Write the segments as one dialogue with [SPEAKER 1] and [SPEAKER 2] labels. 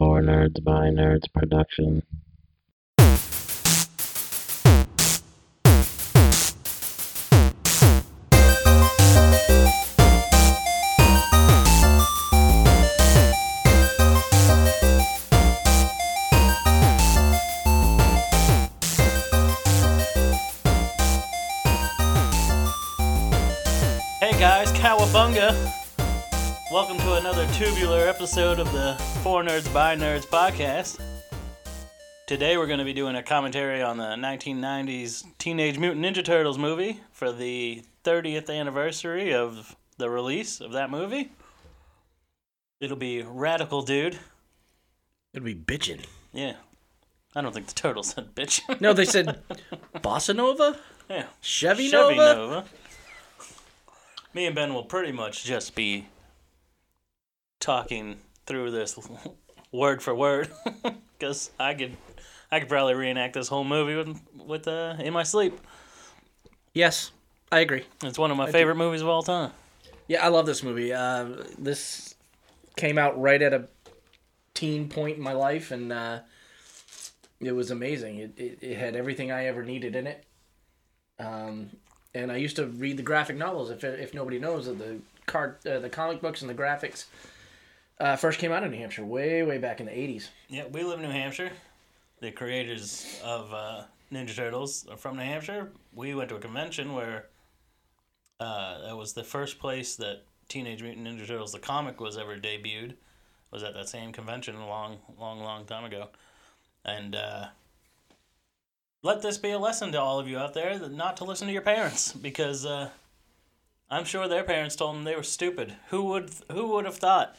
[SPEAKER 1] Nerds by Nerds production.
[SPEAKER 2] Hey guys, cowabunga! Welcome to another tubular episode of the Four Nerds by Nerds podcast. Today we're going to be doing a commentary on the 1990s Teenage Mutant Ninja Turtles movie for the 30th anniversary of the release of that movie. It'll be Radical Dude.
[SPEAKER 3] It'd be bitchin'.
[SPEAKER 2] Yeah. I don't think the turtles said bitch.
[SPEAKER 3] No, they said Bossa Nova?
[SPEAKER 2] yeah.
[SPEAKER 3] Chevy,
[SPEAKER 2] Chevy
[SPEAKER 3] Nova?
[SPEAKER 2] Nova. Me and Ben will pretty much just be talking through this word for word because I could I could probably reenact this whole movie with with uh, in my sleep.
[SPEAKER 3] Yes, I agree.
[SPEAKER 2] It's one of my favorite movies of all time.
[SPEAKER 3] Yeah, I love this movie. Uh, this came out right at a teen point in my life, and uh, it was amazing. It, it, it had everything I ever needed in it. Um, and I used to read the graphic novels. If, if nobody knows, of the card, uh, the comic books and the graphics uh, first came out in New Hampshire way, way back in the '80s.
[SPEAKER 2] Yeah, we live in New Hampshire. The creators of uh, Ninja Turtles are from New Hampshire. We went to a convention where uh, that was the first place that Teenage Mutant Ninja Turtles the comic was ever debuted. Was at that same convention a long, long, long time ago, and uh, let this be a lesson to all of you out there that not to listen to your parents because uh, I'm sure their parents told them they were stupid. Who would who would have thought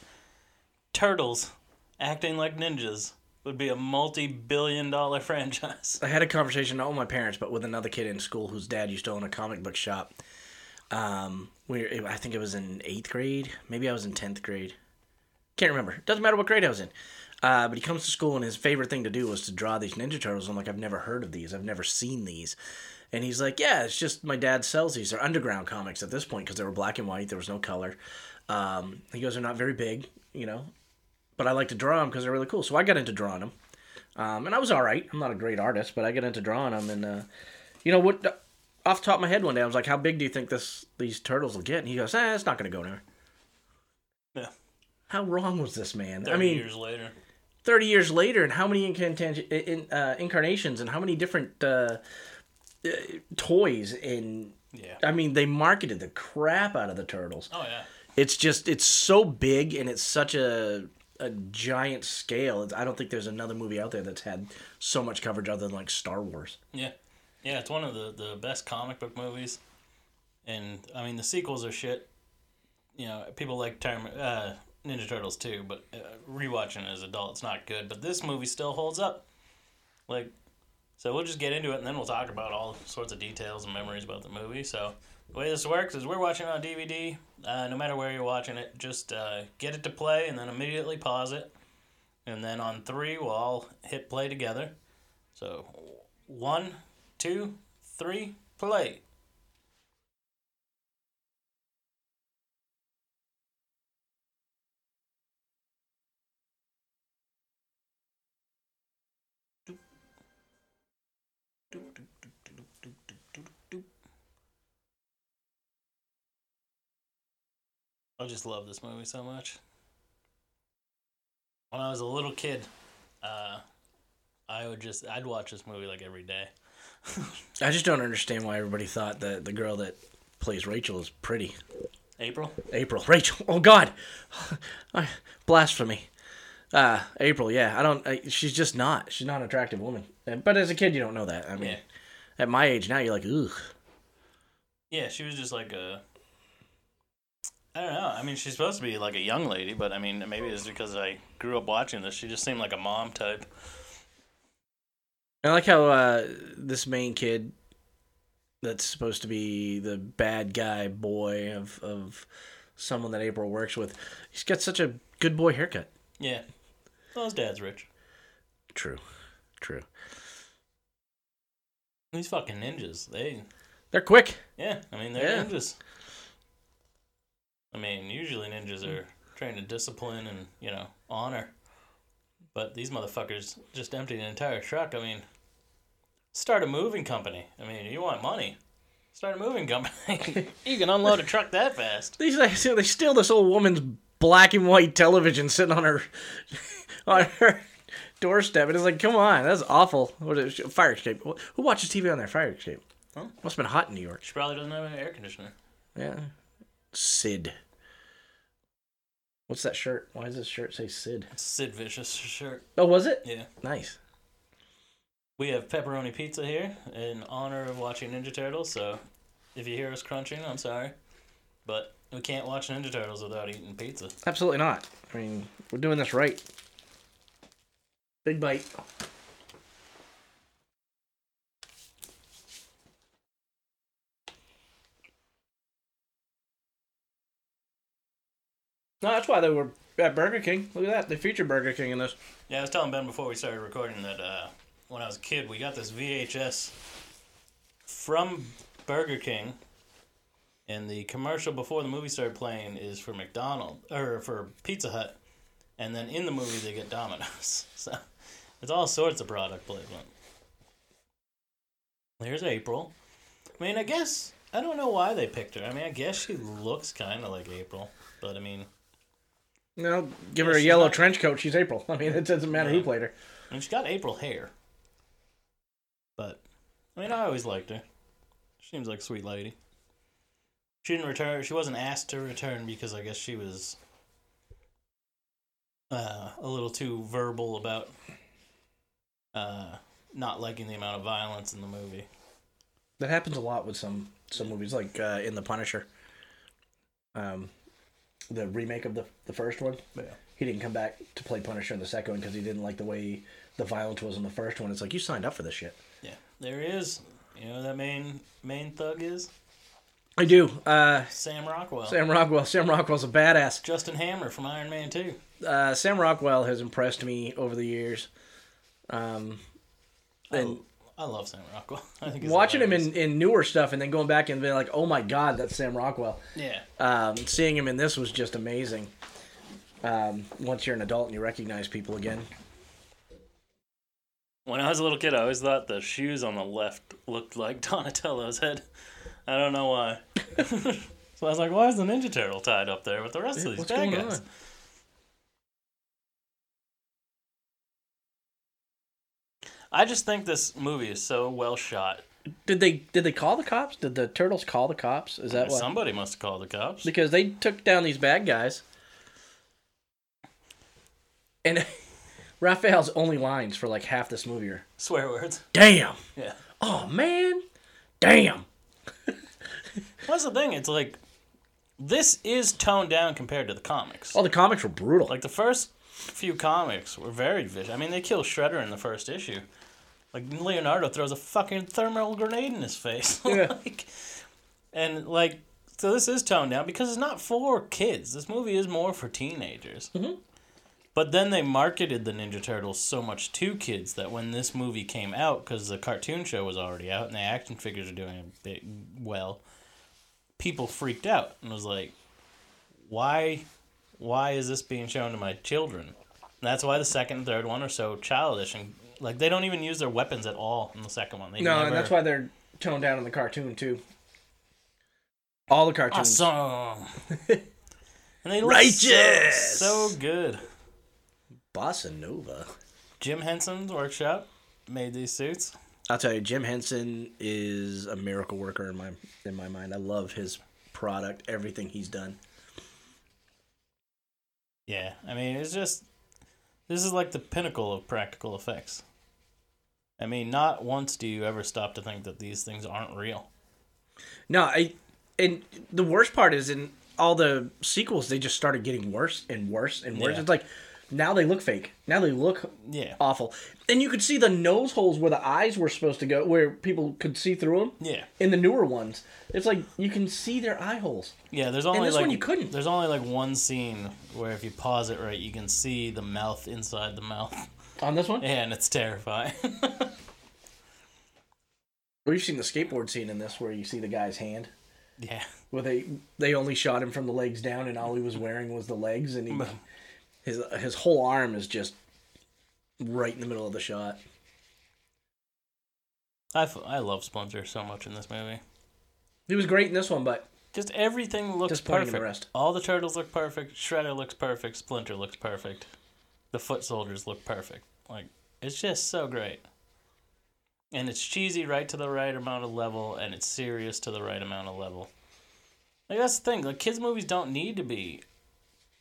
[SPEAKER 2] turtles acting like ninjas would be a multi-billion dollar franchise.
[SPEAKER 3] I had a conversation not with my parents, but with another kid in school whose dad used to own a comic book shop. Um, we I think it was in eighth grade, maybe I was in tenth grade. Can't remember. Doesn't matter what grade I was in. Uh, but he comes to school and his favorite thing to do was to draw these Ninja Turtles. I'm like, I've never heard of these. I've never seen these. And he's like, Yeah, it's just my dad sells these. They're underground comics at this point because they were black and white. There was no color. Um, he goes, They're not very big, you know, but I like to draw them because they're really cool. So I got into drawing them. Um, and I was all right. I'm not a great artist, but I got into drawing them. And uh, you know what? Off the top of my head, one day I was like, "How big do you think this these turtles will get?" And he goes, "Eh, it's not going to go anywhere."
[SPEAKER 2] Yeah,
[SPEAKER 3] How wrong was this man? I
[SPEAKER 2] 30
[SPEAKER 3] mean,
[SPEAKER 2] years later.
[SPEAKER 3] thirty years later, and how many incantan- in, uh, incarnations, and how many different uh, uh, toys? And
[SPEAKER 2] Yeah.
[SPEAKER 3] I mean, they marketed the crap out of the turtles.
[SPEAKER 2] Oh yeah.
[SPEAKER 3] It's just it's so big and it's such a a giant scale. It's, I don't think there's another movie out there that's had so much coverage other than like Star Wars.
[SPEAKER 2] Yeah, yeah, it's one of the the best comic book movies, and I mean the sequels are shit. You know, people like term uh, Ninja Turtles too, but uh, rewatching it as an adult, it's not good. But this movie still holds up. Like, so we'll just get into it, and then we'll talk about all sorts of details and memories about the movie. So the way this works is we're watching it on DVD. Uh, no matter where you're watching it, just uh, get it to play, and then immediately pause it. And then on three, we'll all hit play together. So one, two, three, play. I just love this movie so much. When I was a little kid, uh, I would just I'd watch this movie like every day.
[SPEAKER 3] I just don't understand why everybody thought that the girl that plays Rachel is pretty.
[SPEAKER 2] April.
[SPEAKER 3] April, Rachel. Oh God, I- blasphemy. Uh, April. Yeah, I don't. I, she's just not. She's not an attractive woman. And- But as a kid, you don't know that. I mean,
[SPEAKER 2] Yeah.
[SPEAKER 3] at my age now, you're like, ugh.
[SPEAKER 2] Yeah, she was just like a. I don't know. I mean, she's supposed to be like a young lady, but I mean, maybe it's because I grew up watching this. She just seemed like a mom type.
[SPEAKER 3] I like how uh, this main kid, that's supposed to be the bad guy boy of of someone that April works with, he's got such a good boy haircut.
[SPEAKER 2] Yeah. Well, his dad's rich.
[SPEAKER 3] True, true.
[SPEAKER 2] These fucking ninjas. They.
[SPEAKER 3] They're quick.
[SPEAKER 2] Yeah, I mean, they're
[SPEAKER 3] Yeah.
[SPEAKER 2] ninjas. I mean, usually ninjas are trained in discipline and, you know, honor. But these motherfuckers just emptied an entire truck. I mean, start a moving company. I mean, you want money. Start a moving company. you can unload a truck that fast.
[SPEAKER 3] These they steal- they steal this old woman's black and white television sitting on her on her doorstep, and it's like, come on, that's awful. What is fire escape? Who watches TV on their fire escape?
[SPEAKER 2] Huh?
[SPEAKER 3] Must have been hot in New York.
[SPEAKER 2] She probably doesn't have an air conditioner.
[SPEAKER 3] Yeah, Sid. What's that shirt? Why does this shirt say Sid?
[SPEAKER 2] It's Sid Vicious shirt.
[SPEAKER 3] Oh, was it?
[SPEAKER 2] Yeah.
[SPEAKER 3] Nice.
[SPEAKER 2] We have pepperoni pizza here in honor of watching Ninja Turtles, so if you hear us crunching, I'm sorry. But we can't watch Ninja Turtles without eating pizza.
[SPEAKER 3] Absolutely not. I mean, we're doing this right. Big bite. No, that's why they were at Burger King. Look at that. They feature Burger King in this.
[SPEAKER 2] Yeah, I was telling Ben before we started recording that uh, when I was a kid, we got this VHS from Burger King, and the commercial before the movie started playing is for McDonald or for Pizza Hut, and then in the movie they get Domino's. So it's all sorts of product placement. There's April. I mean, I guess I don't know why they picked her. I mean, I guess she looks kind of like April, but I mean,
[SPEAKER 3] No, give her
[SPEAKER 2] Yeah,
[SPEAKER 3] a
[SPEAKER 2] she's
[SPEAKER 3] yellow
[SPEAKER 2] not-
[SPEAKER 3] trench coat. She's April. I mean, it doesn't matter who
[SPEAKER 2] Yeah.
[SPEAKER 3] played her.
[SPEAKER 2] And she got April hair. But I mean, I always liked her. She seems like a sweet lady. She didn't return. She wasn't asked to return because I guess she was uh, a little too verbal about uh, not liking the amount of violence in the movie.
[SPEAKER 3] That happens a lot with some some movies, like uh, in The Punisher, um, the remake of the the first one.
[SPEAKER 2] Yeah.
[SPEAKER 3] He didn't come back to play Punisher in the second one because he didn't like the way the violence was in the first one. It's like you signed up for this shit.
[SPEAKER 2] Yeah. There he is. You know who that main main thug is
[SPEAKER 3] I do. Uh,
[SPEAKER 2] Sam Rockwell.
[SPEAKER 3] Sam Rockwell. Sam Rockwell's a badass.
[SPEAKER 2] Justin Hammer from Iron Man Two.
[SPEAKER 3] Uh, Sam Rockwell has impressed me over the years. Um, and
[SPEAKER 2] Oh, I love Sam Rockwell. I think he's
[SPEAKER 3] watching him
[SPEAKER 2] hilarious.
[SPEAKER 3] in, in newer stuff and then going back and being like, oh my god, that's Sam Rockwell.
[SPEAKER 2] yeah.
[SPEAKER 3] um, seeing him in this was just amazing. Um, once you're an adult and you recognize people again,
[SPEAKER 2] When I was a little kid, I always thought the shoes on the left looked like Donatello's head. I don't know why. so I was like, why is the Ninja Turtle tied up there with the rest of these
[SPEAKER 3] what's
[SPEAKER 2] bad
[SPEAKER 3] going
[SPEAKER 2] guys?
[SPEAKER 3] on?
[SPEAKER 2] I just think this movie is so well shot.
[SPEAKER 3] Did they did they call the cops? Did the turtles call the cops? Is that what?
[SPEAKER 2] Somebody must have called the cops.
[SPEAKER 3] Because they took down these bad guys, and Raphael's only lines for like half this movie are
[SPEAKER 2] Swear words.
[SPEAKER 3] "damn,"
[SPEAKER 2] Yeah.
[SPEAKER 3] "oh man," "damn."
[SPEAKER 2] That's the thing. It's like, this is toned down compared to the comics.
[SPEAKER 3] All the comics were brutal.
[SPEAKER 2] Like the first few comics were very vicious. I mean, they kill Shredder in the first issue. Like Leonardo throws a fucking thermal grenade in his face.
[SPEAKER 3] Yeah.
[SPEAKER 2] like, and like, so this is toned down because it's not for kids. This movie is more for teenagers. But then they marketed the Ninja Turtles so much to kids that when this movie came out, because the cartoon show was already out and the action figures are doing a bit well, people freaked out and was like, "Why, why is this being shown to my children?" And that's why the second and third one are so childish and like they don't even use their weapons at all in the second one. They
[SPEAKER 3] no,
[SPEAKER 2] never,
[SPEAKER 3] and that's why they're toned down in the cartoon too. All the cartoons.
[SPEAKER 2] awesome. and they look
[SPEAKER 3] Righteous!
[SPEAKER 2] so, so good.
[SPEAKER 3] Bossa Nova.
[SPEAKER 2] Jim Henson's workshop made these suits.
[SPEAKER 3] I'll tell you, Jim Henson is a miracle worker in my in my mind. I love his product, everything he's done.
[SPEAKER 2] Yeah, I mean, it's just this is like the pinnacle of practical effects. I mean, not once do you ever stop to think that these things aren't real.
[SPEAKER 3] No, I and the worst part is in all the sequels, they just started getting worse and worse and worse.
[SPEAKER 2] Yeah.
[SPEAKER 3] It's like now they look fake. Now they look
[SPEAKER 2] Yeah,
[SPEAKER 3] awful. And you could see the nose holes where the eyes were supposed to go, where people could see through them.
[SPEAKER 2] yeah,
[SPEAKER 3] In the newer ones, it's like you can see their eye holes.
[SPEAKER 2] yeah. There's only
[SPEAKER 3] this
[SPEAKER 2] like
[SPEAKER 3] one you couldn't.
[SPEAKER 2] There's only like one scene where if you pause it right, you can see the mouth inside the mouth.
[SPEAKER 3] On this one,
[SPEAKER 2] Yeah, and it's terrifying.
[SPEAKER 3] we've seen the skateboard scene in this where you see the guy's hand.
[SPEAKER 2] yeah,
[SPEAKER 3] Well, they they only shot him from the legs down, and all he was wearing was the legs, and he, his his whole arm is just right in the middle of the shot.
[SPEAKER 2] I, f- I love Splinter so much in this movie.
[SPEAKER 3] He was great in this one, but
[SPEAKER 2] Just everything looks
[SPEAKER 3] Disappointing in
[SPEAKER 2] perfect.
[SPEAKER 3] the rest.
[SPEAKER 2] All the turtles look perfect. Shredder looks perfect. Splinter looks perfect. The foot soldiers look perfect. Like it's just so great. And it's cheesy right to the right amount of level, and it's serious to the right amount of level. Like that's the thing. Like kids' movies don't need to be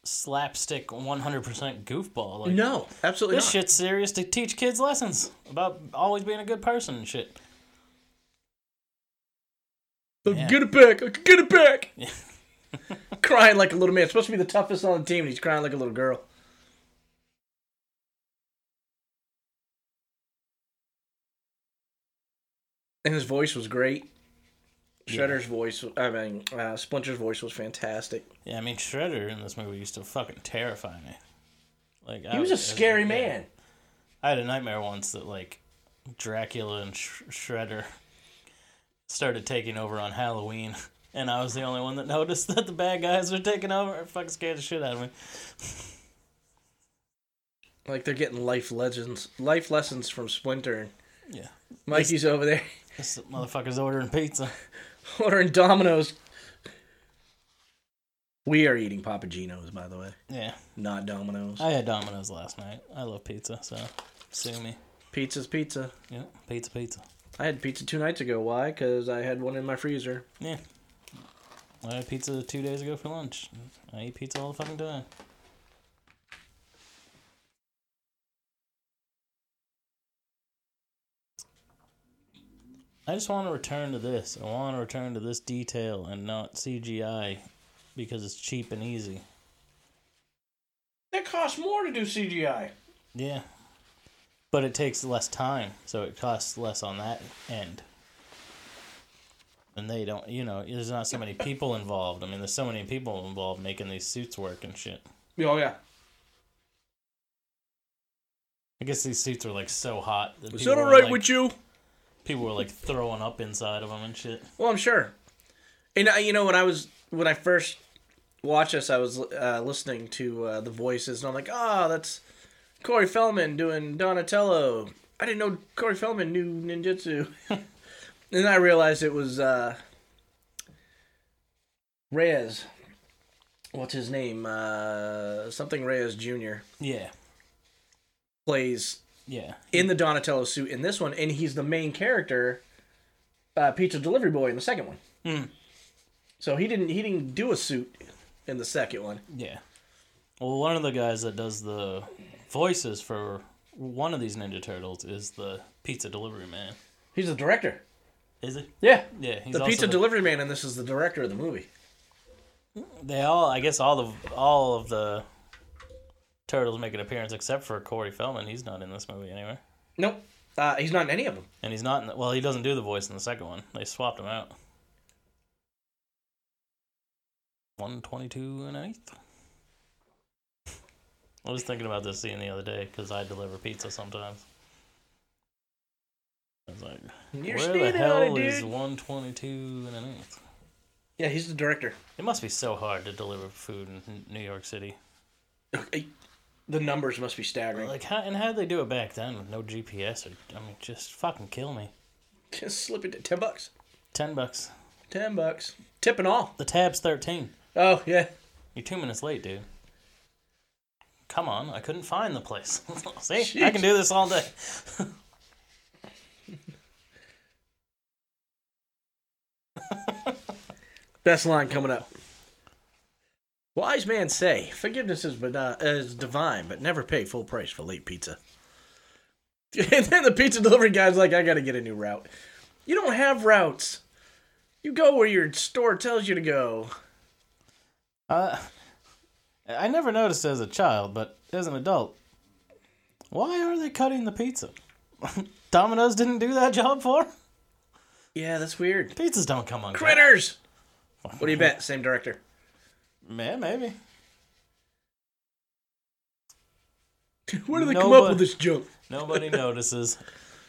[SPEAKER 2] slapstick, one hundred percent goofball. Like
[SPEAKER 3] no, absolutely
[SPEAKER 2] this
[SPEAKER 3] not.
[SPEAKER 2] shit's serious to teach kids lessons about always being a good person and shit.
[SPEAKER 3] Like,
[SPEAKER 2] Yeah.
[SPEAKER 3] Get it back! like, Get it back! crying like a little man. It's supposed to be the toughest on the team, and he's crying like a little girl. And his voice was great. Shredder's voice, I mean, uh, Splinter's voice was fantastic.
[SPEAKER 2] Yeah, I mean Shredder in this movie used to fucking terrify me. Like
[SPEAKER 3] He was a scary man.
[SPEAKER 2] I had a nightmare once that like Dracula and Sh- Shredder started taking over on Halloween, and I was the only one that noticed that the bad guys were taking over. It fucking scared the shit out of me.
[SPEAKER 3] Like they're getting life legends, life lessons from Splinter.
[SPEAKER 2] Yeah,
[SPEAKER 3] Mikey's over there
[SPEAKER 2] this motherfucker's ordering pizza.
[SPEAKER 3] ordering Domino's. We are eating Papa Gino's, by the way,
[SPEAKER 2] Yeah,
[SPEAKER 3] not Domino's.
[SPEAKER 2] I had Domino's last night. I love pizza, so sue me.
[SPEAKER 3] Pizza's pizza.
[SPEAKER 2] Yeah, pizza, pizza.
[SPEAKER 3] I had pizza two nights ago. Why? Because I had one in my freezer.
[SPEAKER 2] Yeah. I had pizza two days ago for lunch. I eat pizza all the fucking time. I just want to return to this. I want to return to this detail and not CGI because it's cheap and easy.
[SPEAKER 3] That costs more to do CGI.
[SPEAKER 2] Yeah. But it takes less time, so it costs less on that end. And they don't, you know, there's not so many people involved. I mean, there's so many people involved making these suits work and shit.
[SPEAKER 3] Oh yeah.
[SPEAKER 2] I guess these suits were like so hot that
[SPEAKER 3] Is
[SPEAKER 2] people,
[SPEAKER 3] that all
[SPEAKER 2] were,
[SPEAKER 3] right
[SPEAKER 2] like,
[SPEAKER 3] with you?
[SPEAKER 2] people were like throwing up inside of them and shit.
[SPEAKER 3] Well, I'm sure. And I, you know, when I was when I first watched this, I was uh, listening to uh, the voices, and I'm like, oh, that's Corey Feldman doing Donatello. I didn't know Corey Feldman knew ninjutsu. and then I realized it was uh, Reyes. What's his name? Uh, something Reyes Jr.
[SPEAKER 2] Yeah,
[SPEAKER 3] plays
[SPEAKER 2] yeah,
[SPEAKER 3] in the Donatello suit in this one, and he's the main character, uh, pizza delivery boy in the second one.
[SPEAKER 2] Mm.
[SPEAKER 3] So he didn't he didn't do a suit in the second one.
[SPEAKER 2] yeah. Well, one of the guys that does the voices for one of these Ninja Turtles is the pizza delivery man.
[SPEAKER 3] He's the director.
[SPEAKER 2] Is he?
[SPEAKER 3] Yeah,
[SPEAKER 2] Yeah, he's
[SPEAKER 3] the
[SPEAKER 2] also
[SPEAKER 3] pizza delivery man, and this is the director of the movie.
[SPEAKER 2] They all, I guess, all of all of the turtles make an appearance except for Corey Feldman. He's not in this movie anywhere,
[SPEAKER 3] Nope, uh, he's not in any of them.
[SPEAKER 2] and he's not. In the, well, he doesn't do the voice in the second one. They swapped him out. One twenty-two and an eighth. I was thinking about this scene the other day because I deliver pizza sometimes. I was like, where
[SPEAKER 3] You're
[SPEAKER 2] the
[SPEAKER 3] standing
[SPEAKER 2] hell
[SPEAKER 3] on it,
[SPEAKER 2] is
[SPEAKER 3] dude.
[SPEAKER 2] one twenty-two and an eighth?
[SPEAKER 3] Yeah, he's the director.
[SPEAKER 2] It must be so hard to deliver food in New York City.
[SPEAKER 3] Okay, The numbers must be staggering.
[SPEAKER 2] Like how and how would they do it back then with no GPS? Or, I mean, just fucking kill me.
[SPEAKER 3] Just slip it to ten bucks.
[SPEAKER 2] Ten bucks.
[SPEAKER 3] Ten bucks. Tip and all.
[SPEAKER 2] The tab's thirteen.
[SPEAKER 3] Oh yeah.
[SPEAKER 2] You're two minutes late, dude. Come on, I couldn't find the place. See, I can do this all day.
[SPEAKER 3] Best line coming up. Wise man say, forgiveness is, bedi- is divine, but never pay full price for late pizza. And then the pizza delivery guy's like, I gotta get a new route. You don't have routes. You go where your store tells you to go.
[SPEAKER 2] Uh, I never noticed as a child, but as an adult, why are they cutting the pizza? Domino's didn't do that job for. 'em?
[SPEAKER 3] Yeah, that's weird.
[SPEAKER 2] Pizzas don't come on.
[SPEAKER 3] Critters! What do you bet? Same director.
[SPEAKER 2] Man, maybe.
[SPEAKER 3] Where do they come
[SPEAKER 2] Nobody-
[SPEAKER 3] up with this junk?
[SPEAKER 2] Nobody notices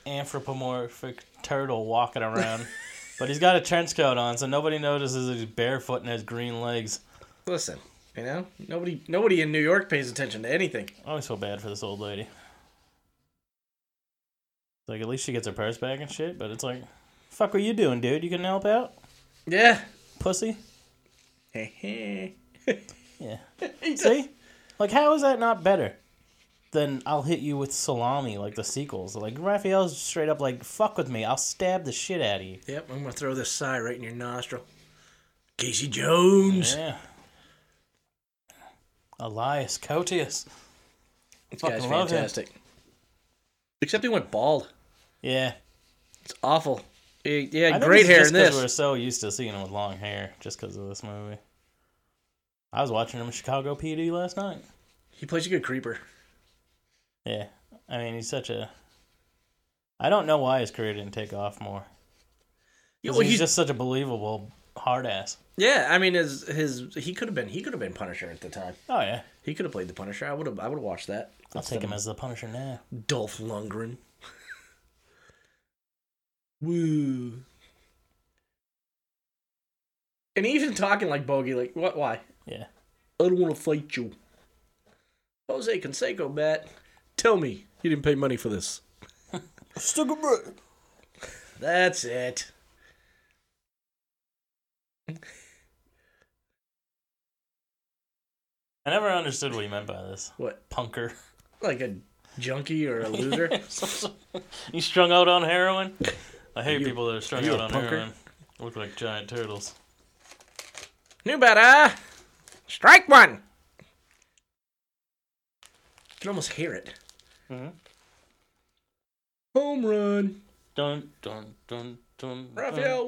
[SPEAKER 2] anthropomorphic turtle walking around. but he's got a trench coat on, so nobody notices that he's barefoot and has green legs.
[SPEAKER 3] Listen, you know, nobody nobody in New York pays attention to anything.
[SPEAKER 2] I always feel bad for this old lady. Like at least she gets her purse back and shit, but it's like, fuck, what you doing, dude? You can help out,
[SPEAKER 3] Yeah.
[SPEAKER 2] pussy.
[SPEAKER 3] Hey, hey.
[SPEAKER 2] Yeah. See, like how is that not better than I'll hit you with salami like the sequels? Like Raphael's straight up like, fuck with me, I'll stab the shit out of you.
[SPEAKER 3] Yep, I'm gonna throw this sigh right in your nostril. Casey Jones.
[SPEAKER 2] Yeah. Elias Cotius.
[SPEAKER 3] This
[SPEAKER 2] Fucking
[SPEAKER 3] guy's
[SPEAKER 2] love him.
[SPEAKER 3] fantastic. Except he went bald.
[SPEAKER 2] Yeah.
[SPEAKER 3] It's awful. He, he had
[SPEAKER 2] I think
[SPEAKER 3] great
[SPEAKER 2] it's
[SPEAKER 3] hair
[SPEAKER 2] just
[SPEAKER 3] in
[SPEAKER 2] 'cause
[SPEAKER 3] this.
[SPEAKER 2] We're so used to seeing him with long hair just because of this movie. I was watching him in Chicago PD last night.
[SPEAKER 3] He plays a good creeper.
[SPEAKER 2] Yeah, I mean he's such a. I don't know why his career didn't take off more. 'Cause
[SPEAKER 3] Yeah, well,
[SPEAKER 2] he's,
[SPEAKER 3] he's-
[SPEAKER 2] just such a believable hard ass.
[SPEAKER 3] yeah, I mean, his his he could have been he could have been Punisher at the time.
[SPEAKER 2] Oh yeah,
[SPEAKER 3] He could have played the Punisher. I would have I would have watched that.
[SPEAKER 2] I'll take him as the Punisher now.
[SPEAKER 3] Dolph Lundgren. Woo. And even talking like Bogey, like what? Why?
[SPEAKER 2] Yeah,
[SPEAKER 3] I don't want to fight you. Jose Canseco, Matt. Tell me you didn't pay money for this.
[SPEAKER 2] stick a brick.
[SPEAKER 3] That's it.
[SPEAKER 2] I never understood what he meant by this
[SPEAKER 3] What?
[SPEAKER 2] punker.
[SPEAKER 3] Like a junkie or a loser?
[SPEAKER 2] you strung out on heroin? I hate
[SPEAKER 3] you-
[SPEAKER 2] people that are strung
[SPEAKER 3] are you
[SPEAKER 2] out
[SPEAKER 3] a
[SPEAKER 2] on
[SPEAKER 3] punker?
[SPEAKER 2] heroin. Look like giant turtles.
[SPEAKER 3] New better. Strike one. You can almost hear it.
[SPEAKER 2] Mm-hmm.
[SPEAKER 3] Home run.
[SPEAKER 2] Dun dun dun dun.
[SPEAKER 3] Raphael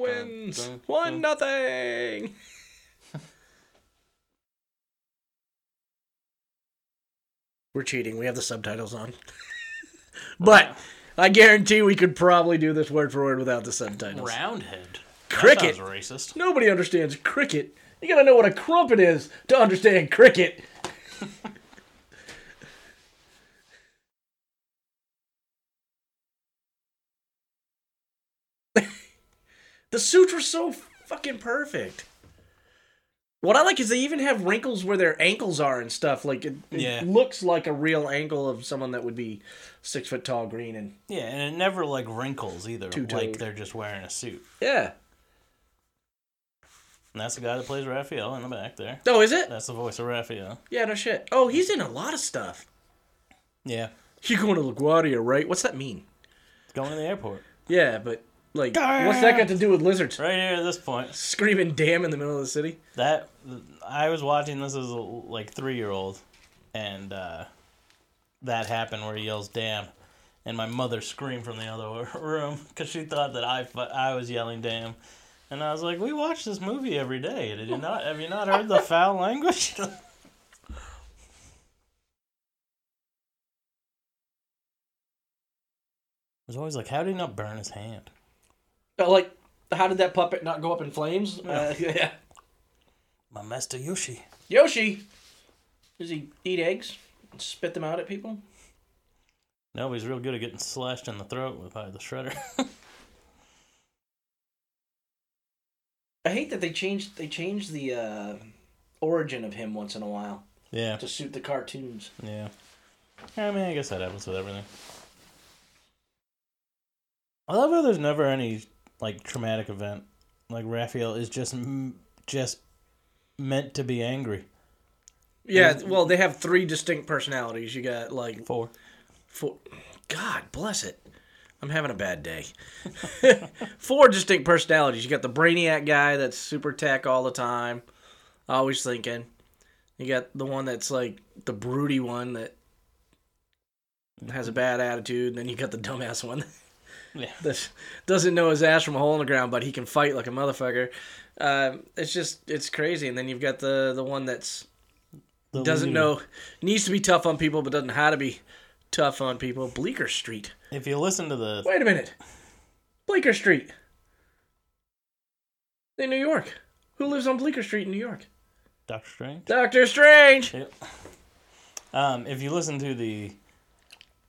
[SPEAKER 2] dun,
[SPEAKER 3] wins.
[SPEAKER 2] dun, dun.
[SPEAKER 3] One nothing. We're cheating. We have the subtitles on. Oh, but I guarantee we could probably do this word for word without the subtitles.
[SPEAKER 2] Roundhead.
[SPEAKER 3] Cricket.
[SPEAKER 2] That sounds racist.
[SPEAKER 3] Nobody understands cricket. You gotta know what a crumpet is to understand cricket. the suits were so fucking perfect. What I like is they even have wrinkles where their ankles are and stuff. Like it, it
[SPEAKER 2] Yeah.
[SPEAKER 3] looks like a real ankle of someone that would be six foot tall, green, and
[SPEAKER 2] Yeah, and it never like wrinkles either.
[SPEAKER 3] Two-toed.
[SPEAKER 2] Like they're just wearing a suit.
[SPEAKER 3] yeah.
[SPEAKER 2] And that's the guy that plays Raphael in the back there.
[SPEAKER 3] Oh, is it?
[SPEAKER 2] That's the voice of Raphael.
[SPEAKER 3] Yeah, no shit. Oh, he's in a lot of stuff.
[SPEAKER 2] Yeah.
[SPEAKER 3] You're going to LaGuardia, right? What's that mean?
[SPEAKER 2] Going to the airport.
[SPEAKER 3] Yeah, but like,
[SPEAKER 2] Damn.
[SPEAKER 3] what's that got to do with lizards?
[SPEAKER 2] Right here at this point.
[SPEAKER 3] Screaming damn in the middle of the city.
[SPEAKER 2] That I was watching this as a, like three year old and uh, that happened where he yells damn and my mother screamed from the other room because she thought that I, fu- I was yelling damn and I was like, we watch this movie every day. Did you not? Have you not heard the foul language? I was always like, how did he not burn his hand?
[SPEAKER 3] Uh, Like, how did that puppet not go up in flames? Uh, yeah.
[SPEAKER 2] My master Yoshi.
[SPEAKER 3] Yoshi, does he eat eggs? and Spit them out at people?
[SPEAKER 2] No, he's real good at getting slashed in the throat with by the shredder.
[SPEAKER 3] I hate that they changed they changed the uh, origin of him once in a while
[SPEAKER 2] yeah,
[SPEAKER 3] to suit the cartoons.
[SPEAKER 2] yeah. I mean, I guess that happens with everything. I love how there's never any like traumatic event. Like Raphael is just m- just meant to be angry.
[SPEAKER 3] Yeah, well, they have three distinct personalities. You got like
[SPEAKER 2] For
[SPEAKER 3] four god bless it i'm having a bad day four distinct personalities you got the brainiac guy that's super tech all the time always thinking you got the one that's like the broody one that has a bad attitude and then you got the dumbass one
[SPEAKER 2] Yeah.
[SPEAKER 3] that doesn't know his ass from a hole in the ground but he can fight like a motherfucker um, it's just it's crazy and then you've got the the one that's
[SPEAKER 2] the
[SPEAKER 3] doesn't
[SPEAKER 2] leader.
[SPEAKER 3] know needs to be tough on people but doesn't know how to be tough on people bleecker street
[SPEAKER 2] If you listen to the
[SPEAKER 3] wait a minute bleecker street in new york who lives on bleecker street in new york
[SPEAKER 2] Doctor Strange,
[SPEAKER 3] dr strange
[SPEAKER 2] yep. Um, if you listen to the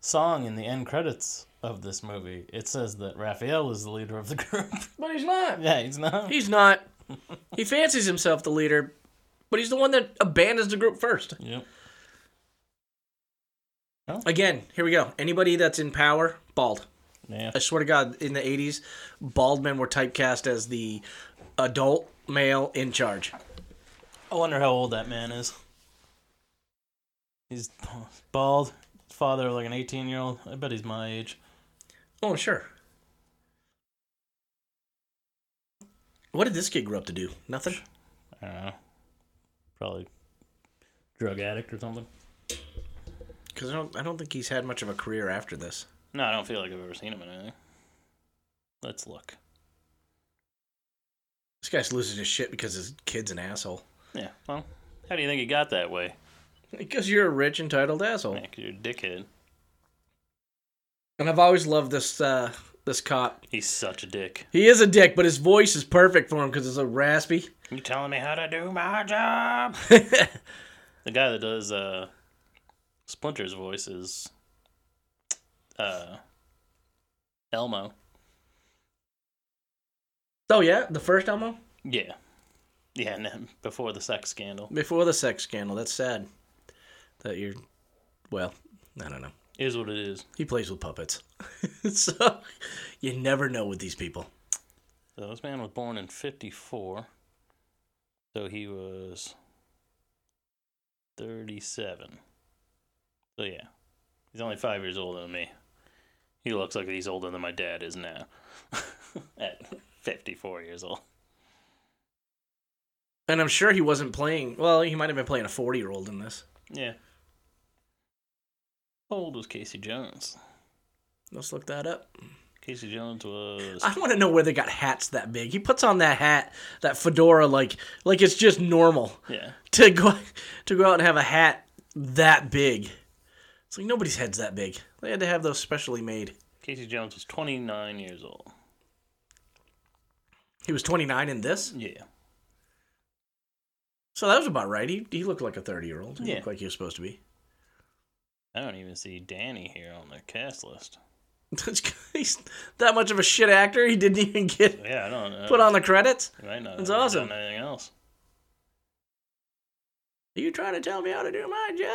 [SPEAKER 2] song in the end credits of this movie, it says that Raphael is the leader of the group.
[SPEAKER 3] but he's not
[SPEAKER 2] yeah, he's not.
[SPEAKER 3] he's not he fancies himself the leader but he's the one that abandons the group first
[SPEAKER 2] Yep.
[SPEAKER 3] again here we go anybody that's in power bald
[SPEAKER 2] Yeah.
[SPEAKER 3] I swear to God, in the '80s, bald men were typecast as the adult male in charge.
[SPEAKER 2] I wonder how old that man is. He's bald, father of like an 18 year old. I bet he's my age.
[SPEAKER 3] Oh, sure. What did this kid grow up to do? Nothing.
[SPEAKER 2] I don't know. Probably drug addict or something.
[SPEAKER 3] Because I don't, I don't think he's had much of a career after this.
[SPEAKER 2] No, I don't feel like I've ever seen him in anything. Let's look.
[SPEAKER 3] This guy's losing his shit because his kid's an asshole.
[SPEAKER 2] Yeah, well, how do you think he got that way?
[SPEAKER 3] Because you're a rich, entitled asshole.
[SPEAKER 2] Nick, you're a dickhead.
[SPEAKER 3] And I've always loved this uh, this cop.
[SPEAKER 2] He's such a dick.
[SPEAKER 3] He is a dick, but his voice is perfect for him because it's so raspy.
[SPEAKER 2] You telling me how to do my job? The guy that does uh, Splinter's voice is uh, Elmo.
[SPEAKER 3] oh yeah, the first Elmo
[SPEAKER 2] Yeah. Yeah, and then before the sex scandal.
[SPEAKER 3] before the sex scandal. That's sad. That you're, well, I don't know.
[SPEAKER 2] Is what it is.
[SPEAKER 3] He plays with puppets, so you never know with these people.
[SPEAKER 2] So this man was born in 54. So he was 37. So yeah. He's only five years older than me. He looks like he's older than my dad is now. At 54 years old.
[SPEAKER 3] And I'm sure he wasn't playing. Well, he might have been playing a 40 year old in this.
[SPEAKER 2] Yeah. How old was Casey Jones?
[SPEAKER 3] Let's look that up.
[SPEAKER 2] Casey Jones was.
[SPEAKER 3] I want to know where they got hats that big. He puts on that hat, that fedora, like like it's just normal
[SPEAKER 2] Yeah.
[SPEAKER 3] to go to go out and have a hat that big. It's like nobody's head's that big. They had to have those specially made.
[SPEAKER 2] Casey Jones was 29 years old.
[SPEAKER 3] He was 29 in this,
[SPEAKER 2] Yeah.
[SPEAKER 3] so that was about right. He he looked like a 30 year old. He
[SPEAKER 2] Yeah.
[SPEAKER 3] looked like he was supposed to be.
[SPEAKER 2] I don't even see Danny here on the cast list.
[SPEAKER 3] He's that much of a shit actor. He didn't even get
[SPEAKER 2] Yeah, I don't uh, know.
[SPEAKER 3] put on the credits.
[SPEAKER 2] He might not
[SPEAKER 3] That's
[SPEAKER 2] have
[SPEAKER 3] awesome.
[SPEAKER 2] Done anything else?
[SPEAKER 3] Are you trying to tell me how to do my job?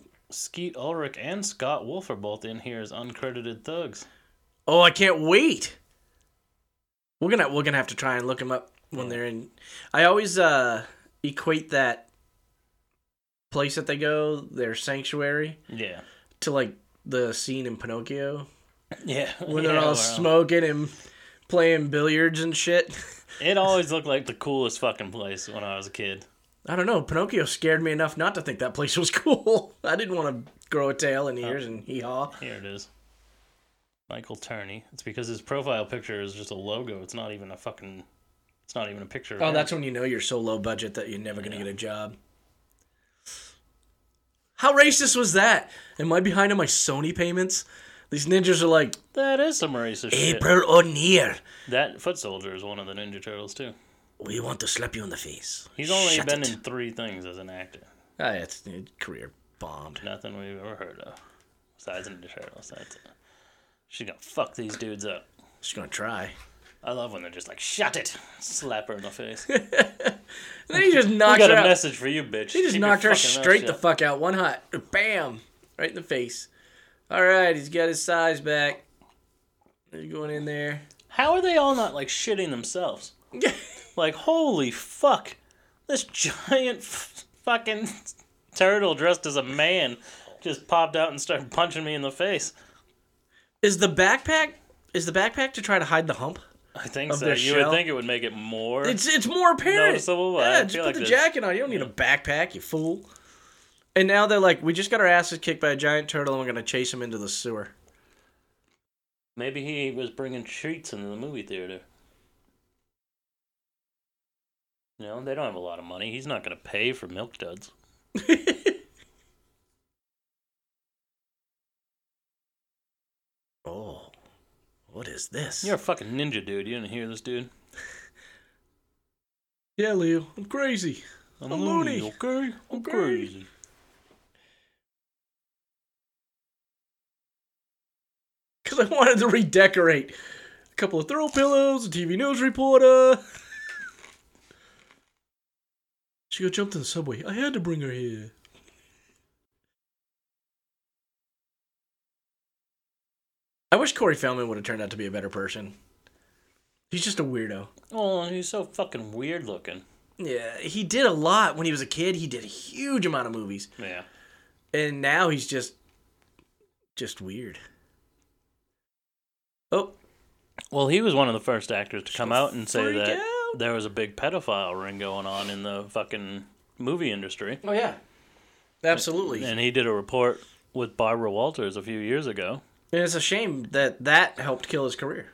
[SPEAKER 2] Oh, Skeet Ulrich and Scott Wolf are both in here as uncredited thugs.
[SPEAKER 3] Oh, I can't wait. We're gonna we're gonna have to try and look them up when they're in. I always uh, equate that place that they go, their sanctuary,
[SPEAKER 2] Yeah.
[SPEAKER 3] to like the scene in Pinocchio
[SPEAKER 2] Yeah.
[SPEAKER 3] when
[SPEAKER 2] yeah,
[SPEAKER 3] they're all
[SPEAKER 2] well,
[SPEAKER 3] smoking and playing billiards and shit.
[SPEAKER 2] It always looked like the coolest fucking place when I was a kid.
[SPEAKER 3] I don't know. Pinocchio scared me enough not to think that place was cool. I didn't want to grow a tail and
[SPEAKER 2] Oh.
[SPEAKER 3] ears and hee haw.
[SPEAKER 2] Here it is. Michael Turney. It's because his profile picture is just a logo. It's not even a fucking. It's not even a picture. of
[SPEAKER 3] Oh,
[SPEAKER 2] him.
[SPEAKER 3] that's when you know you're so low budget that you're never going to get a job. How racist was that? Am I behind on my Sony payments? These ninjas are like,
[SPEAKER 2] that is some racist shit.
[SPEAKER 3] April O'Neil,
[SPEAKER 2] That foot soldier is one of the Ninja Turtles too.
[SPEAKER 3] we want to slap you in the face.
[SPEAKER 2] He's only
[SPEAKER 3] Shut
[SPEAKER 2] been
[SPEAKER 3] it.
[SPEAKER 2] in three things as an actor.
[SPEAKER 3] Ah, it's uh, career bombed.
[SPEAKER 2] Nothing we've ever heard of. Besides Ninja Turtles, that's it. She's gonna fuck these dudes up.
[SPEAKER 3] Just going to try.
[SPEAKER 2] I love when they're just like, "Shut it!" Slap her in the face.
[SPEAKER 3] And then he just
[SPEAKER 2] I
[SPEAKER 3] knocked
[SPEAKER 2] got
[SPEAKER 3] her
[SPEAKER 2] a
[SPEAKER 3] out.
[SPEAKER 2] message for you, bitch.
[SPEAKER 3] He just knocked her straight the fuck out. One hot. Bam! Right in the face. All right, he's got his size back. He's going in there.
[SPEAKER 2] How are they all not like shitting themselves? Like, holy fuck! This giant f- fucking turtle dressed as a man just popped out and started punching me in the face.
[SPEAKER 3] Is the backpack is the backpack to try to hide the hump?
[SPEAKER 2] I think
[SPEAKER 3] Of
[SPEAKER 2] so.
[SPEAKER 3] their
[SPEAKER 2] You would
[SPEAKER 3] shell?
[SPEAKER 2] think it would make it more.
[SPEAKER 3] It's it's more apparent.
[SPEAKER 2] Noticeable, I
[SPEAKER 3] yeah, just
[SPEAKER 2] feel
[SPEAKER 3] put
[SPEAKER 2] like
[SPEAKER 3] the
[SPEAKER 2] this-
[SPEAKER 3] jacket on. You don't need a backpack, you fool. And now they're like, we just got our asses kicked by a giant turtle, and we're gonna chase him into the sewer.
[SPEAKER 2] Maybe he was bringing treats into the movie theater. You know, they don't have a lot of money. He's not going to pay for milk duds.
[SPEAKER 3] oh, what is this?
[SPEAKER 2] You're a fucking ninja, dude. You didn't hear this, dude.
[SPEAKER 3] yeah, Leo, I'm crazy.
[SPEAKER 2] I'm
[SPEAKER 3] A loony.
[SPEAKER 2] okay? I'm
[SPEAKER 3] Okay.
[SPEAKER 2] crazy.
[SPEAKER 3] Cause I wanted to redecorate a couple of throw pillows, a TV news reporter. she got jumped in the subway. I had to bring her here. I wish Corey Feldman would have turned out to be a better person. He's just a weirdo.
[SPEAKER 2] Oh, he's so fucking weird looking.
[SPEAKER 3] Yeah, he did a lot when he was a kid. He did a huge amount of movies,
[SPEAKER 2] Yeah.
[SPEAKER 3] and now he's just, just weird. Oh,
[SPEAKER 2] Well, he was one of the first actors to come out and say
[SPEAKER 3] freak
[SPEAKER 2] that
[SPEAKER 3] out.
[SPEAKER 2] there was a big pedophile ring going on in the fucking movie industry.
[SPEAKER 3] oh yeah, absolutely. And
[SPEAKER 2] And he did a report with Barbara Walters a few years ago.
[SPEAKER 3] it's a shame that that helped kill his career.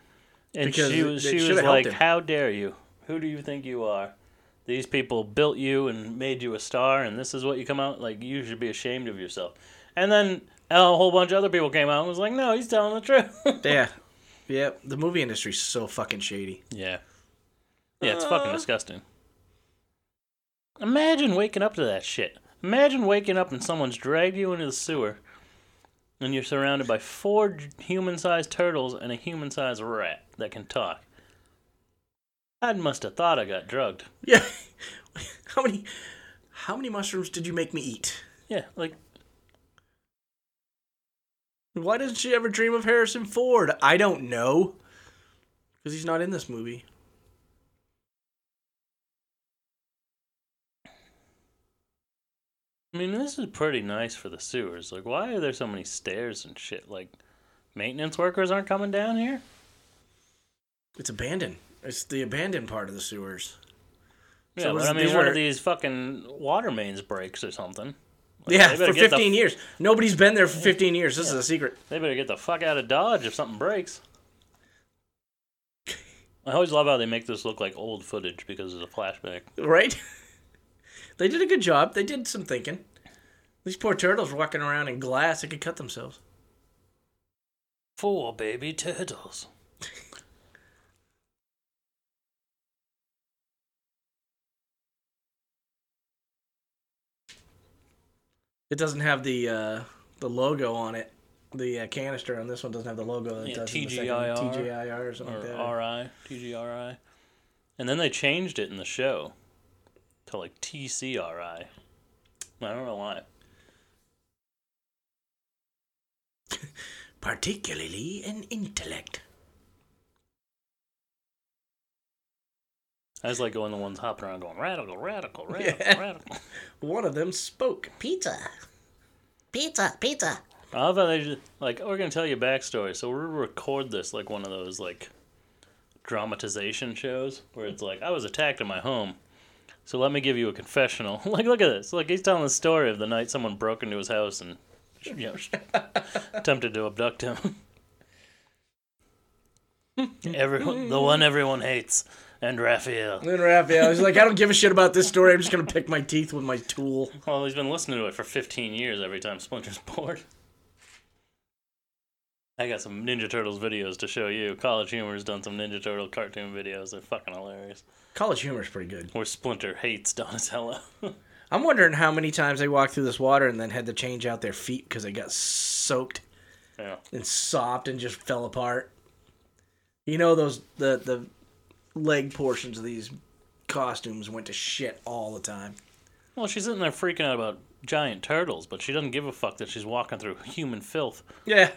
[SPEAKER 2] And
[SPEAKER 3] Because
[SPEAKER 2] she
[SPEAKER 3] it-
[SPEAKER 2] was
[SPEAKER 3] it
[SPEAKER 2] she
[SPEAKER 3] should've
[SPEAKER 2] was
[SPEAKER 3] helped
[SPEAKER 2] like,
[SPEAKER 3] him.
[SPEAKER 2] "How dare you? Who do you think you are? These people built you and made you a star, and this is what you come out like. You should be ashamed of yourself." And then a whole bunch of other people came out and was like, "No, he's telling the truth."
[SPEAKER 3] Yeah, yeah. The movie industry's so fucking shady.
[SPEAKER 2] yeah, yeah, it's fucking disgusting. Imagine waking up to that shit. Imagine waking up and someone's dragged you into the sewer, and you're surrounded by four j- human-sized turtles and a human-sized rat that can talk. I must have thought I got drugged.
[SPEAKER 3] Yeah. how many, how many mushrooms did you make me eat?
[SPEAKER 2] Yeah, like
[SPEAKER 3] Why doesn't she ever dream of Harrison Ford? I don't know. Because he's not in this movie.
[SPEAKER 2] I mean, this is pretty nice for the sewers. Like, why are there so many stairs and shit? Like, maintenance workers aren't coming down here.
[SPEAKER 3] It's abandoned. It's the abandoned part of the sewers.
[SPEAKER 2] Yeah,
[SPEAKER 3] So
[SPEAKER 2] but
[SPEAKER 3] was-
[SPEAKER 2] I mean,
[SPEAKER 3] these
[SPEAKER 2] one
[SPEAKER 3] were-
[SPEAKER 2] of these fucking water mains breaks or something. Like,
[SPEAKER 3] yeah,
[SPEAKER 2] they better
[SPEAKER 3] for
[SPEAKER 2] get the
[SPEAKER 3] 15
[SPEAKER 2] f-
[SPEAKER 3] years. Nobody's been there for 15 years. This is a secret.
[SPEAKER 2] They better get the fuck out of Dodge if something breaks. I always love how they make this look like old footage because it's a flashback.
[SPEAKER 3] Right? they did a good job. They did some thinking. These poor turtles walking around in glass, they could cut themselves.
[SPEAKER 2] Four baby turtles.
[SPEAKER 3] It doesn't have the uh, the logo on it. The uh, canister on this one doesn't have the logo. that it
[SPEAKER 2] Yeah,
[SPEAKER 3] does in the second-
[SPEAKER 2] TGIR.
[SPEAKER 3] TGIR or something
[SPEAKER 2] or
[SPEAKER 3] like that.
[SPEAKER 2] RI, TGRI. And then they changed it in the show to like TCRI. I don't know why.
[SPEAKER 3] Particularly an intellect.
[SPEAKER 2] I was like going the ones hopping around going radical, radical, radical,
[SPEAKER 3] Yeah.
[SPEAKER 2] radical.
[SPEAKER 3] One of them spoke.
[SPEAKER 4] Pizza. Pizza, pizza.
[SPEAKER 2] I love how they just like, oh, we're gonna tell you a backstory, so we'll record this like one of those like dramatization shows where it's like, I was attacked in my home. So let me give you a confessional. like, look at this. Like, he's telling the story of the night someone broke into his house and you know, attempted to abduct him. everyone, the one everyone hates, and Raphael.
[SPEAKER 3] And then Raphael, he's like, I don't give a shit about this story. I'm just gonna pick my teeth with my tool.
[SPEAKER 2] Well, he's been listening to it for 15 years every time Splinter's bored. I got some Ninja Turtles videos to show you. College Humor's done some Ninja Turtle cartoon videos. They're fucking hilarious.
[SPEAKER 3] College humor's pretty good.
[SPEAKER 2] Where Splinter hates Donatello.
[SPEAKER 3] I'm wondering how many times they walked through this water and then had to change out their feet because they got soaked
[SPEAKER 2] yeah.
[SPEAKER 3] and sopped and just fell apart. You know those the the leg portions of these costumes went to shit all the time.
[SPEAKER 2] Well, she's sitting there freaking out about giant turtles, but she doesn't give a fuck that she's walking through human filth.
[SPEAKER 3] Yeah.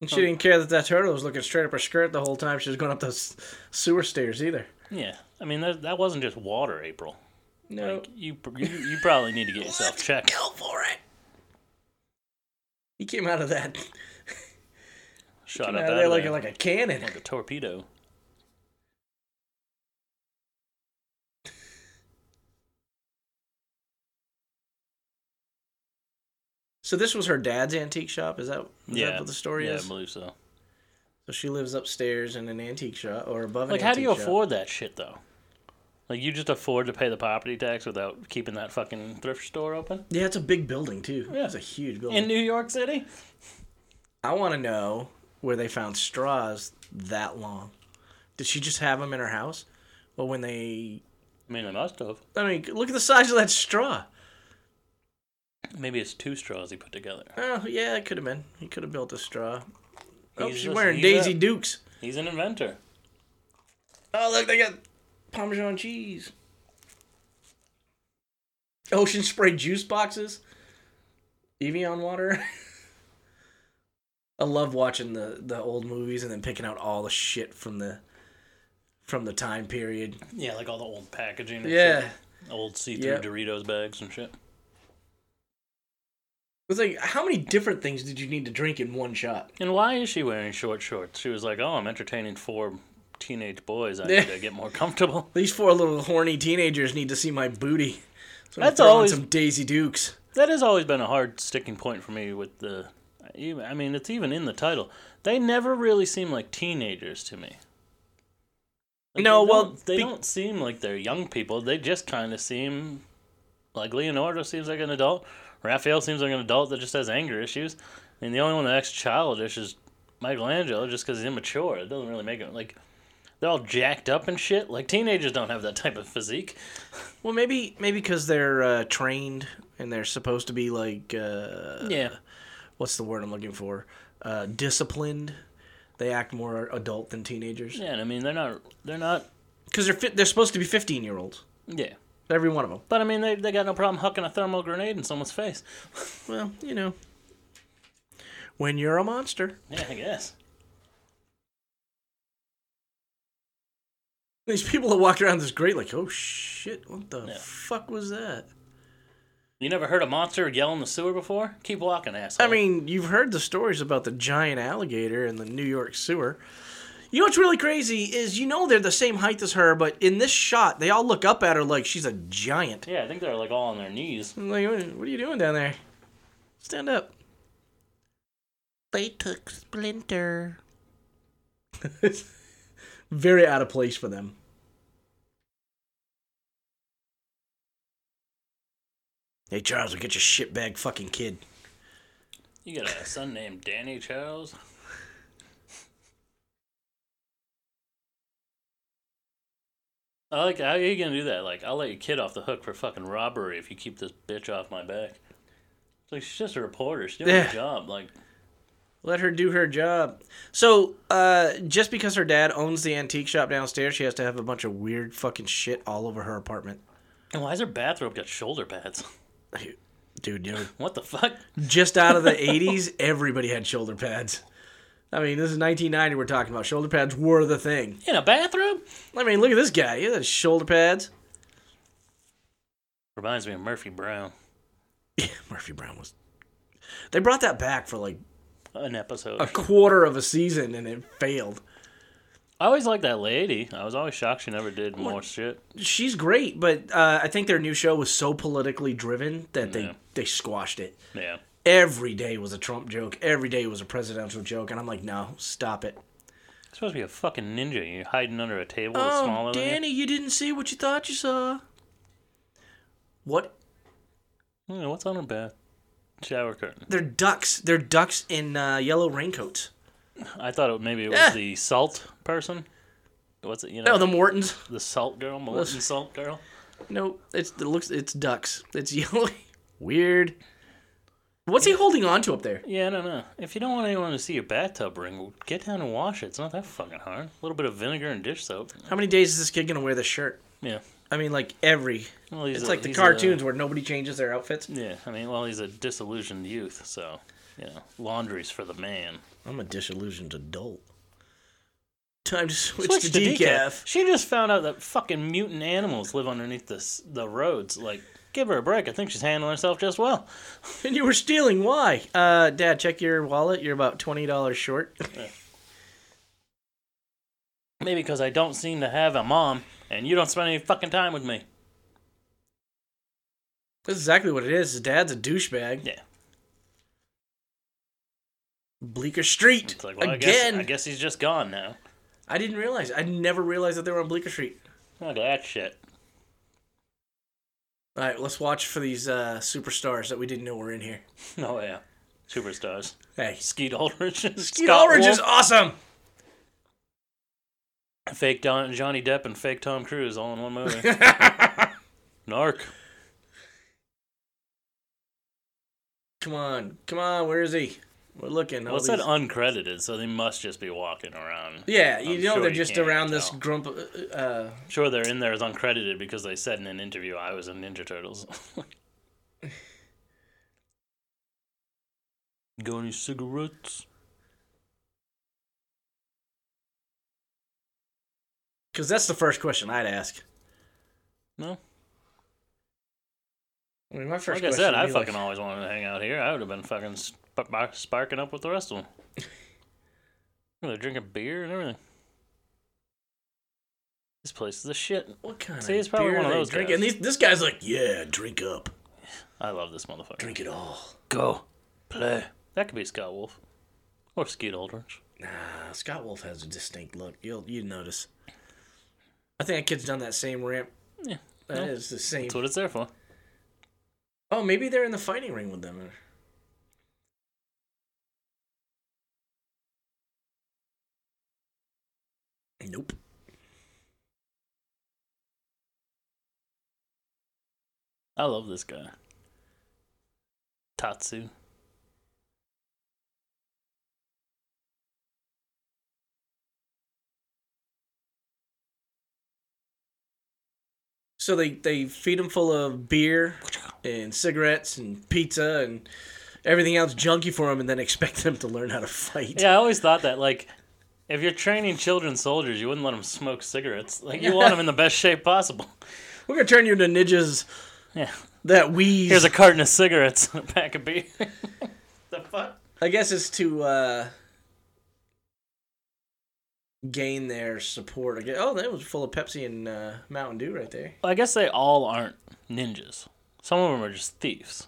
[SPEAKER 3] And she didn't care that that turtle was looking straight up her skirt the whole time she was going up those sewer stairs either.
[SPEAKER 2] Yeah. I mean, that, that wasn't just water, April.
[SPEAKER 3] No.
[SPEAKER 2] Like, you, you, you probably need to get yourself checked.
[SPEAKER 3] go for it. He came out of that
[SPEAKER 2] Shot
[SPEAKER 3] out
[SPEAKER 2] up
[SPEAKER 3] of
[SPEAKER 2] out
[SPEAKER 3] there
[SPEAKER 2] of
[SPEAKER 3] like,
[SPEAKER 2] there.
[SPEAKER 3] like a cannon.
[SPEAKER 2] like a torpedo.
[SPEAKER 3] So this was her dad's antique shop. Is that, is
[SPEAKER 2] yeah.
[SPEAKER 3] that what the story
[SPEAKER 2] yeah,
[SPEAKER 3] is?
[SPEAKER 2] I believe so.
[SPEAKER 3] So she lives upstairs in an antique shop or above.
[SPEAKER 2] Like,
[SPEAKER 3] an
[SPEAKER 2] how do you
[SPEAKER 3] antique shop.
[SPEAKER 2] afford that shit though? Like, you just afford to pay the property tax without keeping that fucking thrift store open
[SPEAKER 3] Yeah, it's a big building too.
[SPEAKER 2] Yeah.
[SPEAKER 3] It's a huge building.
[SPEAKER 2] in New York City?
[SPEAKER 3] I want to know where they found straws that long. Did she just have them in her house? Well, when they,
[SPEAKER 2] I mean, I must have.
[SPEAKER 3] I mean, look at the size of that straw.
[SPEAKER 2] Maybe it's two straws he put together.
[SPEAKER 3] Oh yeah, it could have been. He could have built a straw. Oh,
[SPEAKER 2] He's
[SPEAKER 3] she's
[SPEAKER 2] just-
[SPEAKER 3] wearing
[SPEAKER 2] he's
[SPEAKER 3] Daisy
[SPEAKER 2] a-
[SPEAKER 3] Dukes.
[SPEAKER 2] He's an inventor.
[SPEAKER 3] Oh, look, they got Parmesan cheese. Ocean spray juice boxes. Evian water. I love watching the the old movies and then picking out all the shit from the from the time period.
[SPEAKER 2] Yeah, like all the old packaging. and
[SPEAKER 3] Yeah.
[SPEAKER 2] shit. Old see through
[SPEAKER 3] Yep.
[SPEAKER 2] Doritos bags and shit.
[SPEAKER 3] It's like how many different things did you need to drink in one shot?
[SPEAKER 2] And why is she wearing short shorts? She was like, oh, I'm entertaining four teenage boys. I need to get more comfortable.
[SPEAKER 3] These four little horny teenagers need to see my booty. So I'm
[SPEAKER 2] That's
[SPEAKER 3] throwing
[SPEAKER 2] always-
[SPEAKER 3] some Daisy Dukes.
[SPEAKER 2] That has always been a hard sticking point for me with the. even- I mean, it's even in the title. They never really seem like teenagers to me.
[SPEAKER 3] No,
[SPEAKER 2] they
[SPEAKER 3] well,
[SPEAKER 2] don't- they
[SPEAKER 3] be-
[SPEAKER 2] don't seem like they're young people. They just kind of seem like Leonardo seems like an adult. Raphael seems like an adult that just has anger issues. And the only one that acts childish is Michelangelo, just because he's immature. It doesn't really make him like they're all jacked up and shit. Like teenagers don't have that type of physique.
[SPEAKER 3] Well, maybe maybe because they're uh, trained and they're supposed to be like uh,
[SPEAKER 2] yeah,
[SPEAKER 3] what's the word I'm looking for? Uh, disciplined. They act more adult than teenagers
[SPEAKER 2] yeah. And I mean, they're not. They're not.
[SPEAKER 3] because they're fi- they're supposed to be 15 year olds.
[SPEAKER 2] Yeah.
[SPEAKER 3] Every one of them.
[SPEAKER 2] But I mean, they, they got no problem hucking a thermal grenade in someone's face.
[SPEAKER 3] Well, you know, when you're a monster,
[SPEAKER 2] Yeah, I guess.
[SPEAKER 3] these people that walked around this great, like, oh shit, what the
[SPEAKER 2] Yeah.
[SPEAKER 3] fuck was that?
[SPEAKER 2] You never heard a monster yell in the sewer before? Keep walking, asshole.
[SPEAKER 3] I mean, you've heard the stories about the giant alligator in the New York sewer. You know what's really crazy is you know they're the same height as her, but in this shot, they all look up at her like she's a giant.
[SPEAKER 2] yeah, I think they're like all on their knees.
[SPEAKER 3] I'm like, what what are you doing down there? Stand up.
[SPEAKER 4] They took Splinter.
[SPEAKER 3] Very out of place for them. Hey, Charles, we get your shitbag fucking kid.
[SPEAKER 2] You got a son named Danny Charles. I like how you gonna do that? Like, I'll let your kid off the hook for fucking robbery if you keep this bitch off my back. It's like she's just a reporter. She's doing
[SPEAKER 3] Yeah.
[SPEAKER 2] her job. Like,
[SPEAKER 3] Let her do her job. So, uh, just because her dad owns the antique shop downstairs, she has to have a bunch of weird fucking shit all over her apartment.
[SPEAKER 2] and why is her bathrobe got shoulder pads?
[SPEAKER 3] Dude, you know,
[SPEAKER 2] what the fuck?
[SPEAKER 3] just out of the 80s, everybody had shoulder pads. I mean, this is 1990 we're talking about. Shoulder pads were the thing.
[SPEAKER 2] In a bathrobe?
[SPEAKER 3] I mean, look at this guy. He has shoulder pads.
[SPEAKER 2] Reminds me of Murphy Brown.
[SPEAKER 3] Yeah, Murphy Brown was. They brought that back for like
[SPEAKER 2] An episode.
[SPEAKER 3] a quarter of a season and it failed.
[SPEAKER 2] I always liked that lady. I was always shocked she never did more shit.
[SPEAKER 3] She's great, but uh, I think their new show was so politically driven that they,
[SPEAKER 2] Yeah.
[SPEAKER 3] they squashed it.
[SPEAKER 2] Yeah.
[SPEAKER 3] Every day was a Trump joke. Every day was a presidential joke, and I'm like, no, stop it.
[SPEAKER 2] It's supposed to be a fucking ninja. You're hiding under a table that's
[SPEAKER 3] Oh,
[SPEAKER 2] smaller
[SPEAKER 3] Danny, you didn't see what you thought you saw. What?
[SPEAKER 2] than you. Yeah, what's on her bed? Shower curtain.
[SPEAKER 3] They're ducks. They're ducks in uh, yellow raincoats.
[SPEAKER 2] I thought it, maybe it was
[SPEAKER 3] Yeah.
[SPEAKER 2] the salt person. What's it? You know,
[SPEAKER 3] No, the Mortons.
[SPEAKER 2] the salt girl, Molten Salt girl.
[SPEAKER 3] No, it's it looks it's ducks. It's yellow. Weird. What's he holding on to up there?
[SPEAKER 2] Yeah, I don't know. If you don't want anyone to see your bathtub ring, well, get down and wash it. It's not that fucking hard. A little bit of vinegar and dish soap.
[SPEAKER 3] How many days is this kid gonna wear this shirt?
[SPEAKER 2] Yeah.
[SPEAKER 3] I mean, like every.
[SPEAKER 2] Well, he's
[SPEAKER 3] It's
[SPEAKER 2] a-
[SPEAKER 3] like the
[SPEAKER 2] he's a-
[SPEAKER 3] cartoons where nobody changes their outfits.
[SPEAKER 2] yeah, I mean, well, he's a disillusioned youth, so, you know, laundry's for the man.
[SPEAKER 3] I'm a disillusioned adult. Time to switch,
[SPEAKER 2] Switch
[SPEAKER 3] to, decaf.
[SPEAKER 2] She just found out that fucking mutant animals live underneath the s- the roads. Like, give her a break. I think she's handling herself just well.
[SPEAKER 3] And you were stealing. Why? Uh, Dad, check your wallet. You're about twenty dollars short.
[SPEAKER 2] Maybe because I don't seem to have a mom, and you don't spend any fucking time with me.
[SPEAKER 3] That's exactly what it is. His dad's a douchebag.
[SPEAKER 2] Yeah.
[SPEAKER 3] Bleecker Street
[SPEAKER 2] It's like, well, I
[SPEAKER 3] again.
[SPEAKER 2] guess
[SPEAKER 3] I,
[SPEAKER 2] I guess he's just gone now.
[SPEAKER 3] didn't realize. I never realized that they were on Bleecker Street.
[SPEAKER 2] Look at that shit.
[SPEAKER 3] All right, let's watch for these uh, superstars that we didn't know were in here.
[SPEAKER 2] Oh yeah, superstars.
[SPEAKER 3] Hey,
[SPEAKER 2] Skeet Ulrich.
[SPEAKER 3] Skeet Ulrich is awesome.
[SPEAKER 2] fake Don, Johnny Depp and fake Tom Cruise all in one movie. Narc.
[SPEAKER 3] Come on, come on. Where is he? We're looking.
[SPEAKER 2] Well,
[SPEAKER 3] all
[SPEAKER 2] it said
[SPEAKER 3] these-
[SPEAKER 2] uncredited, so they must just be walking around.
[SPEAKER 3] yeah, you
[SPEAKER 2] I'm
[SPEAKER 3] know
[SPEAKER 2] sure
[SPEAKER 3] they're
[SPEAKER 2] you
[SPEAKER 3] just
[SPEAKER 2] can't
[SPEAKER 3] around this
[SPEAKER 2] tell.
[SPEAKER 3] grump. uh, Uh,
[SPEAKER 2] Sure, they're in there as uncredited because they said in an interview I was in Ninja Turtles. Got any cigarettes?
[SPEAKER 3] Because that's the first question I'd ask.
[SPEAKER 2] No,
[SPEAKER 3] I mean, my first
[SPEAKER 2] like I
[SPEAKER 3] question
[SPEAKER 2] said,
[SPEAKER 3] would
[SPEAKER 2] I
[SPEAKER 3] be
[SPEAKER 2] fucking
[SPEAKER 3] like,
[SPEAKER 2] always wanted to hang out here. I would have been fucking sp- bar- sparking up with the rest of them. They're drinking beer and everything. This place is the shit.
[SPEAKER 3] what kind
[SPEAKER 2] See, he's
[SPEAKER 3] of
[SPEAKER 2] probably
[SPEAKER 3] beer
[SPEAKER 2] one of
[SPEAKER 3] they
[SPEAKER 2] those
[SPEAKER 3] drink?
[SPEAKER 2] guys.
[SPEAKER 3] And these, this guy's like, yeah, drink up,
[SPEAKER 2] I love this motherfucker.
[SPEAKER 3] drink it all.
[SPEAKER 2] Go. Play. That could be Scott Wolf. Or Skeet Ulrich.
[SPEAKER 3] Nah, Scott Wolf has a distinct look. You'll you notice. I think that kid's done that same ramp.
[SPEAKER 2] Yeah.
[SPEAKER 3] That is
[SPEAKER 2] no,
[SPEAKER 3] the same.
[SPEAKER 2] that's what it's there for.
[SPEAKER 3] Oh, maybe they're in the fighting ring with them. Nope.
[SPEAKER 2] I love this guy. Tatsu.
[SPEAKER 3] So they they feed him full of beer and cigarettes and pizza and everything else junky for him, and then expect them to learn how to fight.
[SPEAKER 2] Yeah, I always thought that, like, if you're training children soldiers, you wouldn't let them smoke cigarettes. Like, you want them in the best shape possible.
[SPEAKER 3] We're gonna turn you into ninjas
[SPEAKER 2] Yeah.
[SPEAKER 3] that wheeze.
[SPEAKER 2] Here's a carton of cigarettes and a pack of beer. the fuck?
[SPEAKER 3] I guess it's to uh, gain their support. I guess, oh, that was full of Pepsi and uh, Mountain Dew right there.
[SPEAKER 2] Well, I guess they all aren't ninjas. Some of them are just thieves.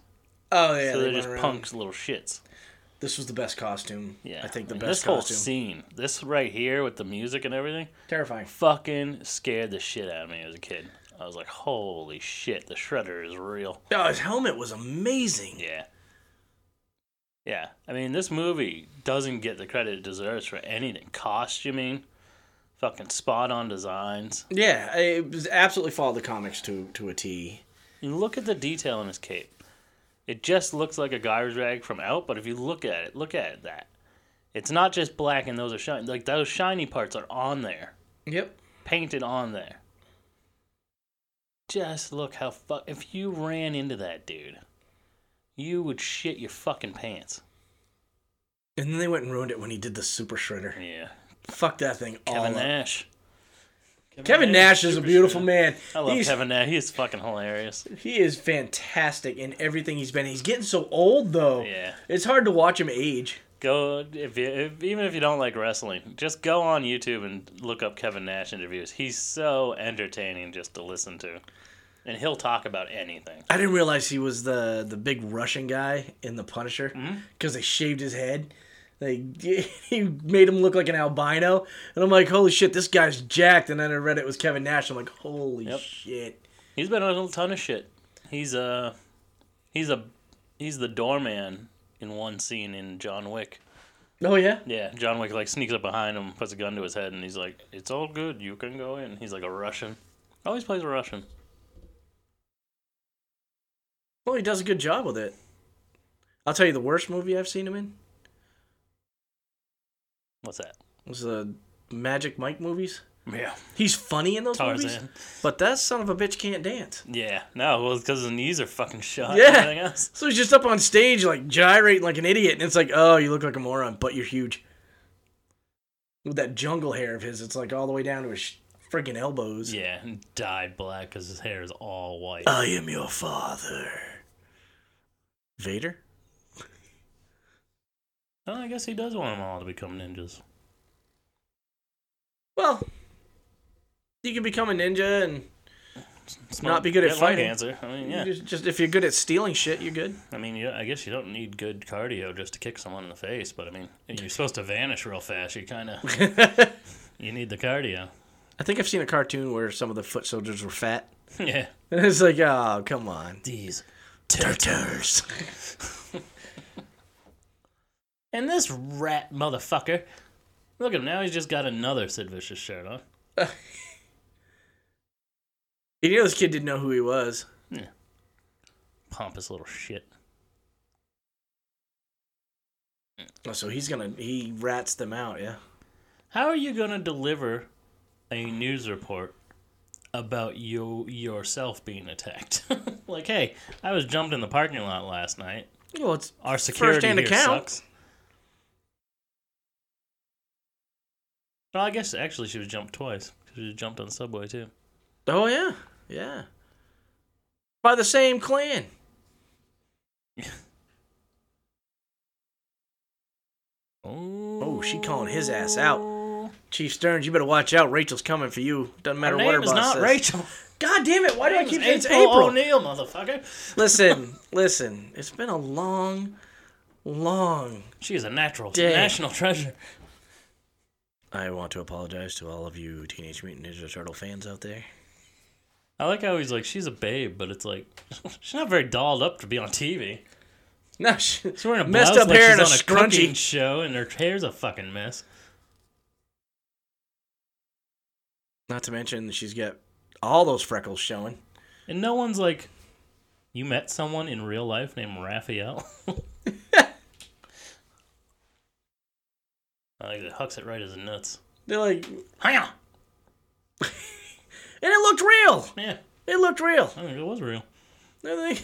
[SPEAKER 3] Oh yeah,
[SPEAKER 2] so they're
[SPEAKER 3] they went
[SPEAKER 2] just
[SPEAKER 3] around.
[SPEAKER 2] punks, little shits.
[SPEAKER 3] This was the best costume.
[SPEAKER 2] Yeah.
[SPEAKER 3] I think the
[SPEAKER 2] mean,
[SPEAKER 3] best
[SPEAKER 2] This whole
[SPEAKER 3] costume.
[SPEAKER 2] scene, this right here with the music and everything,
[SPEAKER 3] Terrifying.
[SPEAKER 2] fucking scared the shit out of me as a kid. I was like, holy shit, the Shredder is real.
[SPEAKER 3] Oh, his helmet was amazing.
[SPEAKER 2] Yeah. Yeah. I mean, this movie doesn't get the credit it deserves for anything. Costuming, fucking spot on designs.
[SPEAKER 3] Yeah, it was absolutely followed the comics to to a T.
[SPEAKER 2] You look at the detail in his cape. It just looks like a garbage rag from out, but if you look at it, look at that. It's not just black and those are shiny. Like those shiny parts are on there,
[SPEAKER 3] Yep.
[SPEAKER 2] painted on there. Just look how fuck. If you ran into that dude, you would shit your fucking pants.
[SPEAKER 3] And then they went and ruined it when he did the Super Shredder.
[SPEAKER 2] Yeah,
[SPEAKER 3] Fuck that thing all
[SPEAKER 2] Kevin
[SPEAKER 3] up.
[SPEAKER 2] Nash.
[SPEAKER 3] Kevin Nash is a
[SPEAKER 2] Super
[SPEAKER 3] beautiful
[SPEAKER 2] Shredder.
[SPEAKER 3] man.
[SPEAKER 2] I love
[SPEAKER 3] He's-
[SPEAKER 2] Kevin Nash. He's fucking hilarious.
[SPEAKER 3] He is fantastic in everything he's been. in. He's getting so old though.
[SPEAKER 2] Yeah.
[SPEAKER 3] It's hard to watch him age.
[SPEAKER 2] Go if, you, if even if you don't like wrestling, just go on YouTube and look up Kevin Nash interviews. He's so entertaining just to listen to, and he'll talk about anything.
[SPEAKER 3] I didn't realize he was the the big Russian guy in The Punisher
[SPEAKER 2] Mm-hmm.
[SPEAKER 3] because they shaved his head. They he made him look like an albino, and I'm like, holy shit, this guy's jacked. And then I read it was Kevin Nash. I'm like, holy
[SPEAKER 2] Yep.
[SPEAKER 3] shit.
[SPEAKER 2] He's been on a ton of shit. He's a he's a he's the doorman in one scene in John Wick.
[SPEAKER 3] Oh yeah,
[SPEAKER 2] Yeah, John Wick like sneaks up behind him, puts a gun to his head, and he's like, "It's all good. You can go in." He's like a Russian. Always plays a Russian.
[SPEAKER 3] well he does a good job with it. I'll tell you the worst movie I've seen him in
[SPEAKER 2] What's that?
[SPEAKER 3] was the Magic Mike movies.
[SPEAKER 2] Yeah,
[SPEAKER 3] He's funny in those movies,
[SPEAKER 2] Tarzan.
[SPEAKER 3] but that son of a bitch can't dance.
[SPEAKER 2] Yeah, no, well, because his knees are fucking shot.
[SPEAKER 3] Yeah.
[SPEAKER 2] Yeah. Everything else.
[SPEAKER 3] So he's just up on stage, like gyrating like an idiot, and it's like, oh, you look like a moron, but you're huge. With that jungle hair of his, it's like all the way down to his sh- friggin' elbows.
[SPEAKER 2] Yeah, and dyed black because his hair is all white.
[SPEAKER 3] I am your father. Vader?
[SPEAKER 2] well, I guess he does want them all to become ninjas.
[SPEAKER 3] Well, you can become a ninja, and
[SPEAKER 2] It's
[SPEAKER 3] Not be good at
[SPEAKER 2] get lung
[SPEAKER 3] fighting.
[SPEAKER 2] cancer. I mean,
[SPEAKER 3] you
[SPEAKER 2] yeah.
[SPEAKER 3] just, just if you're good at stealing shit, you're good.
[SPEAKER 2] I mean, you, I guess you don't need good cardio just to kick someone in the face, but I mean, you're supposed to vanish real fast. You kind of
[SPEAKER 3] I
[SPEAKER 2] you need the cardio.
[SPEAKER 3] think I've seen a cartoon where some of the foot soldiers were fat.
[SPEAKER 2] yeah.
[SPEAKER 3] And it's like, oh, come on.
[SPEAKER 2] These.
[SPEAKER 3] Turtles.
[SPEAKER 2] And this rat motherfucker. Look at him now. He's just got another Sid Vicious shirt on.
[SPEAKER 3] You know this kid didn't know who he was.
[SPEAKER 2] Pompous little shit.
[SPEAKER 3] Oh, so he's gonna he rats them out, yeah.
[SPEAKER 2] How are you going to deliver a news report about you yourself being attacked? like, hey, I was jumped in the parking lot last night.
[SPEAKER 3] Well, it's
[SPEAKER 2] Our security
[SPEAKER 3] First-hand
[SPEAKER 2] here
[SPEAKER 3] account.
[SPEAKER 2] sucks. Well, I guess actually she was jumped twice. 'cause She was jumped on the subway too.
[SPEAKER 3] Oh yeah, yeah. By the same clan.
[SPEAKER 2] Oh,
[SPEAKER 3] Oh, she calling his ass out. Chief Stearns, you better watch out. Rachel's coming for you. Doesn't matter
[SPEAKER 2] Her
[SPEAKER 3] what her
[SPEAKER 2] name is
[SPEAKER 3] boss
[SPEAKER 2] not
[SPEAKER 3] says.
[SPEAKER 2] Rachel.
[SPEAKER 3] God damn it! Why do I
[SPEAKER 2] It's
[SPEAKER 3] keep
[SPEAKER 2] April,
[SPEAKER 3] it's April?
[SPEAKER 2] O'Neil, motherfucker.
[SPEAKER 3] listen, listen. It's been a long, long.
[SPEAKER 2] She is a natural,
[SPEAKER 3] Damn.
[SPEAKER 2] national treasure.
[SPEAKER 3] I want to apologize to all of you Teenage Mutant Ninja Turtle fans out there.
[SPEAKER 2] I like how he's like, she's a babe, but it's like, she's not very dolled up to be on TV.
[SPEAKER 3] No, she,
[SPEAKER 2] She's wearing a
[SPEAKER 3] messed
[SPEAKER 2] blouse
[SPEAKER 3] up
[SPEAKER 2] like
[SPEAKER 3] hair
[SPEAKER 2] she's
[SPEAKER 3] and a
[SPEAKER 2] on a cooking
[SPEAKER 3] scrunchie.
[SPEAKER 2] show, and her hair's a fucking mess.
[SPEAKER 3] Not to mention that she's got all those freckles showing.
[SPEAKER 2] And no one's like, you met someone in real life named Raphael. I think it hucks it right as nuts.
[SPEAKER 3] They're like, and
[SPEAKER 2] Hang on.
[SPEAKER 3] it looked real.
[SPEAKER 2] Yeah,
[SPEAKER 3] It looked real.
[SPEAKER 2] I think it was real.
[SPEAKER 3] They, they,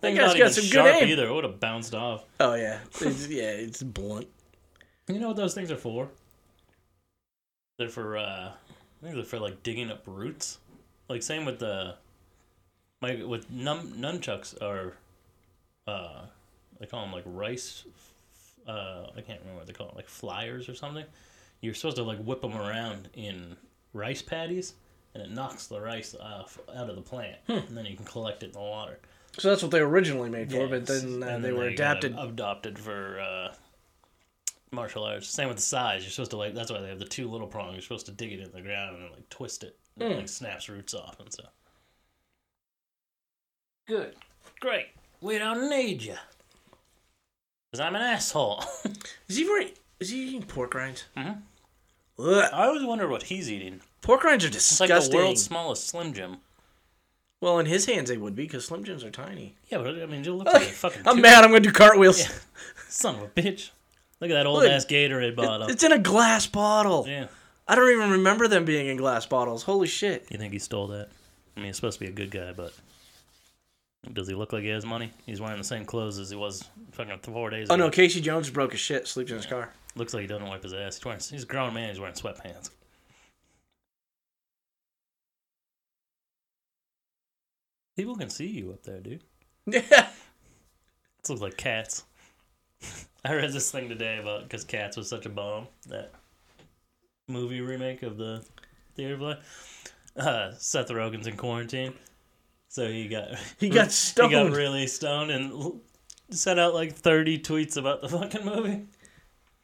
[SPEAKER 3] that
[SPEAKER 2] Thing's
[SPEAKER 3] guy's
[SPEAKER 2] not
[SPEAKER 3] got
[SPEAKER 2] even
[SPEAKER 3] some
[SPEAKER 2] sharp
[SPEAKER 3] good aim.
[SPEAKER 2] either. It would have bounced off.
[SPEAKER 3] Oh yeah, it's, yeah, it's blunt.
[SPEAKER 2] You know what those things are for? They're for uh I think they're for like digging up roots. Like same with the like with num nunchucks are uh they call them like rice uh I can't remember what they call it like flyers or something. You're supposed to like whip them around in rice paddies and it knocks the rice off out of the plant and then you can collect it in the water.
[SPEAKER 3] So that's what they were originally made for,
[SPEAKER 2] Yeah,
[SPEAKER 3] but then uh,
[SPEAKER 2] and
[SPEAKER 3] they were
[SPEAKER 2] got
[SPEAKER 3] adapted.
[SPEAKER 2] adopted for uh, martial arts. Same with the size. You're supposed to like. That's why they have the two little prongs. You're supposed to dig it in the ground and then, like twist it. And it, like snaps roots off and stuff. Good. Great. We don't need you. Cause I'm an asshole.
[SPEAKER 3] Is he very, is he eating pork rinds?
[SPEAKER 2] Mhm.
[SPEAKER 3] Ugh.
[SPEAKER 2] I always wondered what he's eating.
[SPEAKER 3] Pork rinds are
[SPEAKER 2] It's
[SPEAKER 3] disgusting.
[SPEAKER 2] like the world's smallest Slim Jim.
[SPEAKER 3] well, in his hands they would be because Slim Jims are tiny.
[SPEAKER 2] Yeah, but I mean, you look at it. Fucking
[SPEAKER 3] I'm
[SPEAKER 2] tube.
[SPEAKER 3] mad. I'm gonna do cartwheels.
[SPEAKER 2] Son of a bitch. Look at that old
[SPEAKER 3] Look,
[SPEAKER 2] ass Gatorade bottle.
[SPEAKER 3] It's in a glass bottle.
[SPEAKER 2] yeah.
[SPEAKER 3] I don't even remember them being in glass bottles. Holy shit!
[SPEAKER 2] You think he stole that? I mean, he's supposed to be a good guy, but does he look like he has money? He's wearing the same clothes as he was fucking four days ago.
[SPEAKER 3] Oh no, Casey Jones broke his shit. Sleeps in his car.
[SPEAKER 2] Looks like he doesn't wipe his ass. He's wearing. He's a grown man. He's wearing sweatpants. People can see you up there, dude.
[SPEAKER 3] Yeah.
[SPEAKER 2] This looks like cats. I read this thing today about because Cats was such a bomb that movie remake of the theater play. Uh, Seth Rogen's in quarantine, so he got
[SPEAKER 3] He got stoned.
[SPEAKER 2] He got really stoned and l- sent out like 30 tweets about the fucking movie.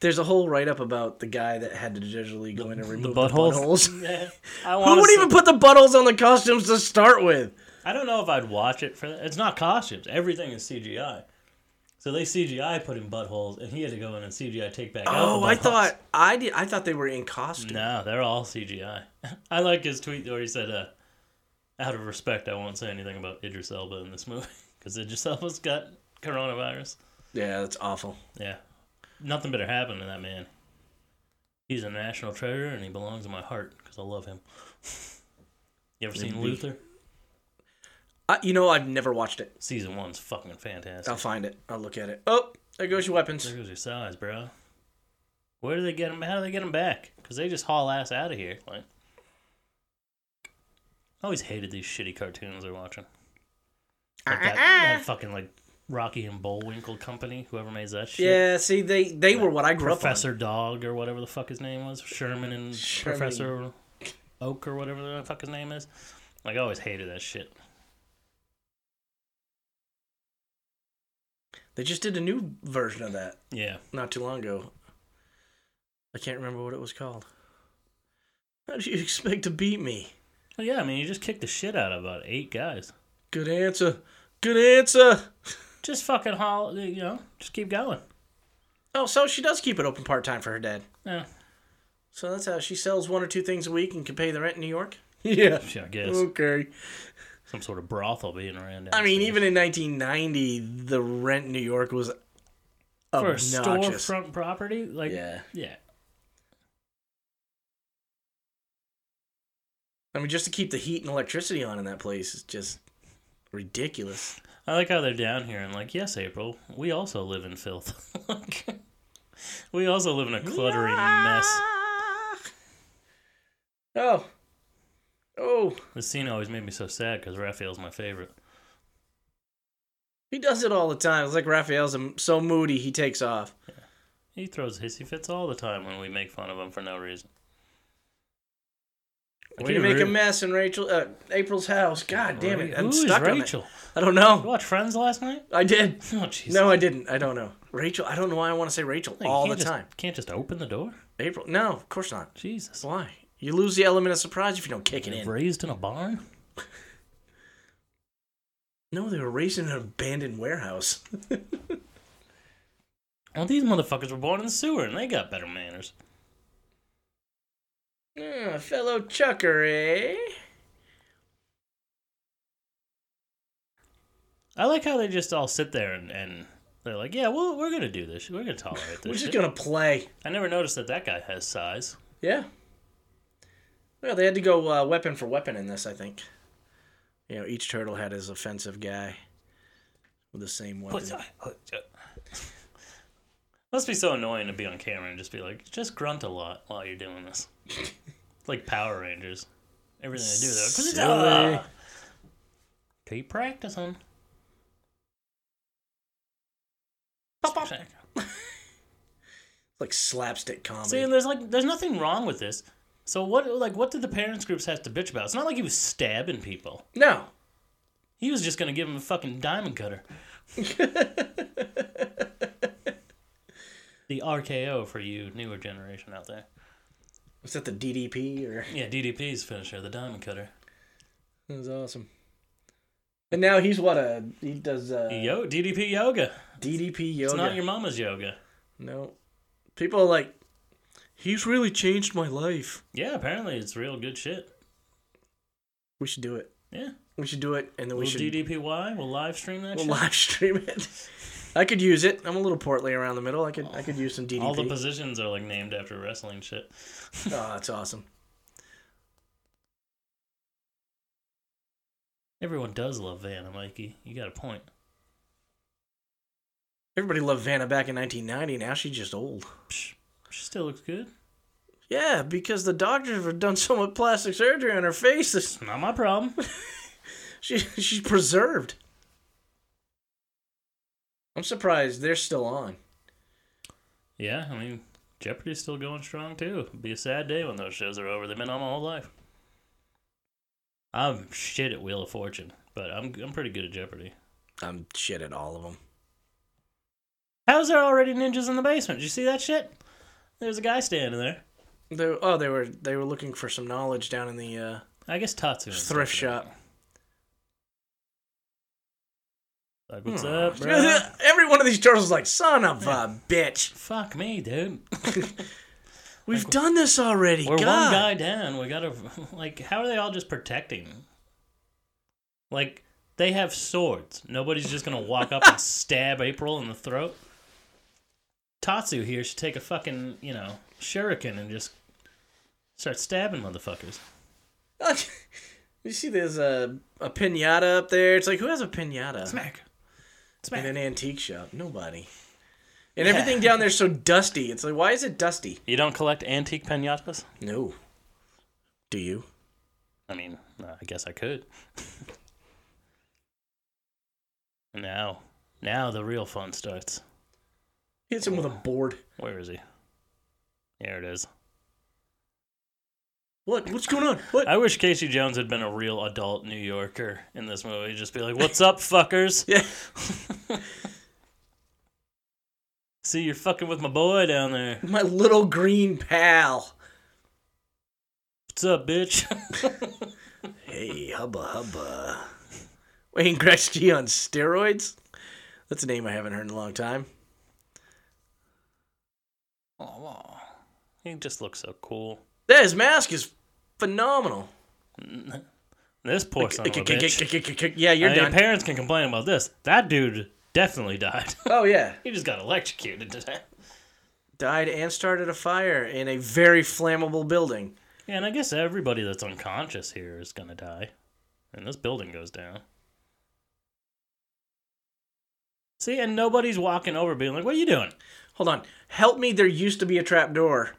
[SPEAKER 3] There's a whole write up about the guy that had to digitally go in and remove the,
[SPEAKER 2] buttholes.
[SPEAKER 3] buttholes.
[SPEAKER 2] Yeah. I
[SPEAKER 3] Who
[SPEAKER 2] want
[SPEAKER 3] would even put the buttholes on the costumes to start with?
[SPEAKER 2] I don't know if I'd watch it for that. It's not costumes. Everything is CGI. So they CGI put in buttholes and he had to go in and CGI take back out
[SPEAKER 3] Oh,
[SPEAKER 2] the
[SPEAKER 3] I
[SPEAKER 2] buttholes.
[SPEAKER 3] thought I did. I thought they were in costume.
[SPEAKER 2] No, they're all CGI. I like his tweet where he said, uh, out of respect, I won't say anything about Idris Elba in this movie because Idris Elba's got coronavirus.
[SPEAKER 3] Yeah, that's awful.
[SPEAKER 2] Yeah. Nothing better happened to that man. He's a national treasure and he belongs in my heart because I love him. you ever seen
[SPEAKER 3] Maybe.
[SPEAKER 2] Luther?
[SPEAKER 3] I, you know, I've never watched it.
[SPEAKER 2] Season one's fucking fantastic.
[SPEAKER 3] I'll find it. I'll look at it. Oh, there goes your weapons.
[SPEAKER 2] There goes your size, bro. Where do they get him? How do they get him back? Because they just haul ass out of here. Like, I always hated these shitty cartoons they're watching. Like that,
[SPEAKER 3] Uh-uh.
[SPEAKER 2] that fucking like Rocky and Bullwinkle company, whoever made that shit.
[SPEAKER 3] Yeah, see, they they were what I grew
[SPEAKER 2] Professor Dog or whatever the fuck his name was, Sherman and
[SPEAKER 3] Sherman.
[SPEAKER 2] Professor Oak or whatever the fuck his name is. Like I always hated that shit.
[SPEAKER 3] up on. They just did a new version of that
[SPEAKER 2] Yeah,
[SPEAKER 3] not too long ago. I can't remember what it was called. How do you expect to beat me?
[SPEAKER 2] Well, yeah. I mean, you just kicked the shit out of about eight guys.
[SPEAKER 3] Good answer. Good answer.
[SPEAKER 2] Just fucking haul. You know, just keep going.
[SPEAKER 3] Oh, so she does keep it open part time for her dad.
[SPEAKER 2] Yeah,
[SPEAKER 3] So that's how she sells one or two things a week and can pay the rent in New York. Yeah.
[SPEAKER 2] yeah. I guess
[SPEAKER 3] Okay.
[SPEAKER 2] some sort of brothel being around.
[SPEAKER 3] I
[SPEAKER 2] downstairs.
[SPEAKER 3] mean, even in 1990, the rent in New York was
[SPEAKER 2] for a
[SPEAKER 3] obnoxious.
[SPEAKER 2] storefront property, like yeah.
[SPEAKER 3] yeah. I mean, just to keep the heat and electricity on in that place is just ridiculous.
[SPEAKER 2] I like how they're down here and like, yes, April, we also live in filth. Like, we also live in a cluttering mess.
[SPEAKER 3] Oh. Oh.
[SPEAKER 2] This scene always made me so sad because Raphael's my favorite.
[SPEAKER 3] He does it all the time. It's like Raphael's um, so moody he takes off.
[SPEAKER 2] He throws hissy fits all the time when we make fun of him for no reason. I
[SPEAKER 3] Way to
[SPEAKER 2] can't
[SPEAKER 3] make a
[SPEAKER 2] re-
[SPEAKER 3] mess in Rachel uh, April's house. God damn it. I'm
[SPEAKER 2] Who is
[SPEAKER 3] stuck on it.
[SPEAKER 2] Rachel?
[SPEAKER 3] I don't
[SPEAKER 2] You
[SPEAKER 3] know.
[SPEAKER 2] watch Friends last night?
[SPEAKER 3] I did.
[SPEAKER 2] Oh, Jesus.
[SPEAKER 3] No, I didn't. I don't know. Rachel, I don't know why I want to say Rachel
[SPEAKER 2] Like, you
[SPEAKER 3] all the
[SPEAKER 2] can't just-
[SPEAKER 3] time.
[SPEAKER 2] Can't just open the door?
[SPEAKER 3] April. No, of course not.
[SPEAKER 2] Jesus.
[SPEAKER 3] Why? You lose the element of surprise if you don't kick it in.
[SPEAKER 2] Raised in a barn?
[SPEAKER 3] No, they were raised in an abandoned warehouse.
[SPEAKER 2] Well, these motherfuckers were born in the sewer and they got better manners.
[SPEAKER 3] Ah, fellow chucker, eh?
[SPEAKER 2] I like how they just all sit there and, and they're like, yeah, well, we're going to do this. We're going to tolerate this.
[SPEAKER 3] We're just
[SPEAKER 2] shit."
[SPEAKER 3] gonna play.
[SPEAKER 2] I never noticed that that guy has size.
[SPEAKER 3] Yeah. Well, they had to go uh, weapon for weapon in this, I think. You know, each turtle had his offensive guy with the same weapon.
[SPEAKER 2] Must be so annoying to be on camera and just be like, just grunt a lot while you're doing this. like Power Rangers. Everything they do, though. uh,
[SPEAKER 3] Silly.
[SPEAKER 2] Keep practicing.
[SPEAKER 3] Pop, pop. Like slapstick comedy.
[SPEAKER 2] See, and there's like, there's nothing wrong with this. So what, like, what did the parents groups have to bitch about? It's not like he was stabbing people.
[SPEAKER 3] no.
[SPEAKER 2] He was just gonna give him a fucking diamond cutter. the RKO for you newer generation out there.
[SPEAKER 3] Was that the DDP or?
[SPEAKER 2] Yeah, DDP's finisher, the diamond cutter.
[SPEAKER 3] That was awesome. And now he's what a he does uh,
[SPEAKER 2] Yo, DDP yoga.
[SPEAKER 3] DDP
[SPEAKER 2] It's
[SPEAKER 3] yoga.
[SPEAKER 2] not your mama's yoga.
[SPEAKER 3] no, people are like, he's really changed my life.
[SPEAKER 2] Yeah, apparently it's real good shit.
[SPEAKER 3] We should do it.
[SPEAKER 2] Yeah.
[SPEAKER 3] We should do it, and then we
[SPEAKER 2] We'll
[SPEAKER 3] should
[SPEAKER 2] DDPY. We'll live stream that
[SPEAKER 3] we'll
[SPEAKER 2] shit.
[SPEAKER 3] live stream it. I could use it. I'm a little portly around the middle. I could I could use some DDP.
[SPEAKER 2] All the positions are like named after wrestling shit.
[SPEAKER 3] oh, that's awesome.
[SPEAKER 2] Everyone does love Vanna, Mikey. You got a point.
[SPEAKER 3] Everybody loved Vanna back in 1990. Now she's just old.
[SPEAKER 2] Psh, she still looks good.
[SPEAKER 3] Yeah, because the doctors have done so much plastic surgery on her face. This,
[SPEAKER 2] It's not my problem.
[SPEAKER 3] she she's preserved. I'm surprised they're still on.
[SPEAKER 2] Yeah, I mean, Jeopardy's still going strong too. It'd be a sad day when those shows are over. They've been on my whole life. I'm shit at Wheel of Fortune, but I'm I'm pretty good at Jeopardy.
[SPEAKER 3] I'm shit at all of them.
[SPEAKER 2] How's there already ninjas in the basement? Did you see that shit? There's a guy standing there.
[SPEAKER 3] They, oh, they were they were looking for some knowledge down in the uh,
[SPEAKER 2] I guess Tatsu. and
[SPEAKER 3] thrift
[SPEAKER 2] stuff are
[SPEAKER 3] shop.
[SPEAKER 2] Like, what's
[SPEAKER 3] Hmm.
[SPEAKER 2] up, bro?
[SPEAKER 3] Every one of these turtles is like, son of a bitch.
[SPEAKER 2] Fuck me, dude.
[SPEAKER 3] We've done this already.
[SPEAKER 2] We're one
[SPEAKER 3] God.
[SPEAKER 2] guy down. We gotta like. How are they all just protecting? Like they have swords. Nobody's just gonna walk up and stab April in the throat. Tatsu here should take a fucking you know shuriken and just start stabbing motherfuckers.
[SPEAKER 3] you see, there's a a pinata up there. It's like, who has a pinata
[SPEAKER 2] Smack.
[SPEAKER 3] in
[SPEAKER 2] Smack.
[SPEAKER 3] an antique shop? Nobody. And everything down there's so dusty. It's like, why is it dusty?
[SPEAKER 2] You don't collect antique pinatas?
[SPEAKER 3] No. Do you?
[SPEAKER 2] I mean, uh, I guess I could. now, now the real fun starts.
[SPEAKER 3] Hits him with a board.
[SPEAKER 2] Where is he? There it is.
[SPEAKER 3] What? What's going on? What?
[SPEAKER 2] I wish Casey Jones had been a real adult New Yorker in this movie. He'd Just be like, "What's up, fuckers?
[SPEAKER 3] yeah.
[SPEAKER 2] See, you're fucking with my boy down there.
[SPEAKER 3] My little green pal.
[SPEAKER 2] What's up, bitch?"
[SPEAKER 3] Hey, hubba hubba. Wayne Gretzky on steroids? That's a name I haven't heard in a long time.
[SPEAKER 2] Aw. he just looks so cool.
[SPEAKER 3] That his mask is phenomenal.
[SPEAKER 2] This poor son of a bitch.
[SPEAKER 3] Yeah, you're
[SPEAKER 2] I mean,
[SPEAKER 3] done.
[SPEAKER 2] parents can complain about this. That dude definitely died.
[SPEAKER 3] Oh yeah,
[SPEAKER 2] he just got electrocuted today.
[SPEAKER 3] died and started a fire in a very flammable building.
[SPEAKER 2] Yeah, and I guess everybody that's unconscious here is gonna die, and this building goes down. See, and nobody's walking over being like, "What are you doing?"
[SPEAKER 3] Hold on, help me. There used to be a trap door.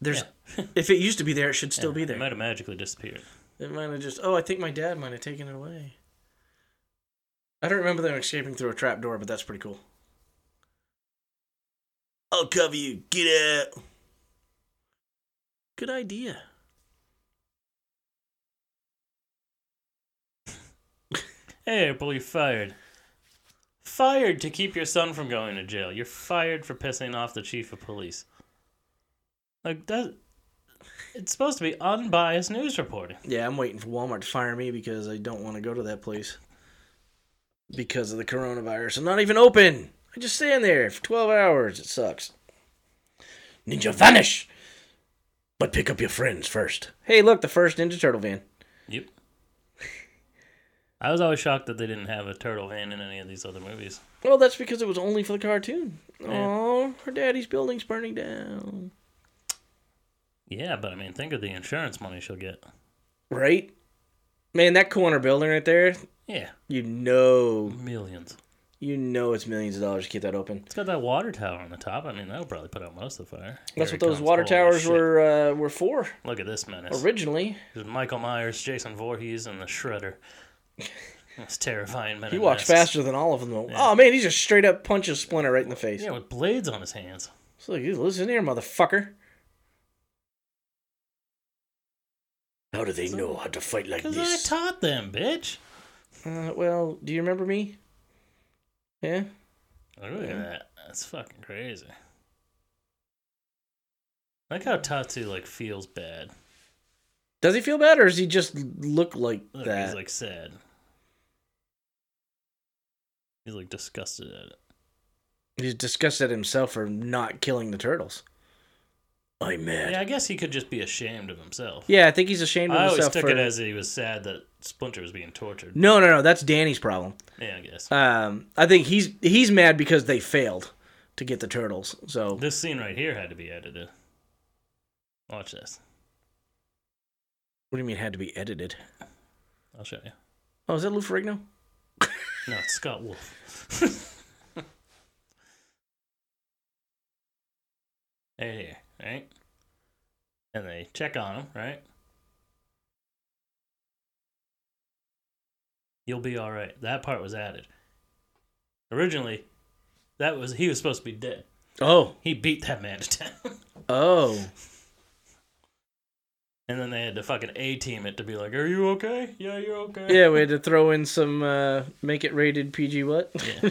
[SPEAKER 3] There's, if it used to be there, it should still be there.
[SPEAKER 2] It might have magically disappeared.
[SPEAKER 3] It might have just. Oh, I think my dad might have taken it away. I don't remember them escaping through a trap door, but that's pretty cool. I'll cover you. Get out. Good idea.
[SPEAKER 2] Hey, April, you're fired. Fired to keep your son from going to jail. You're fired for pissing off the chief of police. Like that. It's supposed to be unbiased news reporting.
[SPEAKER 3] Yeah, I'm waiting for Walmart to fire me because I don't want to go to that place because of the coronavirus. I'm not even open. I just stand there for 12 hours. It sucks. Ninja vanish. But pick up your friends first. Hey, look, the first Ninja Turtle van.
[SPEAKER 2] Yep. I was always shocked that they didn't have a turtle van in any of these other movies.
[SPEAKER 3] Well, that's because it was only for the cartoon. Oh, her daddy's building's burning down.
[SPEAKER 2] Yeah, but I mean, think of the insurance money she'll get.
[SPEAKER 3] Right? Man, that corner building right there,
[SPEAKER 2] Yeah,
[SPEAKER 3] you know,
[SPEAKER 2] millions.
[SPEAKER 3] you know it's millions of dollars to keep that open.
[SPEAKER 2] It's got that water tower on the top. I mean, that'll probably put out most of the fire.
[SPEAKER 3] That's
[SPEAKER 2] Here
[SPEAKER 3] what
[SPEAKER 2] he
[SPEAKER 3] those
[SPEAKER 2] comes.
[SPEAKER 3] water
[SPEAKER 2] Holy
[SPEAKER 3] towers
[SPEAKER 2] shit.
[SPEAKER 3] were uh, were for
[SPEAKER 2] Look at this menace.
[SPEAKER 3] originally.
[SPEAKER 2] There's Michael Myers, Jason Voorhees, and the Shredder. That's terrifying. Men
[SPEAKER 3] He
[SPEAKER 2] in
[SPEAKER 3] walks
[SPEAKER 2] masks.
[SPEAKER 3] faster than all of them. Though. Oh man, he just straight up punches Splinter right in the face.
[SPEAKER 2] Yeah, with blades on his hands.
[SPEAKER 3] So like, "You listen here, motherfucker. How do they know how to fight like
[SPEAKER 2] Because I taught them, bitch.
[SPEAKER 3] uh, well, do you remember me? Yeah.
[SPEAKER 2] Look at that. That's fucking crazy. Like how Tatsu like feels bad.
[SPEAKER 3] Does he feel bad, or does he just look like
[SPEAKER 2] Look,
[SPEAKER 3] that?
[SPEAKER 2] he's like sad. He's like disgusted at it.
[SPEAKER 3] He's disgusted at himself for not killing the turtles. I'm mad.
[SPEAKER 2] Yeah,
[SPEAKER 3] Yeah,
[SPEAKER 2] I guess he could just be ashamed of himself.
[SPEAKER 3] I think he's ashamed of
[SPEAKER 2] I always
[SPEAKER 3] himself
[SPEAKER 2] took
[SPEAKER 3] for.
[SPEAKER 2] it as he was sad that Splinter was being tortured.
[SPEAKER 3] no, no, no. That's Danny's problem.
[SPEAKER 2] Yeah, I guess.
[SPEAKER 3] Um, I think he's he's mad because they failed to get the turtles. So
[SPEAKER 2] This scene right here had to be edited. Watch this.
[SPEAKER 3] what do you mean had to be edited?
[SPEAKER 2] I'll show you.
[SPEAKER 3] Oh, is that Lou Ferrigno?
[SPEAKER 2] No, it's Scott Wolf. right here, right? And they check on him, right? You'll be all right. That part was added. Originally, that was he was supposed to be dead.
[SPEAKER 3] Oh,
[SPEAKER 2] He beat that man to death.
[SPEAKER 3] oh,
[SPEAKER 2] and then they had to fucking A team it to be like, "Are you okay? Yeah, you're okay."
[SPEAKER 3] yeah. We had to throw in some uh, make it rated PG. What?
[SPEAKER 2] Yeah.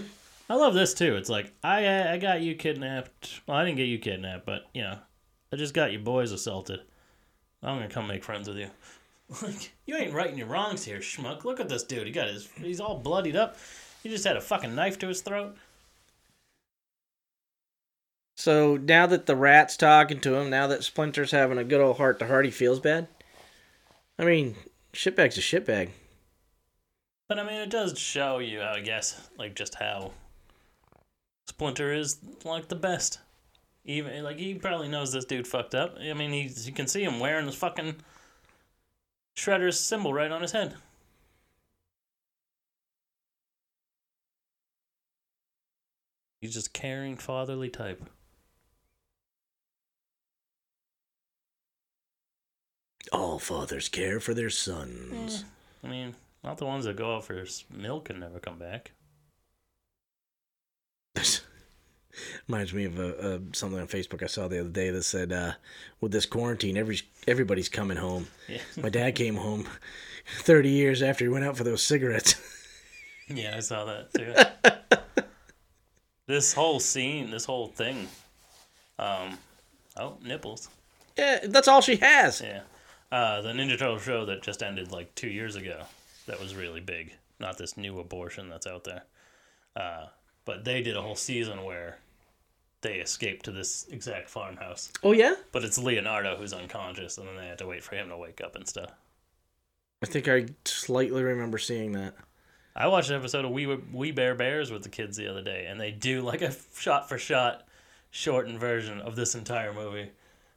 [SPEAKER 2] I love this too. It's like I I got you kidnapped. Well, I didn't get you kidnapped, but you know, I just got your boys assaulted. I'm gonna come make friends with you. Like you ain't righting your wrongs here, schmuck. Look at this dude. He got his he's all bloodied up. He just had a fucking knife to his throat.
[SPEAKER 3] so now that the rat's talking to him, now that Splinter's having a good old heart to heart, he feels bad. I mean, shitbag's a shitbag.
[SPEAKER 2] But I mean, it does show you, I guess, like just how Splinter is like the best. Even like he probably knows this dude fucked up. I mean, he's you can see him wearing his fucking Shredder's symbol right on his head. He's just caring, fatherly type.
[SPEAKER 3] All fathers care for their sons.
[SPEAKER 2] I mean, not the ones that go out for s- milk and never come back.
[SPEAKER 3] Reminds me of a, a, something on Facebook I saw the other day that said, uh, "With this quarantine, every everybody's coming home."
[SPEAKER 2] Yeah.
[SPEAKER 3] My dad came home thirty years after he went out for those cigarettes.
[SPEAKER 2] Yeah, I saw that too. this whole scene, this whole thing. Um, oh, nipples.
[SPEAKER 3] yeah, that's all she has.
[SPEAKER 2] Yeah. Uh, the Ninja Turtle show that just ended like two years ago. That was really big. Not this new abortion that's out there. Uh, but they did a whole season where they escape to this exact farmhouse.
[SPEAKER 3] Oh yeah,
[SPEAKER 2] But it's Leonardo who's unconscious, and then they had to wait for him to wake up and stuff.
[SPEAKER 3] I think I slightly remember seeing that.
[SPEAKER 2] I watched an episode of We Were- We Bear Bears with the kids the other day, and they do like a shot for shot shortened version of this entire movie,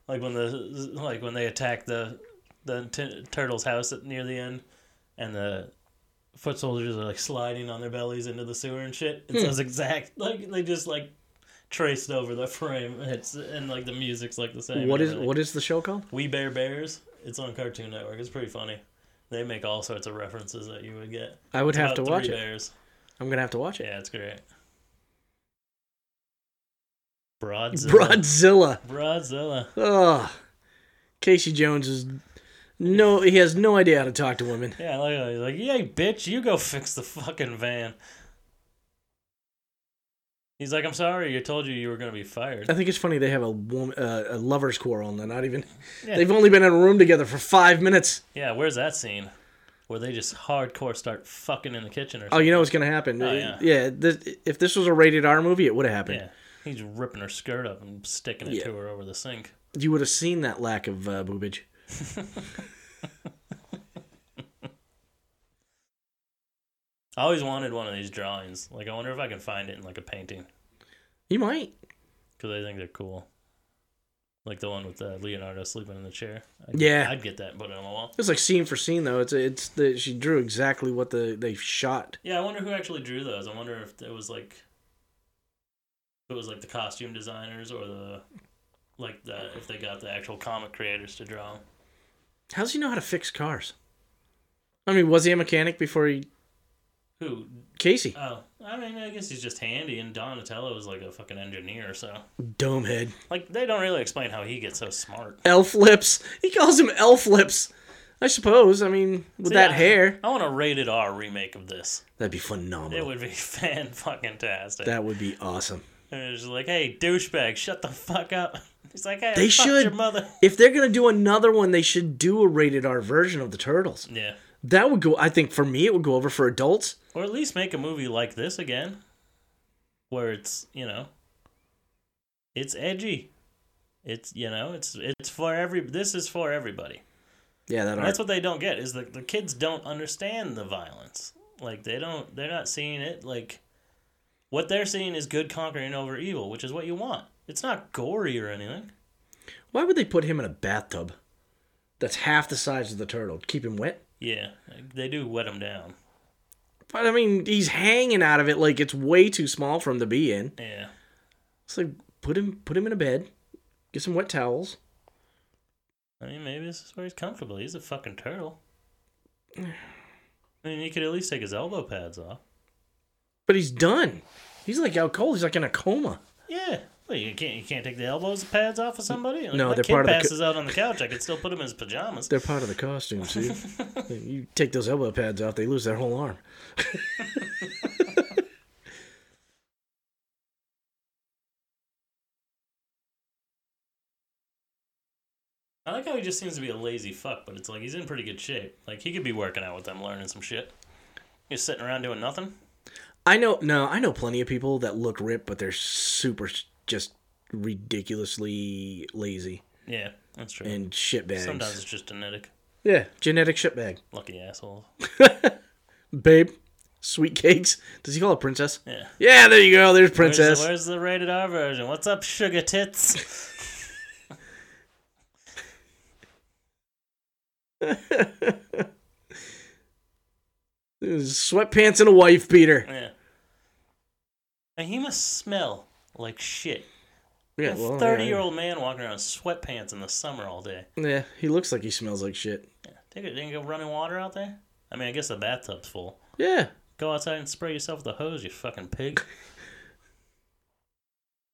[SPEAKER 2] like when the like when they attack the the t- turtle's house at, near the end, and the
[SPEAKER 3] Hmm.
[SPEAKER 2] foot soldiers are like sliding on their bellies into the sewer and shit. It's those exact like they just like traced over the frame. It's and like the music's like the same.
[SPEAKER 3] What
[SPEAKER 2] and
[SPEAKER 3] is
[SPEAKER 2] everything.
[SPEAKER 3] what is the show called?
[SPEAKER 2] We Bear Bears? It's on Cartoon Network. It's pretty funny. They make all sorts of references that you would get.
[SPEAKER 3] I would
[SPEAKER 2] It's
[SPEAKER 3] have
[SPEAKER 2] about
[SPEAKER 3] to
[SPEAKER 2] three
[SPEAKER 3] watch it.
[SPEAKER 2] Bears.
[SPEAKER 3] I'm gonna have to watch it.
[SPEAKER 2] Yeah, it's great. Broadzilla.
[SPEAKER 3] Broadzilla.
[SPEAKER 2] Broadzilla.
[SPEAKER 3] Ugh. Casey Jones is no. He has no idea how to talk to women.
[SPEAKER 2] Yeah, I like how he's like, yay, bitch, you go fix the fucking van. He's like, I'm sorry, I told you you were gonna be fired.
[SPEAKER 3] I think it's funny they have a woman, uh, a lovers quarrel, and they're not even.
[SPEAKER 2] Yeah.
[SPEAKER 3] They've only been in a room together for five minutes.
[SPEAKER 2] Yeah, where's that scene where they just hardcore start fucking in the kitchen or
[SPEAKER 3] Oh,
[SPEAKER 2] something?
[SPEAKER 3] you know what's gonna happen?
[SPEAKER 2] Oh, yeah.
[SPEAKER 3] th- if this was a rated R movie, it would have happened.
[SPEAKER 2] yeah, he's ripping her skirt up and sticking it
[SPEAKER 3] Yeah.
[SPEAKER 2] to her over the sink.
[SPEAKER 3] You would have seen that lack of uh, boobage.
[SPEAKER 2] I always wanted one of these drawings. Like, I wonder if I can find it in like a painting
[SPEAKER 3] You might.
[SPEAKER 2] because I think they're cool. Like the one with uh, Leonardo sleeping in the chair. I'd,
[SPEAKER 3] Yeah.
[SPEAKER 2] I'd get that and put it on the wall.
[SPEAKER 3] It's like scene for scene though. It's it's the she drew exactly what the they shot.
[SPEAKER 2] Yeah, I wonder who actually drew those. I wonder if it was like, if it was like the costume designers or the, like the if they got the actual comic creators to draw. 'em.
[SPEAKER 3] How does he know how to fix cars? I mean, was he a mechanic before he
[SPEAKER 2] Who?
[SPEAKER 3] Casey?
[SPEAKER 2] Oh, I mean, I guess he's just handy, and Donatello is like a fucking engineer. So,
[SPEAKER 3] Domehead.
[SPEAKER 2] like, they don't really explain how he gets so smart.
[SPEAKER 3] Elf lips. He calls him elf lips. I suppose. I mean, with
[SPEAKER 2] See,
[SPEAKER 3] that
[SPEAKER 2] I-
[SPEAKER 3] hair,
[SPEAKER 2] I want a rated R remake of this.
[SPEAKER 3] that'd be
[SPEAKER 2] It
[SPEAKER 3] phenomenal.
[SPEAKER 2] would be fan fucking tastic.
[SPEAKER 3] That would be awesome.
[SPEAKER 2] And it's just like, hey, douchebag, shut the fuck up. He's like, hey,
[SPEAKER 3] They
[SPEAKER 2] fuck
[SPEAKER 3] should.
[SPEAKER 2] your mother.
[SPEAKER 3] If they're gonna do another one, they should do a rated R version of the Turtles.
[SPEAKER 2] Yeah.
[SPEAKER 3] That would go. I think for me, it would go over for adults.
[SPEAKER 2] Or at least make a movie like this again, where it's you know, it's edgy. It's you know, it's it's for every. This is for everybody.
[SPEAKER 3] Yeah, that.
[SPEAKER 2] And
[SPEAKER 3] Art.
[SPEAKER 2] that's what they don't get is that the kids don't understand the violence. Like they don't. They're not seeing it. Like what they're seeing is good conquering over evil, which is what you want. It's not gory or anything.
[SPEAKER 3] Why would they put him in a bathtub? That's half the size of the turtle. Keep him wet.
[SPEAKER 2] Yeah, like, they do wet them down.
[SPEAKER 3] But I mean, he's hanging out of it like it's way too small for him to be in.
[SPEAKER 2] Yeah.
[SPEAKER 3] It's like put him put him in a bed, get some wet towels.
[SPEAKER 2] I mean, maybe this is where he's comfortable. He's a fucking turtle. I mean, he could at least take his elbow pads off.
[SPEAKER 3] But he's done. He's like out cold. He's like in a coma.
[SPEAKER 2] Yeah. Well, you can't you can't take the elbows pads off of somebody. Like,
[SPEAKER 3] No,
[SPEAKER 2] my
[SPEAKER 3] they're
[SPEAKER 2] kid
[SPEAKER 3] part of the co-
[SPEAKER 2] passes out on the couch. I could still put him in his pajamas.
[SPEAKER 3] They're part of the costume, see? you take those elbow pads off, they lose their whole arm.
[SPEAKER 2] I like how he just seems to be a lazy fuck, but it's like he's in pretty good shape. Like he could be working out with them, learning some shit. He's sitting around doing nothing.
[SPEAKER 3] I know no, I know plenty of people that look ripped, but they're super s- just ridiculously lazy
[SPEAKER 2] Yeah, that's true.
[SPEAKER 3] and shitbags.
[SPEAKER 2] Sometimes it's just genetic.
[SPEAKER 3] Yeah, genetic shitbag.
[SPEAKER 2] Lucky asshole.
[SPEAKER 3] Babe, sweet cakes. Does he call her princess?
[SPEAKER 2] Yeah.
[SPEAKER 3] Yeah, there you go.
[SPEAKER 2] Where's
[SPEAKER 3] There's
[SPEAKER 2] the-
[SPEAKER 3] princess.
[SPEAKER 2] Where's the, rated R version? What's up, sugar tits?
[SPEAKER 3] Sweatpants and a wife beater.
[SPEAKER 2] yeah. And he must smell like shit.
[SPEAKER 3] Yeah,
[SPEAKER 2] A
[SPEAKER 3] well,
[SPEAKER 2] thirty-year-old man walking around in sweatpants in the summer all day.
[SPEAKER 3] Yeah. yeah, he looks like he smells like shit.
[SPEAKER 2] Take it. Didn't go running water out there. I mean, I guess the bathtub's full.
[SPEAKER 3] Yeah,
[SPEAKER 2] Go outside and spray yourself with a hose, you fucking pig.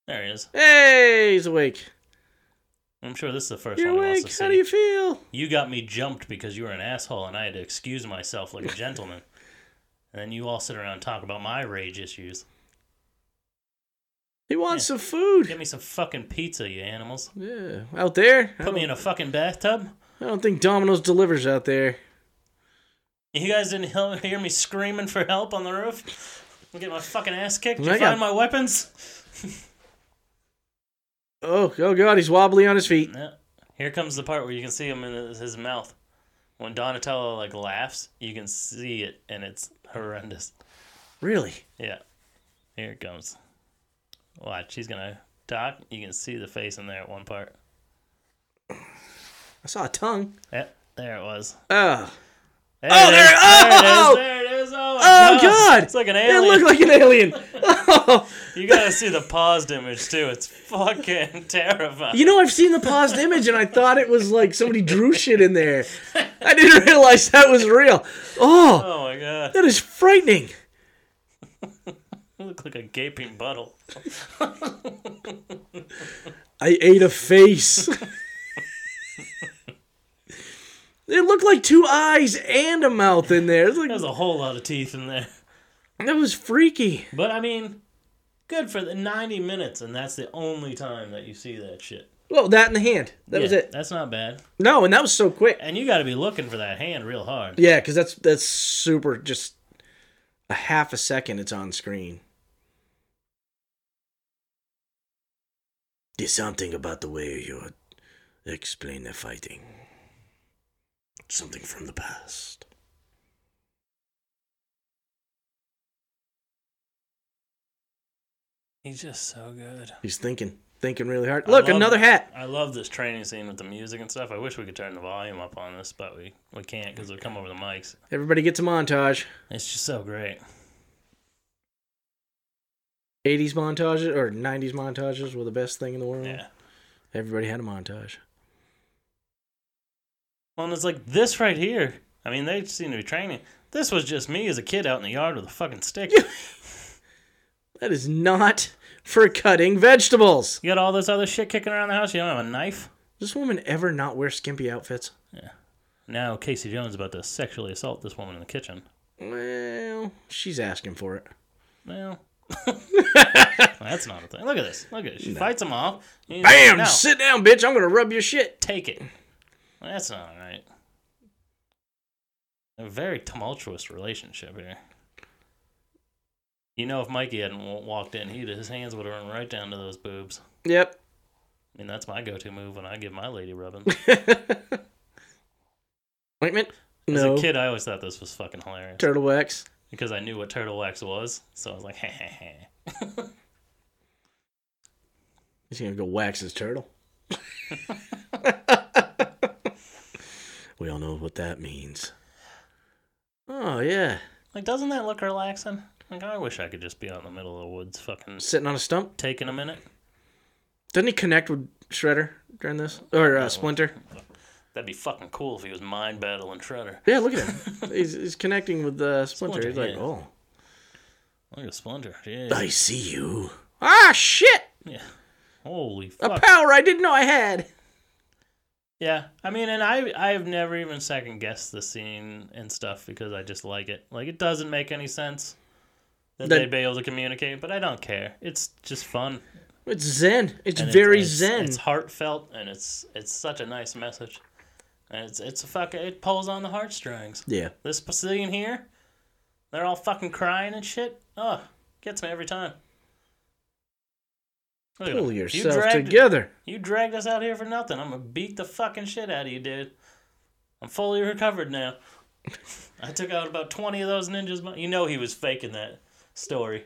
[SPEAKER 2] there he is.
[SPEAKER 3] hey, he's awake.
[SPEAKER 2] I'm sure this is the 1st
[SPEAKER 3] You're
[SPEAKER 2] one he
[SPEAKER 3] awake.
[SPEAKER 2] wants to
[SPEAKER 3] How
[SPEAKER 2] see.
[SPEAKER 3] do you feel?
[SPEAKER 2] You got me jumped because you were an asshole, and I had to excuse myself like a gentleman. and then you all sit around and talk about my rage issues.
[SPEAKER 3] He wants
[SPEAKER 2] Yeah.
[SPEAKER 3] some food.
[SPEAKER 2] Get me some fucking pizza, you animals.
[SPEAKER 3] Yeah, out there. I
[SPEAKER 2] Put me
[SPEAKER 3] don't-
[SPEAKER 2] in a fucking bathtub.
[SPEAKER 3] I don't think Domino's delivers out there.
[SPEAKER 2] You guys didn't hel- hear me screaming for help on the roof. I'm getting my fucking ass kicked. You
[SPEAKER 3] I
[SPEAKER 2] find
[SPEAKER 3] got-
[SPEAKER 2] my weapons?
[SPEAKER 3] Oh, oh God, he's wobbly on his feet.
[SPEAKER 2] Yeah. Here comes the part where you can see him in his his mouth. When Donatello like laughs, you can see it, and it's horrendous.
[SPEAKER 3] Really?
[SPEAKER 2] Yeah. Here it comes. Watch, he's gonna talk. You can see the face in there at one part.
[SPEAKER 3] I saw a tongue.
[SPEAKER 2] Yep, Eh, there it was.
[SPEAKER 3] Oh,
[SPEAKER 2] oh,
[SPEAKER 3] there-
[SPEAKER 2] there, it is,
[SPEAKER 3] oh!
[SPEAKER 2] there it is. There it is. Oh,
[SPEAKER 3] Oh,
[SPEAKER 2] no.
[SPEAKER 3] God!
[SPEAKER 2] It's like an
[SPEAKER 3] it
[SPEAKER 2] alien.
[SPEAKER 3] looked like an alien. Oh.
[SPEAKER 2] You gotta see the paused image too. It's fucking terrifying.
[SPEAKER 3] You know, I've seen the paused image and I thought it was like somebody drew shit in there. I didn't realize that was real. Oh,
[SPEAKER 2] Oh my god.
[SPEAKER 3] that is frightening.
[SPEAKER 2] You look like a gaping butthole.
[SPEAKER 3] I ate a face. it looked like two eyes and a mouth in there. It's
[SPEAKER 2] There's
[SPEAKER 3] like
[SPEAKER 2] a whole lot of teeth in there.
[SPEAKER 3] that was freaky.
[SPEAKER 2] But I mean, good for the 90 minutes, and that's the only time that you see that shit.
[SPEAKER 3] Well, that in the hand. That was
[SPEAKER 2] Yeah,
[SPEAKER 3] it.
[SPEAKER 2] That's not bad.
[SPEAKER 3] No, and that was so quick.
[SPEAKER 2] And you gotta be looking for that hand real hard.
[SPEAKER 3] Yeah, because that's that's super. Just a half a second, it's on screen. There's something about the way you explain the fighting. Something from the past.
[SPEAKER 2] He's just so good.
[SPEAKER 3] He's thinking, thinking really hard.
[SPEAKER 2] I
[SPEAKER 3] Look,
[SPEAKER 2] love-
[SPEAKER 3] another hat.
[SPEAKER 2] I love this training scene with the music and stuff. I wish we could turn the volume up on this, but we, we can't because it'll come over the mics.
[SPEAKER 3] Everybody gets a montage.
[SPEAKER 2] It's just so great.
[SPEAKER 3] 80s montages or 90s montages were the best thing in the world.
[SPEAKER 2] Yeah.
[SPEAKER 3] Everybody had a montage.
[SPEAKER 2] Well, and it's like this right here. I mean, they seem to be training. This was just me as a kid out in the yard with a fucking stick. you
[SPEAKER 3] That is not for cutting vegetables.
[SPEAKER 2] got all this other shit kicking around the house. You don't have a knife.
[SPEAKER 3] Does this woman ever not wear skimpy outfits?
[SPEAKER 2] Now Casey Jones is about to sexually assault this woman in the kitchen.
[SPEAKER 3] Well, she's asking for it.
[SPEAKER 2] Well, that's not a thing. Look at this. Look at it. She fights him off. and he's
[SPEAKER 3] Bam!
[SPEAKER 2] like, "No,
[SPEAKER 3] Sit down, bitch. I'm gonna rub your shit.
[SPEAKER 2] take it. That's not right. A very tumultuous relationship here. You know, if Mikey hadn't wa- walked in, he'd his hands would have run right down to those boobs.
[SPEAKER 3] Yep.
[SPEAKER 2] I mean, that's my go-to move when I give my lady rubbing.
[SPEAKER 3] Ointment.
[SPEAKER 2] As
[SPEAKER 3] No.
[SPEAKER 2] a kid, I always thought this was fucking hilarious
[SPEAKER 3] Turtle wax.
[SPEAKER 2] because I knew what turtle wax was, so I was like, "Heh heh heh."
[SPEAKER 3] He's gonna go wax his turtle. we all know what that means. Oh yeah,
[SPEAKER 2] like, doesn't that look relaxing? Like, I wish I could just be out in the middle of the woods, fucking
[SPEAKER 3] sitting on a stump.
[SPEAKER 2] taking a minute.
[SPEAKER 3] Doesn't he connect with Shredder during this or uh, Splinter?
[SPEAKER 2] That'd be fucking cool if he was mind battling Shredder.
[SPEAKER 3] Yeah, look at him. he's, he's connecting with uh, Splinter.
[SPEAKER 2] Splinter,
[SPEAKER 3] He's like,
[SPEAKER 2] yeah.
[SPEAKER 3] oh,
[SPEAKER 2] Look at Splinter. Yeah.
[SPEAKER 3] I see you. Ah shit!
[SPEAKER 2] yeah. Holy
[SPEAKER 3] A
[SPEAKER 2] fuck.
[SPEAKER 3] power I didn't know I had.
[SPEAKER 2] Yeah, I mean, and I I've never even second guessed the scene and stuff because I just like it. Like it doesn't make any sense that
[SPEAKER 3] That-
[SPEAKER 2] they'd be able to communicate, but I don't care. It's just fun.
[SPEAKER 3] It's zen. It's
[SPEAKER 2] And
[SPEAKER 3] very
[SPEAKER 2] it's,
[SPEAKER 3] zen.
[SPEAKER 2] It's heartfelt and it's it's such a nice message. And it's it's a fuck. It pulls on the heartstrings.
[SPEAKER 3] yeah.
[SPEAKER 2] This scene here, they're all fucking crying and shit. Ugh, gets me every time. Look at
[SPEAKER 3] Pull
[SPEAKER 2] him. You
[SPEAKER 3] yourself
[SPEAKER 2] dragged-
[SPEAKER 3] together.
[SPEAKER 2] You dragged us out here for nothing. I'm gonna beat the fucking shit out of you, dude. I'm fully recovered now. I took out about twenty of those ninjas. but- You know he was faking that story.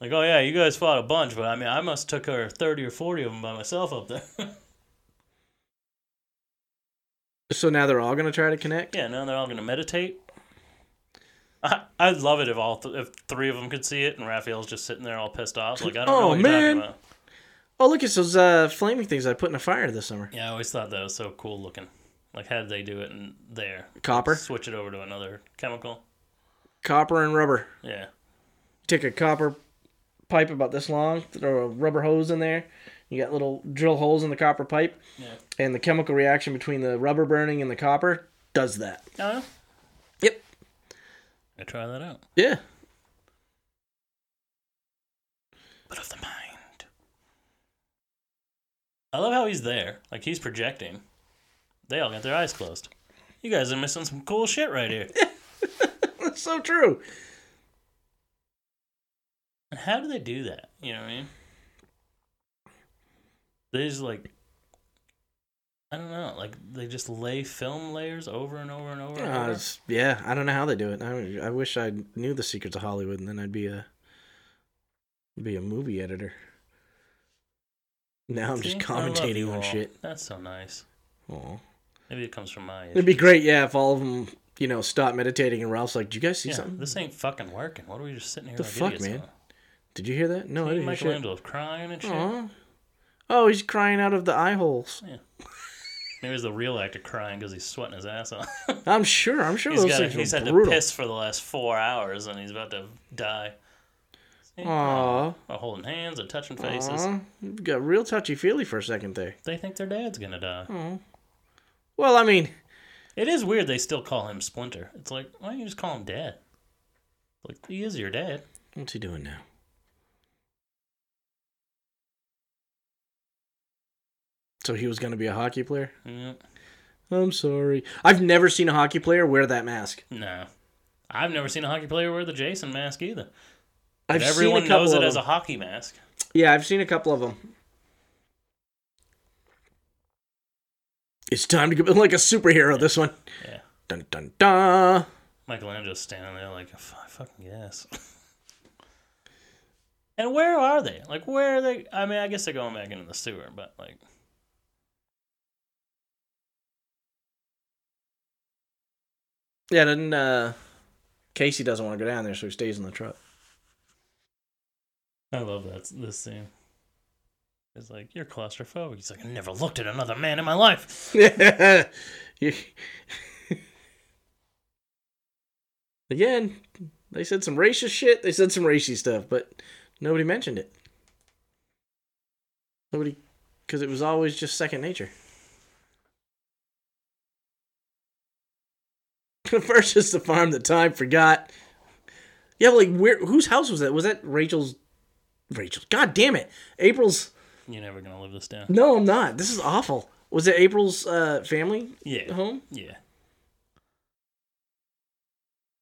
[SPEAKER 2] Like, oh yeah, you guys fought a bunch, but I mean, I must took her thirty or forty of them by myself up there.
[SPEAKER 3] So now they're all gonna try to connect.
[SPEAKER 2] yeah, now they're all gonna meditate. I, I'd love it if all th- if three of them could see it, and Raphael's just sitting there all pissed off. Like, I don't know
[SPEAKER 3] Oh,
[SPEAKER 2] what you're
[SPEAKER 3] man.
[SPEAKER 2] talking about.
[SPEAKER 3] Oh, look, it's those uh, flaming things I put in a fire this summer.
[SPEAKER 2] Yeah, I always thought that was so cool looking. Like, how did they do it in there?
[SPEAKER 3] Copper,
[SPEAKER 2] Switch it over to another chemical.
[SPEAKER 3] copper, and rubber.
[SPEAKER 2] Yeah.
[SPEAKER 3] Take a copper pipe about this long, throw a rubber hose in there. You got little drill holes in the copper pipe,
[SPEAKER 2] Yeah.
[SPEAKER 3] and the chemical reaction between the rubber burning and the copper does that.
[SPEAKER 2] Oh, yeah?
[SPEAKER 3] Yep.
[SPEAKER 2] I try that out.
[SPEAKER 3] Yeah.
[SPEAKER 2] But of the mind. I love how he's there. Like he's projecting. They all got their eyes closed. You guys are missing some cool shit right here.
[SPEAKER 3] That's so true.
[SPEAKER 2] And how do they do that? You know what I mean? They just like I don't know, like they just lay film layers over and over and over and
[SPEAKER 3] Uh,
[SPEAKER 2] over.
[SPEAKER 3] it's- yeah, I don't know how they do it. I, I wish I knew the secrets of Hollywood, and then I'd be a be a movie editor. Now I'm just
[SPEAKER 2] See? I love you
[SPEAKER 3] commentating on
[SPEAKER 2] all.
[SPEAKER 3] shit.
[SPEAKER 2] That's so nice.
[SPEAKER 3] Aw.
[SPEAKER 2] Maybe it comes from my
[SPEAKER 3] It'd be great, yeah, if all of them, you know, stop meditating, and Ralph's like, "Do you guys see
[SPEAKER 2] yeah,
[SPEAKER 3] something?
[SPEAKER 2] This ain't fucking working. What are we just sitting here
[SPEAKER 3] The
[SPEAKER 2] like
[SPEAKER 3] fuck,
[SPEAKER 2] idiots
[SPEAKER 3] man?
[SPEAKER 2] for?
[SPEAKER 3] Did you hear that? No, I didn't hear shit.
[SPEAKER 2] Michelangelo crying and shit.
[SPEAKER 3] Aw. Oh, he's crying out of the eye holes.
[SPEAKER 2] Maybe it was the real actor crying because he's sweating his ass off.
[SPEAKER 3] I'm sure. I'm sure
[SPEAKER 2] he's
[SPEAKER 3] those
[SPEAKER 2] got.
[SPEAKER 3] things
[SPEAKER 2] He's
[SPEAKER 3] were
[SPEAKER 2] had
[SPEAKER 3] brutal.
[SPEAKER 2] to piss for the last four hours, and he's about to die. See?
[SPEAKER 3] Aw.
[SPEAKER 2] Or holding hands or touching faces.
[SPEAKER 3] Aw. You Got real touchy feely for a second there.
[SPEAKER 2] They think their dad's gonna die.
[SPEAKER 3] Well, I mean,
[SPEAKER 2] It is weird they still call him Splinter. It's like, why don't you just call him Dad? Like, he is your dad.
[SPEAKER 3] what's he doing now? So he was going to be a hockey player?
[SPEAKER 2] Yeah.
[SPEAKER 3] I'm sorry. I've never seen a hockey player wear that mask.
[SPEAKER 2] No. I've never seen a hockey player wear the Jason mask either.
[SPEAKER 3] I've
[SPEAKER 2] But everyone
[SPEAKER 3] seen a couple
[SPEAKER 2] knows
[SPEAKER 3] of
[SPEAKER 2] it
[SPEAKER 3] them.
[SPEAKER 2] as a hockey mask.
[SPEAKER 3] Yeah, I've seen a couple of them. It's time to go like a superhero. This one.
[SPEAKER 2] Yeah.
[SPEAKER 3] Dun dun dun.
[SPEAKER 2] Michelangelo's standing there like, "F- I fucking guess. and where are they? Like, where are they? I mean, I guess they're going back into the sewer, but like,
[SPEAKER 3] Yeah, then uh, Casey doesn't want to go down there, so he stays in the truck.
[SPEAKER 2] I love that this scene. It's like you're claustrophobic. He's like, I never looked at another man in my life.
[SPEAKER 3] You- Again, they said some racist shit. They said some racy stuff, but nobody mentioned it. Nobody, because it was always just second nature. First is the farm that time forgot. Yeah, but like where? Whose house was that? Was that Rachel's? Rachel's. God damn it! April's.
[SPEAKER 2] You're never gonna live this down.
[SPEAKER 3] No, I'm not. This is awful. Was it April's uh, family
[SPEAKER 2] Yeah.
[SPEAKER 3] home?
[SPEAKER 2] Yeah.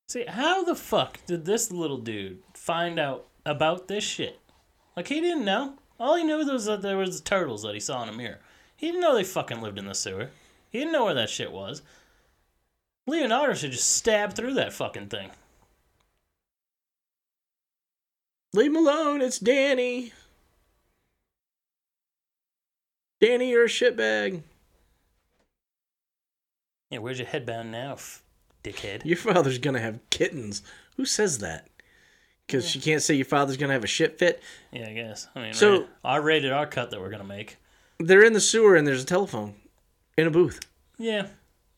[SPEAKER 2] See, how the fuck did this little dude find out about this shit? Like, he didn't know. All he knew was that there was turtles that he saw in a mirror. He didn't know they fucking lived in the sewer. He didn't know where that shit was. Leonardo should just stab through that fucking thing.
[SPEAKER 3] Leave him alone. It's Danny. Danny, you're a shitbag.
[SPEAKER 2] Yeah, where's your headband now, f- dickhead?
[SPEAKER 3] Your father's gonna have kittens. Who says that? Because she can't say your father's gonna have a shit fit.
[SPEAKER 2] Yeah, I guess. I mean,
[SPEAKER 3] So-
[SPEAKER 2] so, our rated R cut that we're gonna make.
[SPEAKER 3] They're in the sewer and there's a telephone in a booth.
[SPEAKER 2] Yeah,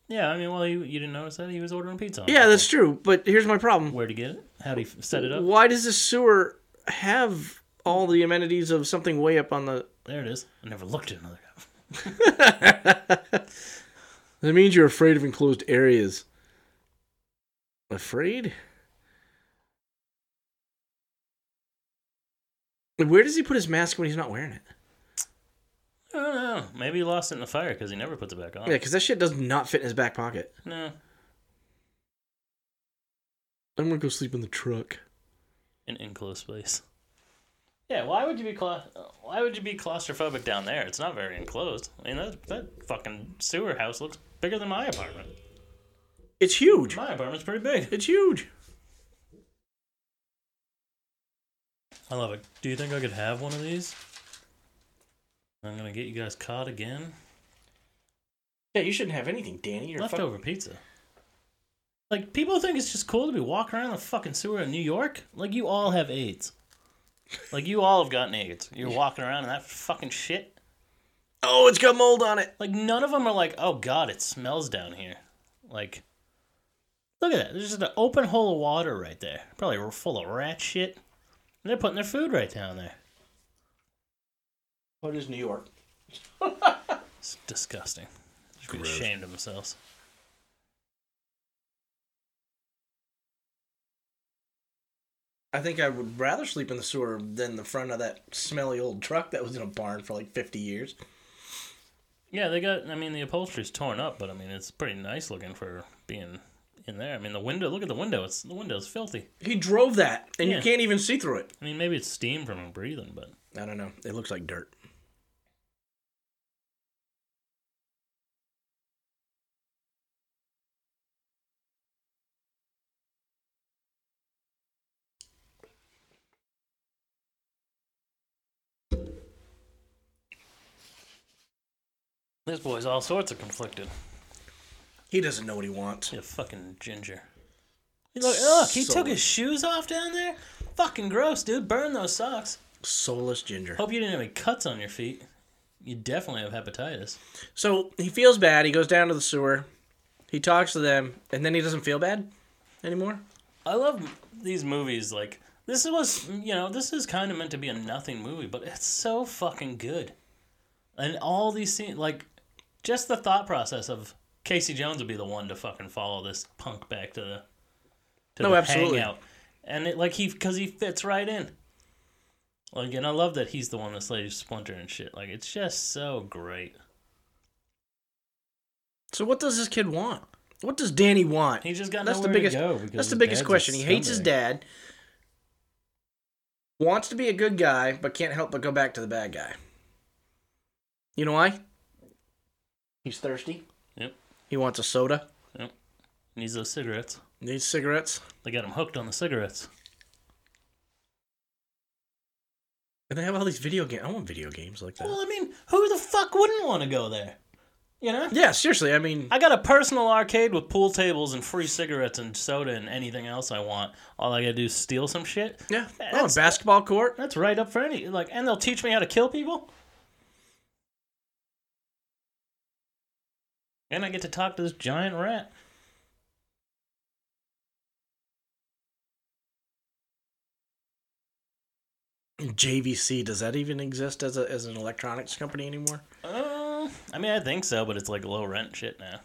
[SPEAKER 2] yeah. I mean, well, you you didn't notice that he was ordering pizza. on
[SPEAKER 3] Yeah,
[SPEAKER 2] it.
[SPEAKER 3] that's true. But here's my problem.
[SPEAKER 2] where to get it? How do you f- set it up?
[SPEAKER 3] Why does the sewer have all the amenities of something way up on the?
[SPEAKER 2] There it is. I never looked at another guy.
[SPEAKER 3] That means you're afraid of enclosed areas. Afraid? Where does he put his mask when he's not wearing it?
[SPEAKER 2] I don't know. Maybe he lost it in the fire because he never puts it back on.
[SPEAKER 3] Yeah, because that shit does not fit in his back pocket.
[SPEAKER 2] No.
[SPEAKER 3] I'm gonna go sleep in the truck.
[SPEAKER 2] An enclosed space. Yeah, why would you be cla- why would you be claustrophobic down there? It's not very enclosed. I mean, that that fucking sewer house looks bigger than my apartment.
[SPEAKER 3] It's huge.
[SPEAKER 2] My apartment's pretty big.
[SPEAKER 3] It's huge.
[SPEAKER 2] I love it. Do you think I could have one of these? I'm gonna get you guys caught again.
[SPEAKER 3] Yeah, you shouldn't have anything, Danny. You're fuck-
[SPEAKER 2] Leftover pizza. Like people think it's just cool to be walking around the fucking sewer in New York. Like you all have AIDS. Like you all have gotten AIDS. You're walking around in that fucking shit.
[SPEAKER 3] Oh, it's got mold on it.
[SPEAKER 2] Like none of them are like, oh god, it smells down here. Like, look at that. There's just an open hole of water right there. Probably full of rat shit. And they're putting their food right down there.
[SPEAKER 3] What is New York?
[SPEAKER 2] It's disgusting. They should be ashamed of themselves.
[SPEAKER 3] I think I would rather sleep in the sewer than the front of that smelly old truck that was in a barn for like 50 years.
[SPEAKER 2] Yeah, they got. I mean, the upholstery's torn up, but I mean, it's pretty nice looking for being in there. I mean, the window. Look at the window. It's the window's filthy.
[SPEAKER 3] He drove that, and
[SPEAKER 2] Yeah.
[SPEAKER 3] you can't even see through it.
[SPEAKER 2] I mean, maybe it's steam from him breathing, but
[SPEAKER 3] I don't know. It looks like dirt.
[SPEAKER 2] this boy's all sorts of conflicted.
[SPEAKER 3] He doesn't know what he wants.
[SPEAKER 2] He's a fucking ginger. He look, look, he
[SPEAKER 3] So-
[SPEAKER 2] took his shoes off down there. Fucking gross, dude. Burn those socks.
[SPEAKER 3] Soulless ginger.
[SPEAKER 2] Hope you didn't have any cuts on your feet. You definitely have hepatitis.
[SPEAKER 3] So he feels bad. He goes down to the sewer. He talks to them, and then he doesn't feel bad anymore.
[SPEAKER 2] I love m- these movies. Like this was, you know, this is kind of meant to be a nothing movie, but it's so fucking good. And all these scenes, like, just the thought process of Casey Jones would be the one to fucking follow this punk back to the to
[SPEAKER 3] No,
[SPEAKER 2] the
[SPEAKER 3] absolutely.
[SPEAKER 2] hangout, and it like he because he fits right in. Like, and I love that he's the one that's like splintering and shit. Like, it's just so great.
[SPEAKER 3] So what does this kid want? What does Danny want?
[SPEAKER 2] He just got
[SPEAKER 3] that's the
[SPEAKER 2] nowhere
[SPEAKER 3] biggest.
[SPEAKER 2] to go. because
[SPEAKER 3] That's the
[SPEAKER 2] his dad's
[SPEAKER 3] biggest
[SPEAKER 2] a
[SPEAKER 3] question. He hates his
[SPEAKER 2] scumbag.
[SPEAKER 3] dad. Wants to be a good guy, but can't help but go back to the bad guy. You know why? He's thirsty.
[SPEAKER 2] Yep.
[SPEAKER 3] He wants a soda.
[SPEAKER 2] Needs those cigarettes.
[SPEAKER 3] Needs cigarettes.
[SPEAKER 2] They got him hooked on the cigarettes.
[SPEAKER 3] And they have all these video games. I want video games like that.
[SPEAKER 2] Well, I mean, who the fuck wouldn't want to go there? You know?
[SPEAKER 3] Yeah, seriously. I mean,
[SPEAKER 2] I got a personal arcade with pool tables and free cigarettes and soda and anything else I want. All I gotta do is steal some shit.
[SPEAKER 3] yeah. Oh, a
[SPEAKER 2] That's-
[SPEAKER 3] basketball court.
[SPEAKER 2] That's right up for any like, and they'll teach me how to kill people. And I get to talk to this giant rat.
[SPEAKER 3] JVC. Does that even exist as a as an electronics company anymore?
[SPEAKER 2] Uh, I mean, I think so, but it's like low rent shit now,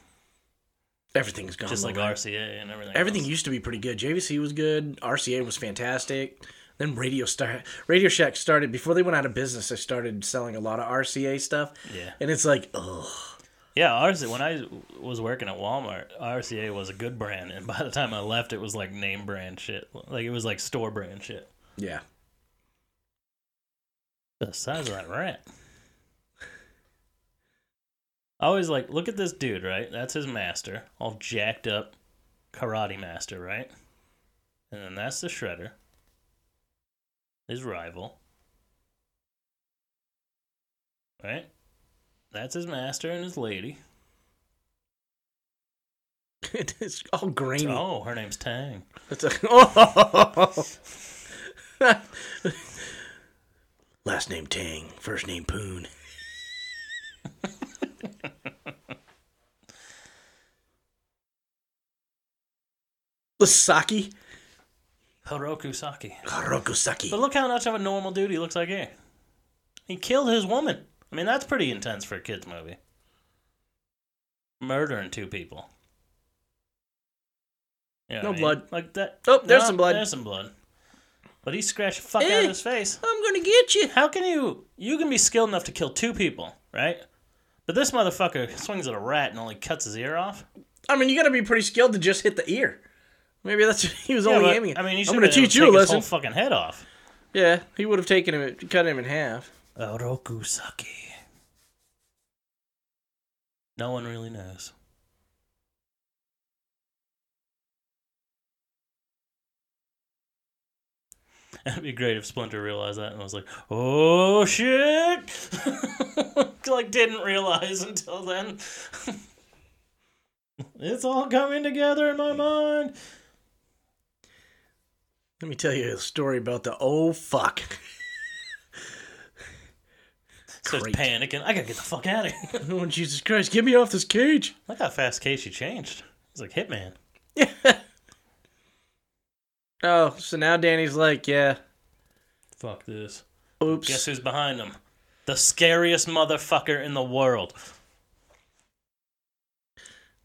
[SPEAKER 3] Everything's gone.
[SPEAKER 2] just like
[SPEAKER 3] low-rent.
[SPEAKER 2] RCA and everything.
[SPEAKER 3] Everything
[SPEAKER 2] else.
[SPEAKER 3] used to be pretty good. JVC was good. RCA was fantastic. Then Radio Star, Radio Shack started before they went out of business. They started selling a lot of RCA stuff,
[SPEAKER 2] yeah.
[SPEAKER 3] and it's like, ugh.
[SPEAKER 2] Yeah, RCA. When I was working at Walmart, RCA was a good brand, and by the time I left, it was like name brand shit. Like it was like store brand shit.
[SPEAKER 3] Yeah.
[SPEAKER 2] The size of that rat. I always like look at this dude, right? That's his master, all jacked up, karate master, right? And then that's the shredder, his rival, right? That's his master and his lady.
[SPEAKER 3] it's all grainy.
[SPEAKER 2] Oh, her name's Tang.
[SPEAKER 3] It's a- oh. Last name Tang, first name Poon. Lasaki
[SPEAKER 2] Hiroku Saki.
[SPEAKER 3] Harokusaki.
[SPEAKER 2] But look how much of a normal dude he looks like here. He killed his woman. I mean, that's pretty intense for a kids' movie. Murdering two people. You know
[SPEAKER 3] No
[SPEAKER 2] what I
[SPEAKER 3] blood.
[SPEAKER 2] Like that.
[SPEAKER 3] Oh, there's some blood.
[SPEAKER 2] There's some blood. But he scratched the fuck out
[SPEAKER 3] Eh.
[SPEAKER 2] of his face.
[SPEAKER 3] I'm gonna get you.
[SPEAKER 2] How can you? You can be skilled enough to kill two people, right? But this motherfucker swings at a rat and only cuts his ear off.
[SPEAKER 3] I mean, you gotta be pretty skilled to just hit the ear. Maybe that's what he was only
[SPEAKER 2] but,
[SPEAKER 3] aiming. at.
[SPEAKER 2] I mean, he
[SPEAKER 3] I'm
[SPEAKER 2] should
[SPEAKER 3] gonna
[SPEAKER 2] have
[SPEAKER 3] teach you a lesson.
[SPEAKER 2] His whole fucking head off.
[SPEAKER 3] Yeah, he would have taken him, cut him in half.
[SPEAKER 2] Uh, Orokusaki. No one really knows. That'd be great if Splinter realized that and was like, "Oh shit!" like didn't realize until then. it's all coming together in my mind.
[SPEAKER 3] Let me tell you a story about the oh fuck.
[SPEAKER 2] Starts
[SPEAKER 3] Great.
[SPEAKER 2] panicking. I gotta get the fuck out of here.
[SPEAKER 3] Oh Jesus Christ! Get me off this cage.
[SPEAKER 2] Look how fast Casey changed. He's like Hitman.
[SPEAKER 3] Oh, so now Danny's like, yeah,
[SPEAKER 2] Fuck this.
[SPEAKER 3] oops.
[SPEAKER 2] Guess who's behind him? The scariest motherfucker in the world.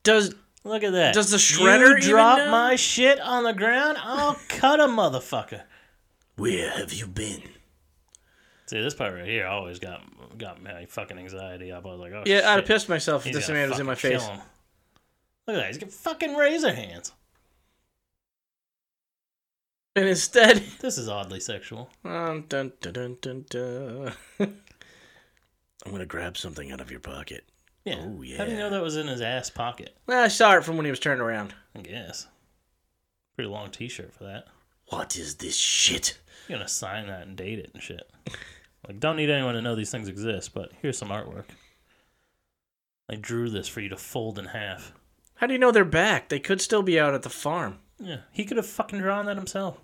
[SPEAKER 3] Does
[SPEAKER 2] Look at that.
[SPEAKER 3] Does the shredder
[SPEAKER 2] you
[SPEAKER 3] even
[SPEAKER 2] drop
[SPEAKER 3] know?
[SPEAKER 2] my shit on the ground? I'll cut a motherfucker.
[SPEAKER 3] where have you been?
[SPEAKER 2] See, this part right here always got got my fucking anxiety up. I was like, oh
[SPEAKER 3] Yeah,
[SPEAKER 2] shit.
[SPEAKER 3] I'd have pissed myself if
[SPEAKER 2] He's
[SPEAKER 3] this
[SPEAKER 2] gonna
[SPEAKER 3] man was in my
[SPEAKER 2] fucking
[SPEAKER 3] face.
[SPEAKER 2] kill him. Look at that. He's got fucking razor hands.
[SPEAKER 3] And instead,
[SPEAKER 2] This is oddly sexual.
[SPEAKER 3] um, dun, dun, dun, dun, dun. I'm gonna grab something out of your pocket.
[SPEAKER 2] Yeah.
[SPEAKER 3] Oh,
[SPEAKER 2] How do
[SPEAKER 3] yeah.
[SPEAKER 2] you know that was in his ass pocket?
[SPEAKER 3] Well, Ah, I saw it from when he was turned around.
[SPEAKER 2] I guess. Pretty long T-shirt for that.
[SPEAKER 3] What is this shit?
[SPEAKER 2] You're gonna sign that and date it and shit. Like, don't need anyone to know these things exist, but here's some artwork. I drew this for you to fold in half.
[SPEAKER 3] How do you know they're back? They could still be out at the farm.
[SPEAKER 2] Yeah, he could have fucking drawn that himself.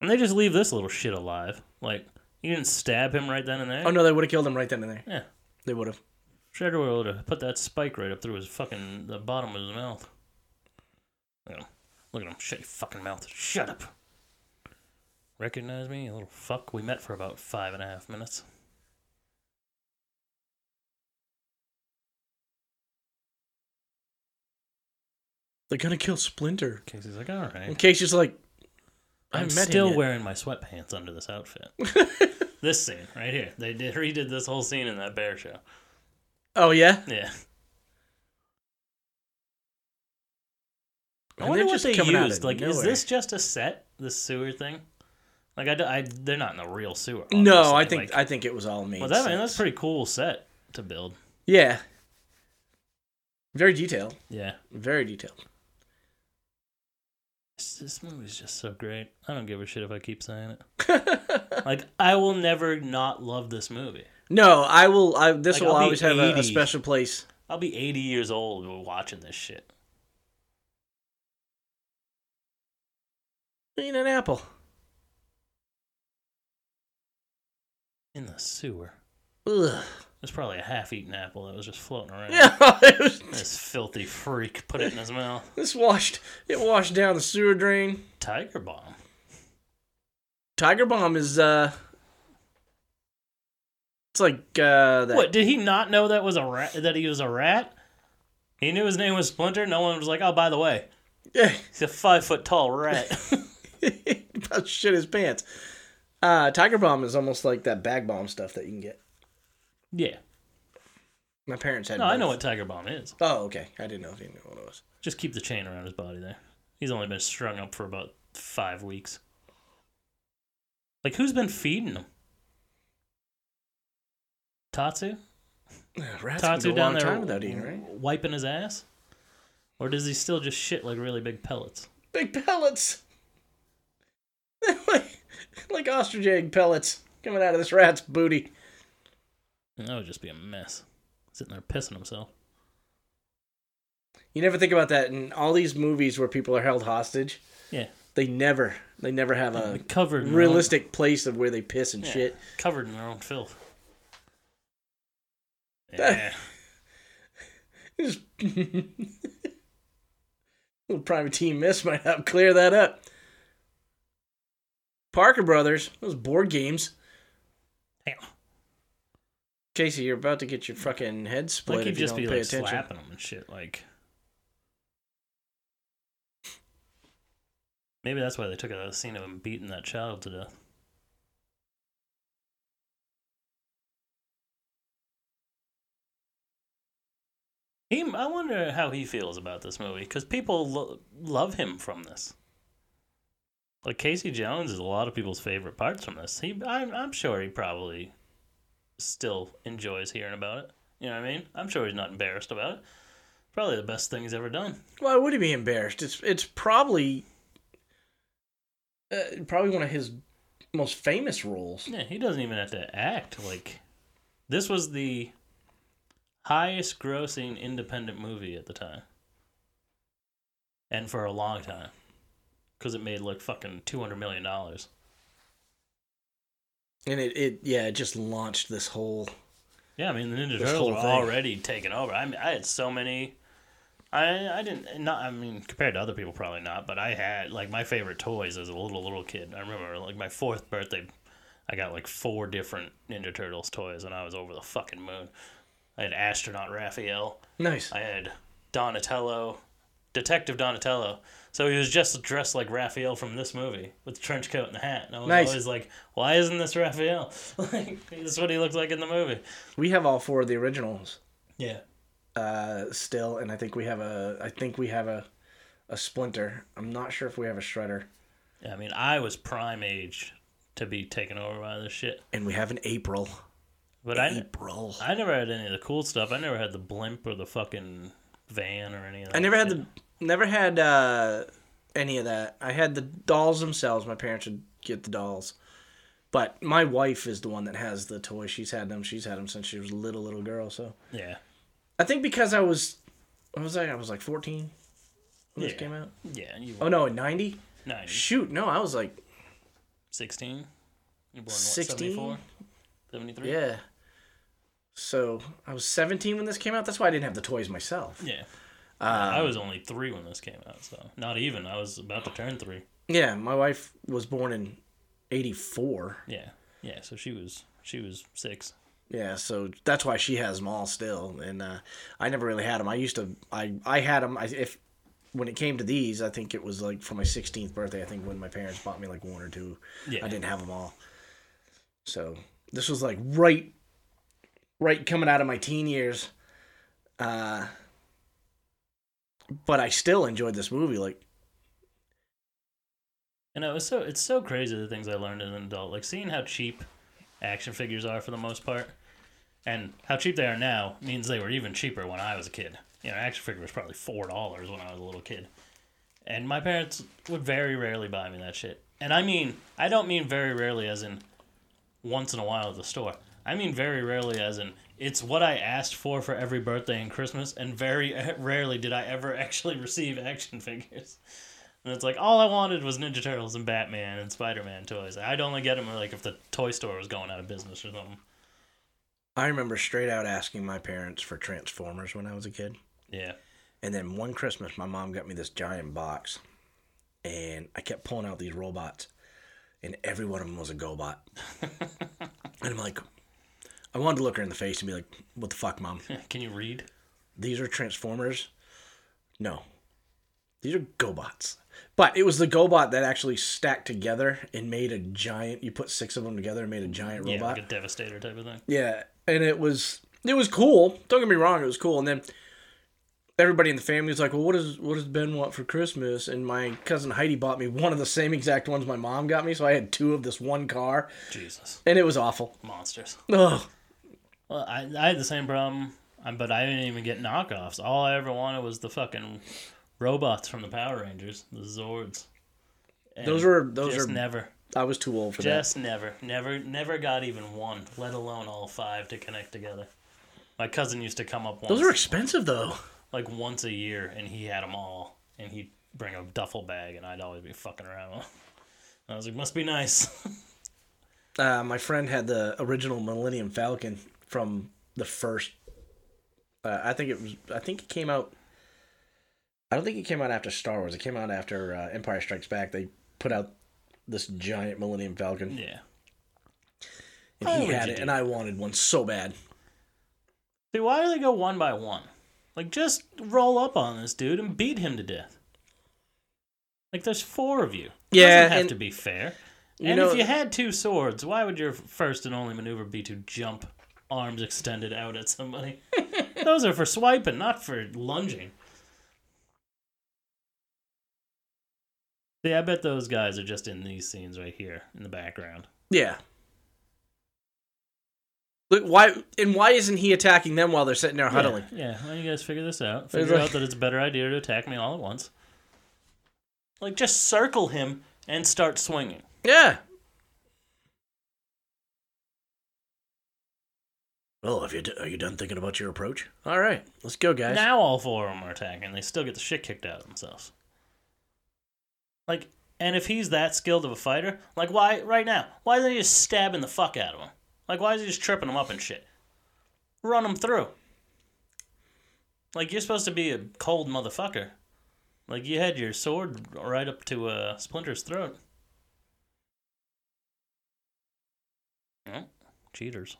[SPEAKER 2] And they just leave this little shit alive. Like, you didn't stab him right then and there.
[SPEAKER 3] Oh no, they would have killed him right then and there.
[SPEAKER 2] Yeah.
[SPEAKER 3] They would have.
[SPEAKER 2] Shredder would have put that spike right up through his fucking the bottom of his mouth. Look at him. Look at him. Shut your fucking mouth. Shut up. Recognize me, you little fuck? We met for about five and a half minutes.
[SPEAKER 3] They're gonna kill Splinter.
[SPEAKER 2] Casey's like, all right.
[SPEAKER 3] And Casey's like, I
[SPEAKER 2] I'm
[SPEAKER 3] haven't met him
[SPEAKER 2] still
[SPEAKER 3] yet.
[SPEAKER 2] wearing my sweatpants under this outfit. this scene right here. They did, redid this whole scene in that bear show.
[SPEAKER 3] Oh yeah.
[SPEAKER 2] Yeah. I
[SPEAKER 3] And
[SPEAKER 2] wonder
[SPEAKER 3] they're
[SPEAKER 2] what
[SPEAKER 3] just
[SPEAKER 2] they
[SPEAKER 3] coming out of
[SPEAKER 2] used. Like, is
[SPEAKER 3] nowhere.
[SPEAKER 2] this just a set? The sewer thing? Like, I, d- I- they're not in a real sewer.
[SPEAKER 3] No, I
[SPEAKER 2] obviously.
[SPEAKER 3] think
[SPEAKER 2] Like,
[SPEAKER 3] I think it was all made.
[SPEAKER 2] well, that, man,
[SPEAKER 3] sense.
[SPEAKER 2] that's a pretty cool set to build.
[SPEAKER 3] Yeah. Very detailed.
[SPEAKER 2] Yeah,
[SPEAKER 3] Very detailed.
[SPEAKER 2] this, this movie's just so great. I don't give a shit if I keep saying it. like, I will never not love this movie.
[SPEAKER 3] No, I will. I this
[SPEAKER 2] Like,
[SPEAKER 3] will
[SPEAKER 2] I'll be
[SPEAKER 3] always have a, a
[SPEAKER 2] 80.
[SPEAKER 3] special place.
[SPEAKER 2] I'll be 80 years old watching this shit.
[SPEAKER 3] Eat an apple.
[SPEAKER 2] In the sewer.
[SPEAKER 3] Ugh.
[SPEAKER 2] There's probably a half-eaten apple that was just floating around.
[SPEAKER 3] Yeah, it was,
[SPEAKER 2] This filthy freak put it in his mouth.
[SPEAKER 3] this washed. It washed down the sewer drain.
[SPEAKER 2] Tiger bomb.
[SPEAKER 3] Tiger bomb is uh. It's like uh. That,
[SPEAKER 2] What did he not know that was a rat? That he was a rat? He knew his name was Splinter. No one was like, "Oh, by the way,
[SPEAKER 3] Yeah.
[SPEAKER 2] he's a five foot tall rat."
[SPEAKER 3] about to shit his pants. Uh, Tiger bomb is almost like that bag bomb stuff that you can get.
[SPEAKER 2] yeah.
[SPEAKER 3] My parents had.
[SPEAKER 2] No, I know
[SPEAKER 3] both.
[SPEAKER 2] what Tiger Bomb is.
[SPEAKER 3] Oh, okay. I didn't know if you knew what it was.
[SPEAKER 2] Just keep the chain around his body there. He's only been strung up for about five weeks. Like, who's been feeding him? Tatsu?
[SPEAKER 3] Ugh, Rats can go
[SPEAKER 2] Tatsu
[SPEAKER 3] a
[SPEAKER 2] down
[SPEAKER 3] long
[SPEAKER 2] there
[SPEAKER 3] time without eating, right?
[SPEAKER 2] wiping his ass? Or does he still just shit like really big pellets?
[SPEAKER 3] Big pellets. like, like ostrich egg pellets coming out of this rat's booty.
[SPEAKER 2] That would just be a mess. Sitting there pissing himself.
[SPEAKER 3] You never think about that in all these movies where people are held hostage.
[SPEAKER 2] Yeah.
[SPEAKER 3] They never, they never have a
[SPEAKER 2] Like, covered in their own-
[SPEAKER 3] realistic place of where they piss and
[SPEAKER 2] yeah,
[SPEAKER 3] shit.
[SPEAKER 2] Covered in their own filth. Yeah.
[SPEAKER 3] Just little private team miss might help clear that up. Parker Brothers, those board games.
[SPEAKER 2] Damn.
[SPEAKER 3] Casey, you're about to get your fucking head split
[SPEAKER 2] Like he'd
[SPEAKER 3] if you
[SPEAKER 2] just
[SPEAKER 3] don't
[SPEAKER 2] be
[SPEAKER 3] pay
[SPEAKER 2] like
[SPEAKER 3] attention.
[SPEAKER 2] slapping him and shit. Like maybe that's why they took out the scene of him beating that child to death. He, I wonder how he feels about this movie because people lo- love him from this. Like Casey Jones is a lot of people's favorite parts from this. He, I'm, I'm sure he probably still enjoys hearing about it. You know what I mean? I'm sure he's not embarrassed about it. Probably the best thing he's ever done.
[SPEAKER 3] Why would he be embarrassed? It's it's probably uh, probably one of his most famous roles.
[SPEAKER 2] Yeah, he doesn't even have to act like this was the highest grossing independent movie at the time. And for a long time. Because it made like fucking $200 million.
[SPEAKER 3] And it, it yeah, it just launched this whole
[SPEAKER 2] Yeah, I mean the Ninja
[SPEAKER 3] This
[SPEAKER 2] Turtles
[SPEAKER 3] whole
[SPEAKER 2] were
[SPEAKER 3] thing.
[SPEAKER 2] already taken over. I mean, I had so many. I I didn't not. I mean, compared to other people, probably not. But I had like my favorite toys as a little little kid. I remember like my fourth birthday, I got like four different Ninja Turtles toys, and I was over the fucking moon. I had astronaut Raphael.
[SPEAKER 3] nice.
[SPEAKER 2] I had Donatello, Detective Donatello. So he was just dressed like Raphael from this movie with the trench coat and the hat. And I was
[SPEAKER 3] Nice.
[SPEAKER 2] always like, why isn't this Raphael? like, this is what he looked like in the movie.
[SPEAKER 3] We have all four of the originals
[SPEAKER 2] Yeah.
[SPEAKER 3] uh, still, and I think we have a I think we have a a Splinter. I'm not sure if we have a Shredder,
[SPEAKER 2] I mean, I was prime age to be taken over by this shit.
[SPEAKER 3] and we have an April.
[SPEAKER 2] But I,
[SPEAKER 3] April.
[SPEAKER 2] I never had any of the cool stuff. I never had the blimp or the fucking van or any of that.
[SPEAKER 3] I never had
[SPEAKER 2] shit.
[SPEAKER 3] the never had uh, any of that. I had the dolls themselves. My parents would get the dolls, but my wife is the one that has the toys. She's had them. She's had them since she was a little little girl. So
[SPEAKER 2] Yeah.
[SPEAKER 3] I think because I was, what was I? I was like fourteen when
[SPEAKER 2] Yeah.
[SPEAKER 3] this came out.
[SPEAKER 2] Yeah. You
[SPEAKER 3] Oh no, in ninety.
[SPEAKER 2] no.
[SPEAKER 3] Shoot, no, I was like
[SPEAKER 2] 16? You're born, what,
[SPEAKER 3] 16?
[SPEAKER 2] 74? 73?
[SPEAKER 3] Yeah. So I was 17 when this came out. That's why I didn't have the toys myself.
[SPEAKER 2] Yeah.
[SPEAKER 3] Uh,
[SPEAKER 2] I was only three when this came out, so not even. I was about to turn three.
[SPEAKER 3] yeah, my wife was born in 84.
[SPEAKER 2] Yeah. Yeah, so she was she was six.
[SPEAKER 3] Yeah, so that's why she has them all still, and uh, I never really had them. I used to, I, I had them. I, if when it came to these, I think it was like for my 16th birthday. I think when my parents bought me like one or two,
[SPEAKER 2] Yeah.
[SPEAKER 3] I didn't have them all. So this was like right, right coming out of my teen years. Uh, but I still enjoyed this movie. Like,
[SPEAKER 2] And it was so it's so crazy the things I learned as an adult. Like seeing how cheap action figures are for the most part. And how cheap they are now means they were even cheaper when I was a kid. You know, an action figure was probably four dollars when I was a little kid. And my parents would very rarely buy me that shit. And I mean I don't mean very rarely as in once in a while at the store. I mean very rarely as in it's what I asked for for every birthday and Christmas and very rarely did I ever actually receive action figures. And it's like all I wanted was Ninja Turtles and Batman and Spider Man toys. I'd only get them like if the toy store was going out of business or something.
[SPEAKER 3] I remember straight out asking my parents for Transformers when I was a kid.
[SPEAKER 2] Yeah.
[SPEAKER 3] And then one Christmas, my mom got me this giant box, and I kept pulling out these robots, and every one of them was a GoBot. and I'm like, I wanted to look her in the face and be like, "What the fuck, mom?
[SPEAKER 2] Can you read?
[SPEAKER 3] These are Transformers? No, these are GoBots." But it was the GoBot that actually stacked together and made a giant. You put six of them together and made a giant
[SPEAKER 2] Yeah,
[SPEAKER 3] robot.
[SPEAKER 2] like a Devastator type of thing.
[SPEAKER 3] Yeah, and it was it was cool. Don't get me wrong, it was cool. And then everybody in the family was like, "Well, what does what does Ben want for Christmas?" And my cousin Heidi bought me one of the same exact ones my mom got me, so I had two of this one car,
[SPEAKER 2] Jesus.
[SPEAKER 3] and it was awful.
[SPEAKER 2] Monsters.
[SPEAKER 3] Ugh.
[SPEAKER 2] Well, I, I had the same problem, um, but I didn't even get knockoffs. All I ever wanted was the fucking robots from the Power Rangers, the Zords. And
[SPEAKER 3] Those were- those
[SPEAKER 2] just
[SPEAKER 3] are-
[SPEAKER 2] never,
[SPEAKER 3] I was too old for
[SPEAKER 2] just never, never, never got even one, let alone all five to connect together. My cousin used to come up once.
[SPEAKER 3] that. Those are expensive though.
[SPEAKER 2] like once a year, and he had them all, and he'd bring a duffel bag, and I'd always be fucking around. with 'em. And I was like, must be nice.
[SPEAKER 3] Uh, my friend had the original Millennium Falcon from the first. Uh, I think it was. I think it came out. I don't think it came out after Star Wars. It came out after uh, Empire Strikes Back. They put out this giant Millennium Falcon,
[SPEAKER 2] yeah.
[SPEAKER 3] and
[SPEAKER 2] Why
[SPEAKER 3] he
[SPEAKER 2] would
[SPEAKER 3] had
[SPEAKER 2] you
[SPEAKER 3] it,
[SPEAKER 2] do
[SPEAKER 3] and I wanted one so bad.
[SPEAKER 2] See, why do they go one by one? Like, just roll up on this dude and beat him to death. Like, there's four of you. It
[SPEAKER 3] Yeah,
[SPEAKER 2] doesn't have
[SPEAKER 3] and-
[SPEAKER 2] to be fair.
[SPEAKER 3] you
[SPEAKER 2] and
[SPEAKER 3] know-
[SPEAKER 2] if you had two swords, why would your first and only maneuver be to jump, arms extended out at somebody? Those are for swiping, not for lunging. See, I bet those guys are just in these scenes right here in the background.
[SPEAKER 3] Yeah. Look, why and why isn't he attacking them while they're sitting there huddling?
[SPEAKER 2] Yeah, yeah. Why don't you guys figure this out? Figure
[SPEAKER 3] like-
[SPEAKER 2] out that it's a better idea to attack me all at once. Like, just circle him and start swinging.
[SPEAKER 3] Yeah. Well, have you d- are you done thinking about your approach? All right, let's go, guys.
[SPEAKER 2] Now all four of them are attacking. They still get the shit kicked out of themselves. Like, and if he's that skilled of a fighter, like, why right now? Why isn't he just stabbing the fuck out of him? Like, why is he just tripping him up and shit? Run him through. Like, you're supposed to be a cold motherfucker. Like, you had your sword right up to uh, Splinter's throat. Oh, cheaters.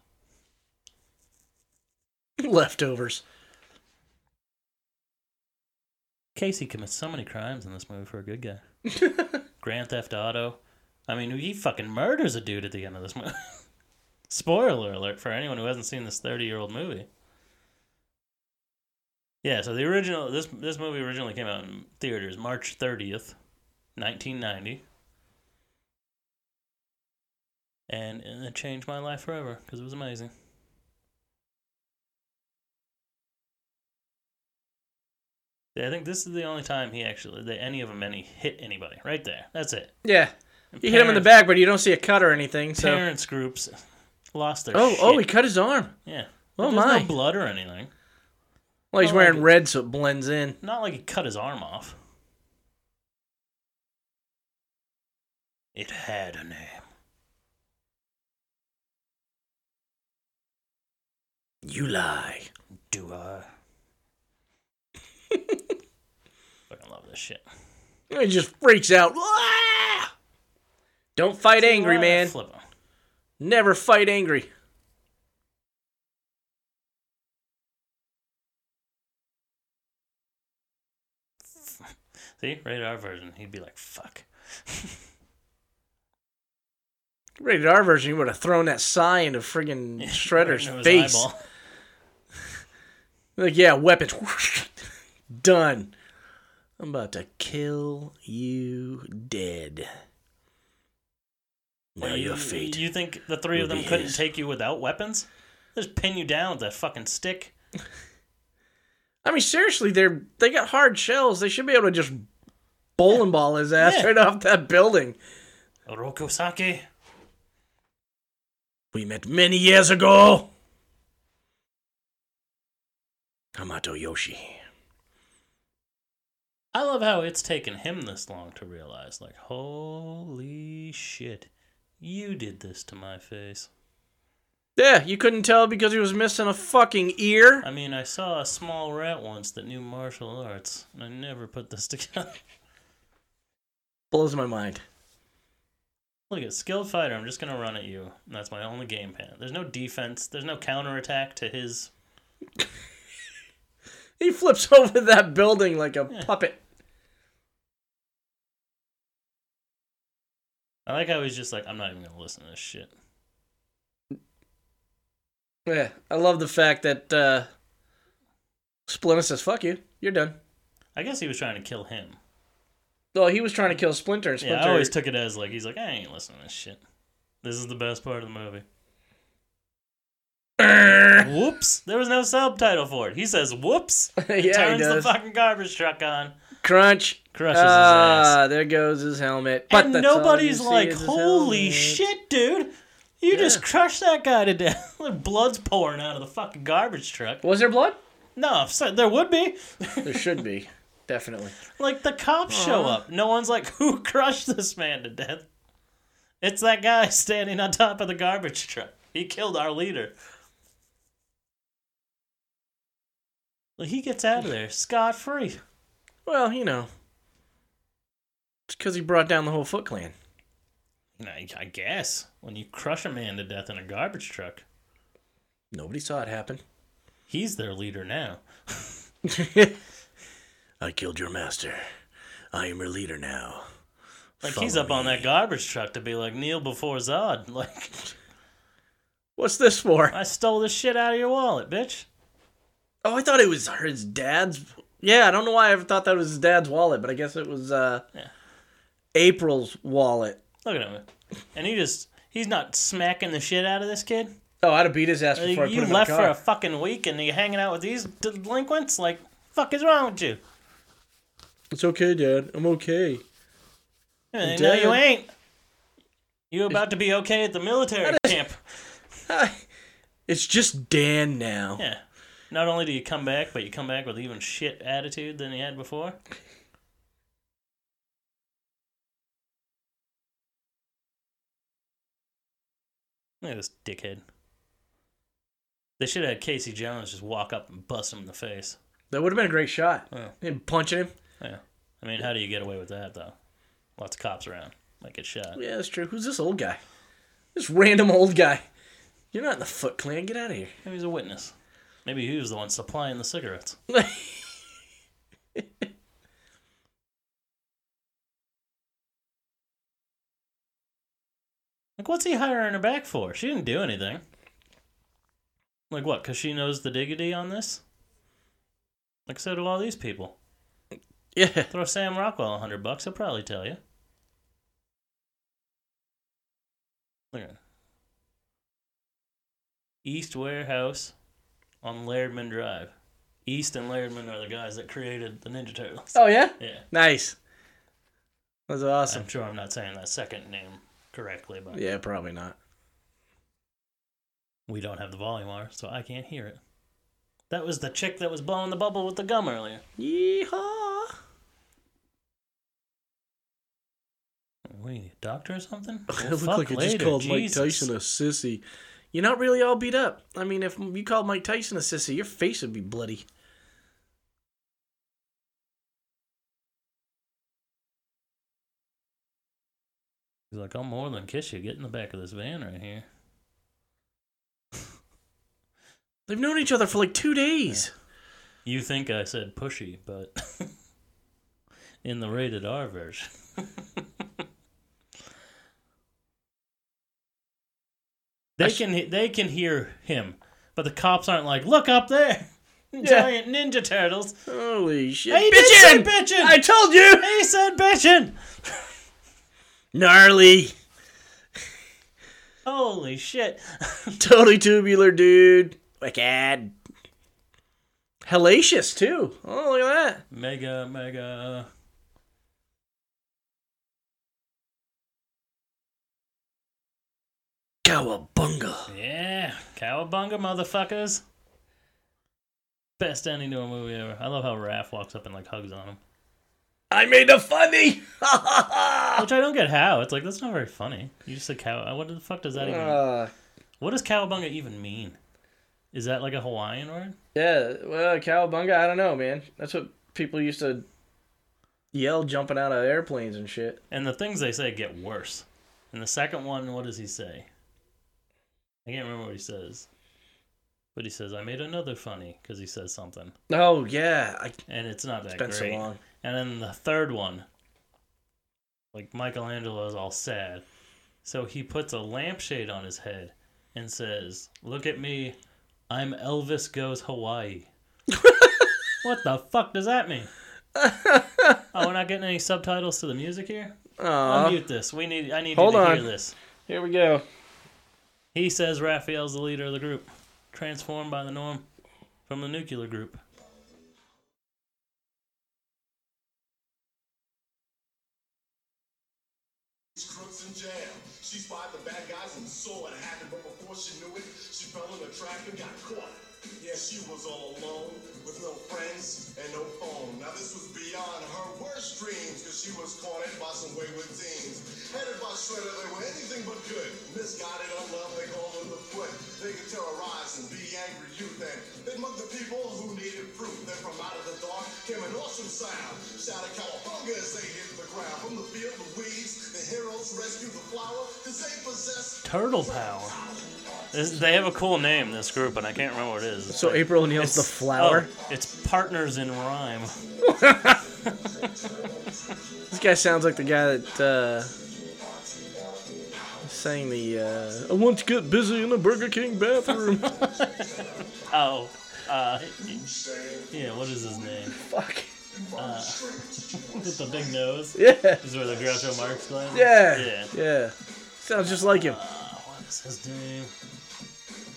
[SPEAKER 3] Leftovers.
[SPEAKER 2] Casey commits so many crimes in this movie for a good guy. Grand Theft Auto. I mean, he fucking murders a dude at the end of this movie. Spoiler alert for anyone who hasn't seen this thirty-year-old movie. Yeah, so the original this this movie originally came out in theaters March thirtieth, nineteen ninety, and and it changed my life forever because it was amazing. Yeah, I think this is the only time he actually that any of them any hit anybody. Right there, that's it.
[SPEAKER 3] Yeah, you hit him in the back, but you don't see a cut or anything. So,
[SPEAKER 2] parents groups lost their
[SPEAKER 3] oh,
[SPEAKER 2] shit.
[SPEAKER 3] oh, he cut his arm.
[SPEAKER 2] yeah. But
[SPEAKER 3] Oh,
[SPEAKER 2] there's
[SPEAKER 3] my.
[SPEAKER 2] no blood or anything.
[SPEAKER 3] Well, he's
[SPEAKER 2] Oh,
[SPEAKER 3] wearing
[SPEAKER 2] like-
[SPEAKER 3] red, so it blends in.
[SPEAKER 2] Not like he cut his arm off. It had a name.
[SPEAKER 3] You lie.
[SPEAKER 2] Do I? Fucking love this shit.
[SPEAKER 3] And he just freaks out. Ah! Don't fight angry,
[SPEAKER 2] Ah,
[SPEAKER 3] man.
[SPEAKER 2] Flip 'em.
[SPEAKER 3] Never fight angry.
[SPEAKER 2] See, rated R version. He'd be like, fuck.
[SPEAKER 3] Rated R version, you would have thrown that sigh into friggin' Shredder's
[SPEAKER 2] Right into his
[SPEAKER 3] face.
[SPEAKER 2] eyeball.
[SPEAKER 3] Like, yeah, weapons. Done. I'm about to kill you dead. Now
[SPEAKER 2] you,
[SPEAKER 3] your fate.
[SPEAKER 2] You think the three of
[SPEAKER 3] will
[SPEAKER 2] them
[SPEAKER 3] be
[SPEAKER 2] couldn't
[SPEAKER 3] his.
[SPEAKER 2] take you without weapons? They Just pin you down with that fucking stick.
[SPEAKER 3] I mean, seriously, they're they got hard shells. They should be able to just bowling ball his ass
[SPEAKER 2] Yeah.
[SPEAKER 3] right off that building.
[SPEAKER 2] Orokosake.
[SPEAKER 3] We met many years ago. Hamato Yoshi.
[SPEAKER 2] I love how it's taken him this long to realize, like, holy shit, you did this to my face.
[SPEAKER 3] Yeah, you couldn't tell because he was missing a fucking ear.
[SPEAKER 2] I mean, I saw a small rat once that knew martial arts, and I never put this together.
[SPEAKER 3] Blows my mind.
[SPEAKER 2] Look at skilled fighter. I'm just gonna run at you. and That's my only game plan. There's no defense. There's no counterattack to his.
[SPEAKER 3] He flips over that building like a
[SPEAKER 2] Yeah.
[SPEAKER 3] puppet.
[SPEAKER 2] I like how he's just like, I'm not even gonna listen to this shit.
[SPEAKER 3] Yeah, I love the fact that uh, Splinter says, "Fuck you, you're done."
[SPEAKER 2] I guess he was trying to kill him.
[SPEAKER 3] Though he was trying to kill Splinter, and Splinter.
[SPEAKER 2] Yeah, I always took it as like he's like, I ain't listening to this shit. This is the best part of the movie. Whoops! There was no subtitle for it. He says, "Whoops!"
[SPEAKER 3] yeah, he
[SPEAKER 2] turns
[SPEAKER 3] does.
[SPEAKER 2] the fucking garbage truck on,
[SPEAKER 3] Crunch.
[SPEAKER 2] crushes his ass,
[SPEAKER 3] Ah, there goes his helmet. But
[SPEAKER 2] and
[SPEAKER 3] that's all you
[SPEAKER 2] nobody's
[SPEAKER 3] see
[SPEAKER 2] like,
[SPEAKER 3] is his
[SPEAKER 2] "Holy
[SPEAKER 3] helmet."
[SPEAKER 2] shit, dude! You just crushed that guy to death." Blood's pouring out of the fucking garbage truck.
[SPEAKER 3] Was there blood?
[SPEAKER 2] No, if so- there would be.
[SPEAKER 3] There should be, definitely.
[SPEAKER 2] Like the cops show up. No one's like, "Who crushed this man to death?" It's that guy standing on top of the garbage truck. He killed our leader. Like, he gets out of there scot free.
[SPEAKER 3] Well, you know, it's because he brought down the whole Foot Clan.
[SPEAKER 2] I I guess when you crush a man to death in a garbage truck,
[SPEAKER 3] Nobody saw it happen.
[SPEAKER 2] he's their leader now.
[SPEAKER 3] I killed your master. I am your leader now.
[SPEAKER 2] Like he's
[SPEAKER 3] Follow
[SPEAKER 2] up on that garbage truck to be like kneel before Zod. Like
[SPEAKER 3] What's this for?
[SPEAKER 2] I stole this shit out of your wallet, bitch.
[SPEAKER 3] Oh, I thought it was her- his dad's. Yeah, I don't know why I ever thought that was his dad's wallet, but I guess it was uh,
[SPEAKER 2] Yeah.
[SPEAKER 3] April's wallet.
[SPEAKER 2] Look at him, and he just—he's not smacking the shit out of this kid.
[SPEAKER 3] Oh, I'd have beat his ass
[SPEAKER 2] Uh,
[SPEAKER 3] before I put
[SPEAKER 2] you
[SPEAKER 3] him
[SPEAKER 2] left
[SPEAKER 3] in
[SPEAKER 2] for
[SPEAKER 3] the car.
[SPEAKER 2] a fucking week and you're hanging out with these delinquents? Like, fuck is wrong with you?
[SPEAKER 3] It's okay, Dad. I'm okay.
[SPEAKER 2] And no, you
[SPEAKER 3] Dad.
[SPEAKER 2] ain't. You about to be okay at the military camp.
[SPEAKER 3] it's just Dan now.
[SPEAKER 2] Yeah. Not only do you come back, but you come back with even shit attitude than you had before. Look at this dickhead. They should have had Casey Jones just walk up and bust him in the face.
[SPEAKER 3] That would have been a great shot.
[SPEAKER 2] Yeah.
[SPEAKER 3] Him punching him.
[SPEAKER 2] Yeah. I mean, how do you get away with that, though? Lots of cops around. Might get shot.
[SPEAKER 3] Yeah, that's true. Who's this old guy? This random old guy. You're not in the Foot Clan. Get out of here.
[SPEAKER 2] Maybe he's a witness. Maybe he was the one supplying the cigarettes. Like, what's he hiring her back for? She didn't do anything. Like, what? Because she knows the diggity on this? Like, so do all these people.
[SPEAKER 3] yeah.
[SPEAKER 2] Throw Sam Rockwell a hundred bucks, he'll probably tell you. Look at East Warehouse on Lairdman Drive. East and Lairdman are the guys that created the Ninja Turtles.
[SPEAKER 3] Oh yeah.
[SPEAKER 2] Yeah.
[SPEAKER 3] Nice. That's awesome.
[SPEAKER 2] I'm sure I'm not saying that second name correctly, but
[SPEAKER 3] Yeah, probably not.
[SPEAKER 2] we don't have the volume on, so I can't hear it. That was the chick that was blowing the bubble with the gum earlier.
[SPEAKER 3] Yeehaw.
[SPEAKER 2] What are you, a doctor or something?
[SPEAKER 3] I
[SPEAKER 2] Well, fuck later, Jesus.
[SPEAKER 3] a sissy. You're not really all beat up. I mean, if you called Mike Tyson a sissy, your face would be bloody.
[SPEAKER 2] He's like, I'll more than kiss you. Get in the back of this van right here.
[SPEAKER 3] They've known each other for like two days.
[SPEAKER 2] You think I said pushy, but in the rated R version. they can he- they can hear him, but the cops aren't like, look up there, giant ninja turtles.
[SPEAKER 3] Holy shit.
[SPEAKER 2] He did say bitchin'!
[SPEAKER 3] I told you!
[SPEAKER 2] He said bitchin'.
[SPEAKER 3] Gnarly.
[SPEAKER 2] Holy shit!
[SPEAKER 3] Totally tubular, dude. Wicked. Hellacious, too. Oh, look at that.
[SPEAKER 2] mega mega.
[SPEAKER 3] Cowabunga.
[SPEAKER 2] Yeah, cowabunga, motherfuckers. Best ending to a movie ever. I love how Raph walks up and like hugs on him.
[SPEAKER 3] I made a funny.
[SPEAKER 2] Which I don't get how. It's like that's not very funny. You just said cow. What the fuck does that even?
[SPEAKER 3] Uh,
[SPEAKER 2] what does cowabunga even mean? Is that like a Hawaiian word?
[SPEAKER 3] yeah, well, cowabunga, I don't know, man. That's what people used to yell jumping out of airplanes and shit.
[SPEAKER 2] And the things they say get worse. And the second one, what does he say? I can't remember what he says. But he says, "I made another funny" because he says something,
[SPEAKER 3] Oh, yeah. I, it's
[SPEAKER 2] and it's not that
[SPEAKER 3] been so
[SPEAKER 2] great.
[SPEAKER 3] long.
[SPEAKER 2] And then the third one, like Michelangelo's all sad. So he puts a lampshade on his head and says, Look at me, I'm Elvis Goes Hawaii. what the fuck does that mean? oh, we're not getting any subtitles to the music here?
[SPEAKER 3] Aw.
[SPEAKER 2] Unmute this. We need I need
[SPEAKER 3] Uh-huh. Hold
[SPEAKER 2] you to
[SPEAKER 3] on.
[SPEAKER 2] hear this.
[SPEAKER 3] Here we go.
[SPEAKER 2] He says Raphael's the leader of the group, transformed by the norm from the nuclear group.
[SPEAKER 5] These crooks in jail. She spied the bad guys and saw what happened, but before she knew it, she fell in a trap and got caught. Yeah, she was all alone, with no friends and no phone. Now this was beyond her worst dreams, cause she was caught in by some wayward teens. Headed by Shredder, they were anything but good. Misguided, unloved, they called them the foot. They could terrorize and be angry youth, and they mugged the people who needed proof. Then from out of the dark came an awesome sound. Shouted cowabunga as they hit the ground. From the field, the weeds, the heroes rescued the flower, cause they possessed
[SPEAKER 2] Turtle Power. This, they have a cool name, this group, and I can't remember what it is.
[SPEAKER 3] So April O'Neil's the flower.
[SPEAKER 2] Oh, it's Partners in Rhyme.
[SPEAKER 3] This guy sounds like the guy that uh, sang the uh, "I want to get busy in the Burger King bathroom."
[SPEAKER 2] Oh, uh, yeah, what is his name?
[SPEAKER 3] Fuck.
[SPEAKER 2] With the big nose?
[SPEAKER 3] Yeah.
[SPEAKER 2] Is where the Groucho Marx glasses?
[SPEAKER 3] Yeah.
[SPEAKER 2] Yeah.
[SPEAKER 3] Yeah. Sounds just like him.
[SPEAKER 2] What is his name?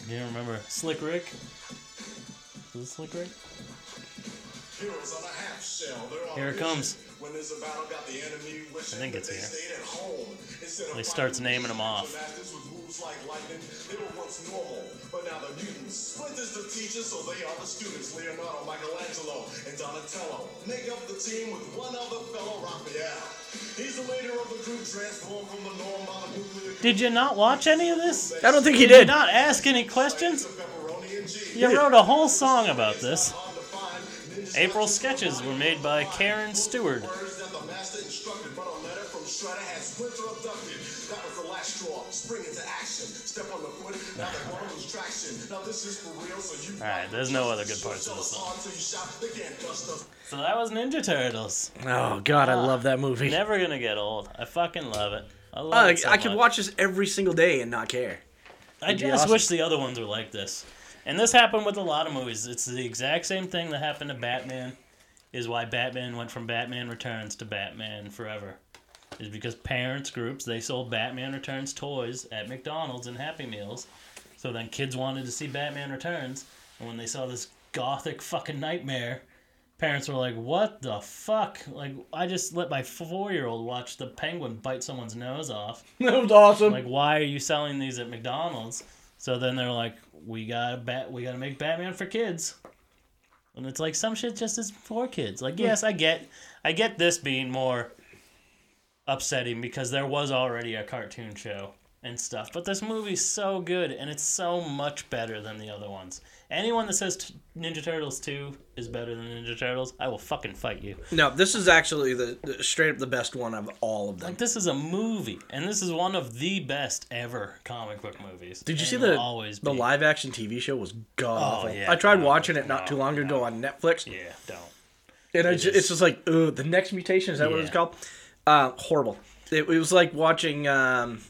[SPEAKER 2] I can't remember. Slick Rick? Is it Slick Rick?
[SPEAKER 5] heroes on a half shell. They're on
[SPEAKER 2] Here it
[SPEAKER 5] a
[SPEAKER 2] comes.
[SPEAKER 5] mission. When there's a battle, got the enemy wishing
[SPEAKER 2] think
[SPEAKER 5] that
[SPEAKER 2] it's
[SPEAKER 5] they
[SPEAKER 2] here.
[SPEAKER 5] stayed at home instead of
[SPEAKER 2] He starts
[SPEAKER 5] fighting
[SPEAKER 2] naming 'em off.
[SPEAKER 5] the masters with moves like lightning. They were once normal, but now they're mutants. Splinter's the teacher, so they are the students. Leonardo, Michelangelo, and Donatello make up the team with one other fellow, Raphael. He's the leader of the group transformed from the norm by the nuclear.
[SPEAKER 2] Did you not watch any of this?
[SPEAKER 3] I don't think he
[SPEAKER 2] Did you
[SPEAKER 3] did.
[SPEAKER 2] not ask any questions?
[SPEAKER 5] of pepperoni and cheese.
[SPEAKER 2] You wrote a whole song about this.
[SPEAKER 5] Hard to find. Ninja
[SPEAKER 2] April's sketches were made by Karen Stewart.
[SPEAKER 5] Words that the master instructed, but a letter from Shredder had Splinter abducted. That was the last straw. Spring into action. Step on the foot. Now the one was traction. Now this is for real, so you.
[SPEAKER 2] Alright, there's no other good parts to this song.
[SPEAKER 5] Until you shout, they can't dust us.
[SPEAKER 2] So that was Ninja Turtles.
[SPEAKER 3] Oh God, I love that movie.
[SPEAKER 2] Never gonna get old. I fucking love it. I love
[SPEAKER 3] I,
[SPEAKER 2] it. So
[SPEAKER 3] I could
[SPEAKER 2] much.
[SPEAKER 3] watch this every single day and not care.
[SPEAKER 2] I
[SPEAKER 3] be
[SPEAKER 2] just
[SPEAKER 3] awesome.
[SPEAKER 2] wish the other ones were like this. And this happened with a lot of movies. It's the exact same thing that happened to Batman. Is why Batman went from Batman Returns to Batman Forever. Is because parents groups they sold Batman Returns toys at McDonald's and Happy Meals. So then kids wanted to see Batman Returns, and when they saw this gothic fucking nightmare, parents were like, "What the fuck?" Like I just let my four-year-old watch the penguin bite someone's nose off.
[SPEAKER 3] That was awesome.
[SPEAKER 2] Like, why are you selling these at McDonald's? So then they're like, we gotta bat, we gotta make Batman for kids. And it's like some shit just is for kids. Like, yes, I get, I get this being more upsetting because there was already a cartoon show and stuff. But this movie's so good, and it's so much better than the other ones. Anyone that says t- Ninja Turtles 2 is better than Ninja Turtles, I will fucking fight you.
[SPEAKER 3] No, this is actually the, the straight up the best one of all of them.
[SPEAKER 2] Like, this is a movie, and this is one of the best ever comic book movies.
[SPEAKER 3] Did you
[SPEAKER 2] and
[SPEAKER 3] see
[SPEAKER 2] will
[SPEAKER 3] the
[SPEAKER 2] always
[SPEAKER 3] the
[SPEAKER 2] be. Oh,
[SPEAKER 3] live action TV show was god awful.
[SPEAKER 2] yeah,
[SPEAKER 3] I tried
[SPEAKER 2] no,
[SPEAKER 3] watching it not
[SPEAKER 2] no,
[SPEAKER 3] too long ago on Netflix,
[SPEAKER 2] Yeah, don't.
[SPEAKER 3] and I ju-
[SPEAKER 2] is-
[SPEAKER 3] it's just like, ooh, the next mutation is that what it's
[SPEAKER 2] Yeah.
[SPEAKER 3] called? Uh, horrible. It, it was like watching. Um,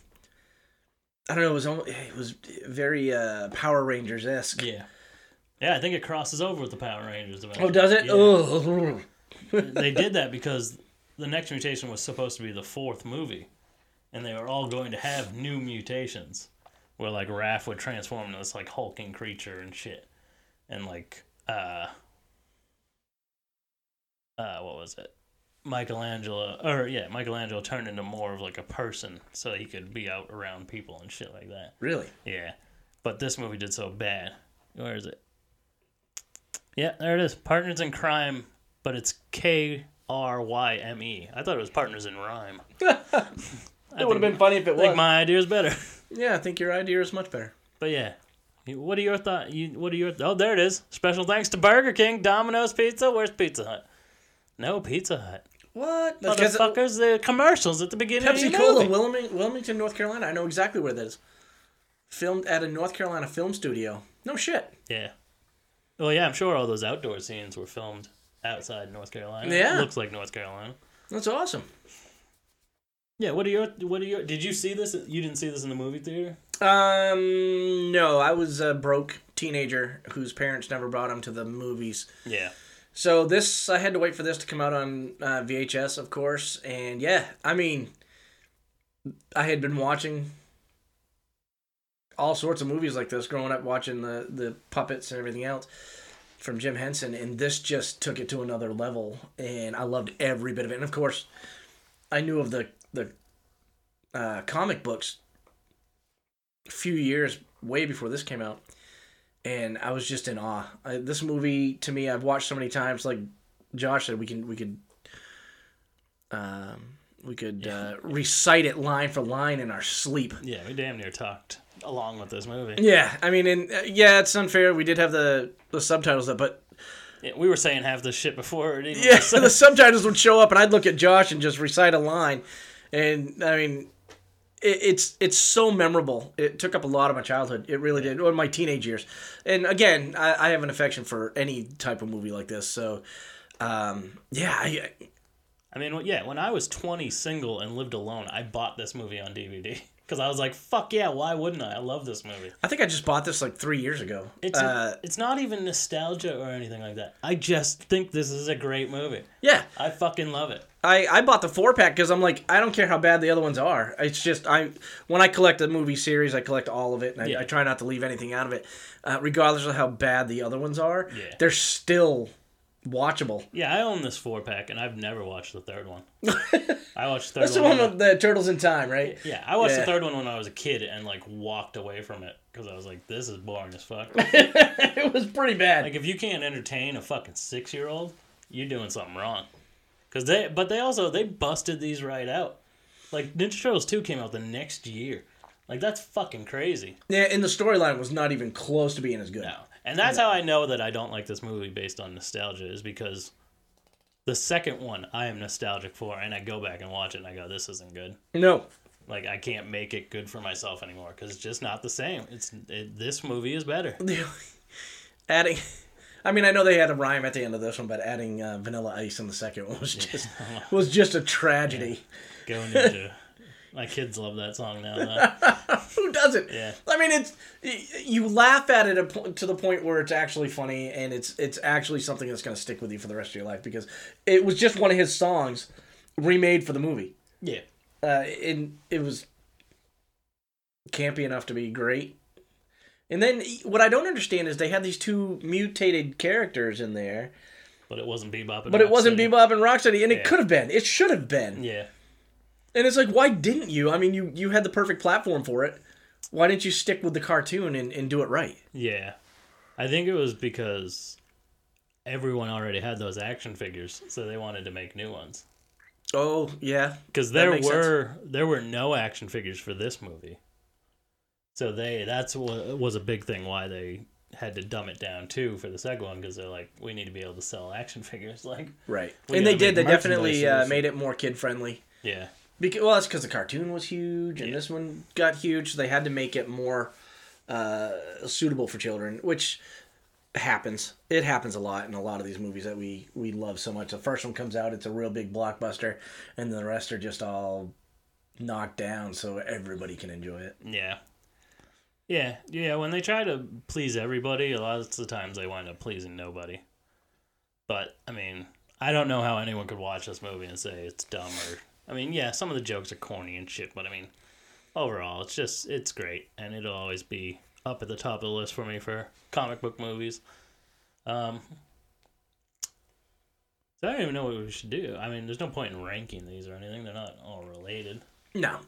[SPEAKER 3] I don't know. It was almost, it was very uh, Power Rangers esque.
[SPEAKER 2] Yeah. Yeah, I think it crosses over with the Power Rangers.
[SPEAKER 3] Oh,
[SPEAKER 2] eventually.
[SPEAKER 3] does it?
[SPEAKER 2] Yeah.
[SPEAKER 3] Ugh.
[SPEAKER 2] they did that because the next mutation was supposed to be the fourth movie, and they were all going to have new mutations, where like Raph would transform into this like hulking creature and shit, and like uh, uh, what was it? Michelangelo, or yeah, Michelangelo turned into more of like a person, so he could be out around people and shit like that.
[SPEAKER 3] Really?
[SPEAKER 2] Yeah, but this movie did so bad. Where is it? Yeah, there it is. Partners in Crime, but it's K R Y M E. I thought it was Partners in Rhyme.
[SPEAKER 3] It would have been funny if it
[SPEAKER 2] I think
[SPEAKER 3] was.
[SPEAKER 2] my idea is better.
[SPEAKER 3] Yeah, I think your idea is much better.
[SPEAKER 2] But yeah, You- what are your thoughts? You, what are your? Oh, there it is. Special thanks to Burger King, Domino's Pizza. Where's Pizza Hut? No Pizza Hut.
[SPEAKER 3] What? Because
[SPEAKER 2] Motherfuckers, the commercials at the beginning.
[SPEAKER 3] Pepsi
[SPEAKER 2] of the
[SPEAKER 3] Cola,
[SPEAKER 2] movie.
[SPEAKER 3] Wilming- Wilmington, North Carolina. I know exactly where that is. Filmed at a North Carolina film studio. No shit.
[SPEAKER 2] Yeah. Well, yeah, I'm sure all those outdoor scenes were filmed outside North Carolina.
[SPEAKER 3] Yeah.
[SPEAKER 2] looks like North Carolina.
[SPEAKER 3] That's awesome.
[SPEAKER 2] Yeah, what are your what are your did you see this you didn't see this in the movie theater?
[SPEAKER 3] Um, no, I was a broke teenager whose parents never brought him to the movies.
[SPEAKER 2] Yeah.
[SPEAKER 3] So this, I had to wait for this to come out on uh, VHS, of course. And yeah, I mean, I had been watching all sorts of movies like this growing up, watching the the puppets and everything else from Jim Henson, and this just took it to another level. And I loved every bit of it. And of course, I knew of the the uh, comic books a few years way before this came out and I was just in awe. I, this movie to me, I've watched so many times. Like Josh said, we can we could um, we could uh, recite it line for line in our sleep.
[SPEAKER 2] Yeah, we damn near talked along with this movie.
[SPEAKER 3] Yeah, I mean, and uh, yeah, it's unfair. We did have the the subtitles up, but
[SPEAKER 2] Yeah, we were saying half this shit before it even
[SPEAKER 3] yeah, the subtitles would show up, and I'd look at Josh and just recite a line, and I mean. it- It's it's so memorable. It took up a lot of my childhood. It really did, or my teenage years. And again, I, I have an affection for any type of movie like this. So, um, yeah, I,
[SPEAKER 2] I mean, well, yeah, when I was 20 single and lived alone, I bought this movie on DVD cuz I was like, fuck yeah, why wouldn't I? I love this movie.
[SPEAKER 3] I think I just bought this like three years ago.
[SPEAKER 2] It's a-
[SPEAKER 3] uh,
[SPEAKER 2] it's not even nostalgia or anything like that. I just think this is a great movie.
[SPEAKER 3] yeah.
[SPEAKER 2] I fucking love it.
[SPEAKER 3] I, I bought the four pack because I'm like I don't care how bad the other ones are. It's just I when I collect a movie series, I collect all of it, and I,
[SPEAKER 2] Yeah.
[SPEAKER 3] I try not to leave anything out of it, uh, regardless of how bad the other ones are.
[SPEAKER 2] Yeah.
[SPEAKER 3] They're still watchable.
[SPEAKER 2] Yeah, I own this four pack and I've never watched the third one. I watched the third
[SPEAKER 3] That's the
[SPEAKER 2] one
[SPEAKER 3] one with the turtles in time, right?
[SPEAKER 2] Yeah, I watched
[SPEAKER 3] Yeah.
[SPEAKER 2] the third one when I was a kid and like walked away from it because I was like, "This is boring as fuck."
[SPEAKER 3] it was pretty bad.
[SPEAKER 2] like, if you can't entertain a fucking six-year-old, you're doing something wrong. Cause they, but they also they busted these right out. Like Ninja Turtles two came out the next year. Like that's fucking crazy.
[SPEAKER 3] yeah, and the storyline was not even close to being as good.
[SPEAKER 2] No, and that's how I know that I don't like this movie based on nostalgia is because the second one I am nostalgic for, and I go back and watch it and I go, "This isn't good."
[SPEAKER 3] no.
[SPEAKER 2] like I can't make it good for myself anymore because it's just not the same. It's it, this movie is better.
[SPEAKER 3] adding I mean, I know they had a rhyme at the end of this one, but adding uh, Vanilla Ice in the second one was just was just a tragedy.
[SPEAKER 2] Go Ninja. My kids love that song now. Though.
[SPEAKER 3] Who doesn't?
[SPEAKER 2] Yeah.
[SPEAKER 3] I mean, it's y- you laugh at it a po- to the point where it's actually funny, and it's it's actually something that's going to stick with you for the rest of your life because it was just one of his songs remade for the movie,
[SPEAKER 2] Yeah,
[SPEAKER 3] uh, and it was campy enough to be great. And then y- what I don't understand is they had these two mutated characters in there.
[SPEAKER 2] but it wasn't Bebop. And
[SPEAKER 3] But it wasn't
[SPEAKER 2] Rocksteady.
[SPEAKER 3] Bebop and Rocksteady, and it
[SPEAKER 2] Yeah.
[SPEAKER 3] could have been. It should have been.
[SPEAKER 2] Yeah,
[SPEAKER 3] And it's like, why didn't you? I mean, you you had the perfect platform for it. Why didn't you stick with the cartoon and, and do it right?
[SPEAKER 2] yeah. I think it was because everyone already had those action figures, so they wanted to make new ones.
[SPEAKER 3] Oh yeah,
[SPEAKER 2] Because
[SPEAKER 3] That
[SPEAKER 2] there
[SPEAKER 3] makes sense.
[SPEAKER 2] were there were no action figures for this movie. So they that's what was a big thing why they had to dumb it down too for the second one because they're like we need to be able to sell action figures like
[SPEAKER 3] Right.
[SPEAKER 2] We
[SPEAKER 3] and they
[SPEAKER 2] gotta
[SPEAKER 3] did. They
[SPEAKER 2] make
[SPEAKER 3] definitely
[SPEAKER 2] merchandise
[SPEAKER 3] uh,
[SPEAKER 2] and-
[SPEAKER 3] made it more kid friendly.
[SPEAKER 2] yeah
[SPEAKER 3] Because, well, that's because the cartoon was huge and this one got huge. So they had to make it more uh, suitable for children, which happens. It happens a lot in a lot of these movies that we, we love so much. The first one comes out, it's a real big blockbuster, and the rest are just all knocked down so everybody can enjoy it.
[SPEAKER 2] yeah yeah yeah when they try to please everybody a lot of the times they wind up pleasing nobody but I mean I don't know how anyone could watch this movie and say it's dumb or I mean yeah some of the jokes are corny and shit but I mean overall it's just it's great and it'll always be up at the top of the list for me for comic book movies um so I don't even know what we should do I mean there's no point in ranking these or anything they're not all related
[SPEAKER 3] No.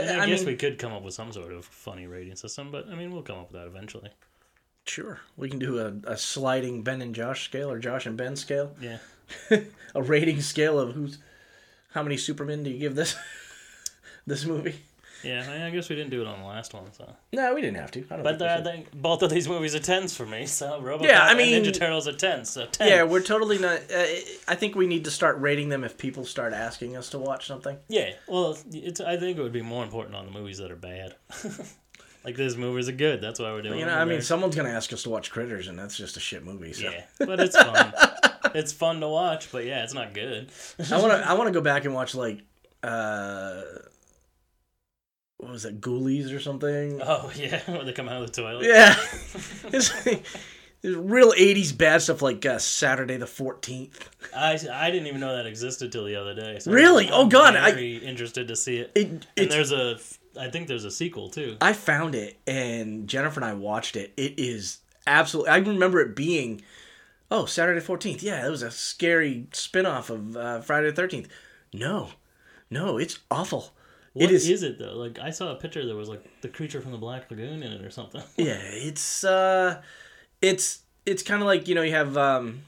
[SPEAKER 2] I, mean, I
[SPEAKER 3] I,
[SPEAKER 2] guess
[SPEAKER 3] mean,
[SPEAKER 2] we could come up with some sort of funny rating system, but I mean, we'll come up with that eventually.
[SPEAKER 3] sure. We can do a, a sliding Ben and Josh scale or Josh and Ben scale.
[SPEAKER 2] Yeah.
[SPEAKER 3] a rating scale of who's how many Supermen do you give this this movie?
[SPEAKER 2] Yeah, I, mean, I guess we didn't do it on the last one, so.
[SPEAKER 3] No, we didn't have to. I don't
[SPEAKER 2] But
[SPEAKER 3] think we
[SPEAKER 2] uh,
[SPEAKER 3] should.
[SPEAKER 2] they, both of these movies are tens for me, so RoboCop
[SPEAKER 3] Yeah, I
[SPEAKER 2] and
[SPEAKER 3] mean-
[SPEAKER 2] Ninja Turtles are tens, so ten.
[SPEAKER 3] yeah, we're totally not. Uh, I think we need to start rating them if people start asking us to watch something.
[SPEAKER 2] yeah. Well, it's. I think it would be more important on the movies that are bad. like these movies are good. That's why we're doing.
[SPEAKER 3] You know,
[SPEAKER 2] them.
[SPEAKER 3] I mean,
[SPEAKER 2] They're-
[SPEAKER 3] someone's gonna ask us to watch Critters, and that's just a shit movie. So
[SPEAKER 2] yeah, but it's fun. it's fun to watch, but yeah, it's not good.
[SPEAKER 3] I want to. I want to go back and watch like. uh what was that, Ghoulies or something?
[SPEAKER 2] Oh yeah, when they come out of the toilet.
[SPEAKER 3] Yeah. it's, it's real 80s bad stuff like uh, Saturday the 14th.
[SPEAKER 2] I, I didn't even know that existed till the other day. So
[SPEAKER 3] Really?
[SPEAKER 2] I'm
[SPEAKER 3] Oh, God, I-
[SPEAKER 2] Very interested to see it.
[SPEAKER 3] It,
[SPEAKER 2] and
[SPEAKER 3] it's
[SPEAKER 2] there's a i think there's a sequel too
[SPEAKER 3] I found it and Jennifer and I watched it. It is absolutely. I remember it being, oh, Saturday fourteenth. Yeah, it was a scary spinoff of uh, Friday the thirteenth. No, no, it's awful.
[SPEAKER 2] What
[SPEAKER 3] it is.
[SPEAKER 2] is it though like i saw a picture that was like the creature from the black lagoon in it or something
[SPEAKER 3] Yeah, it's uh, it's it's kind of like you know you have um,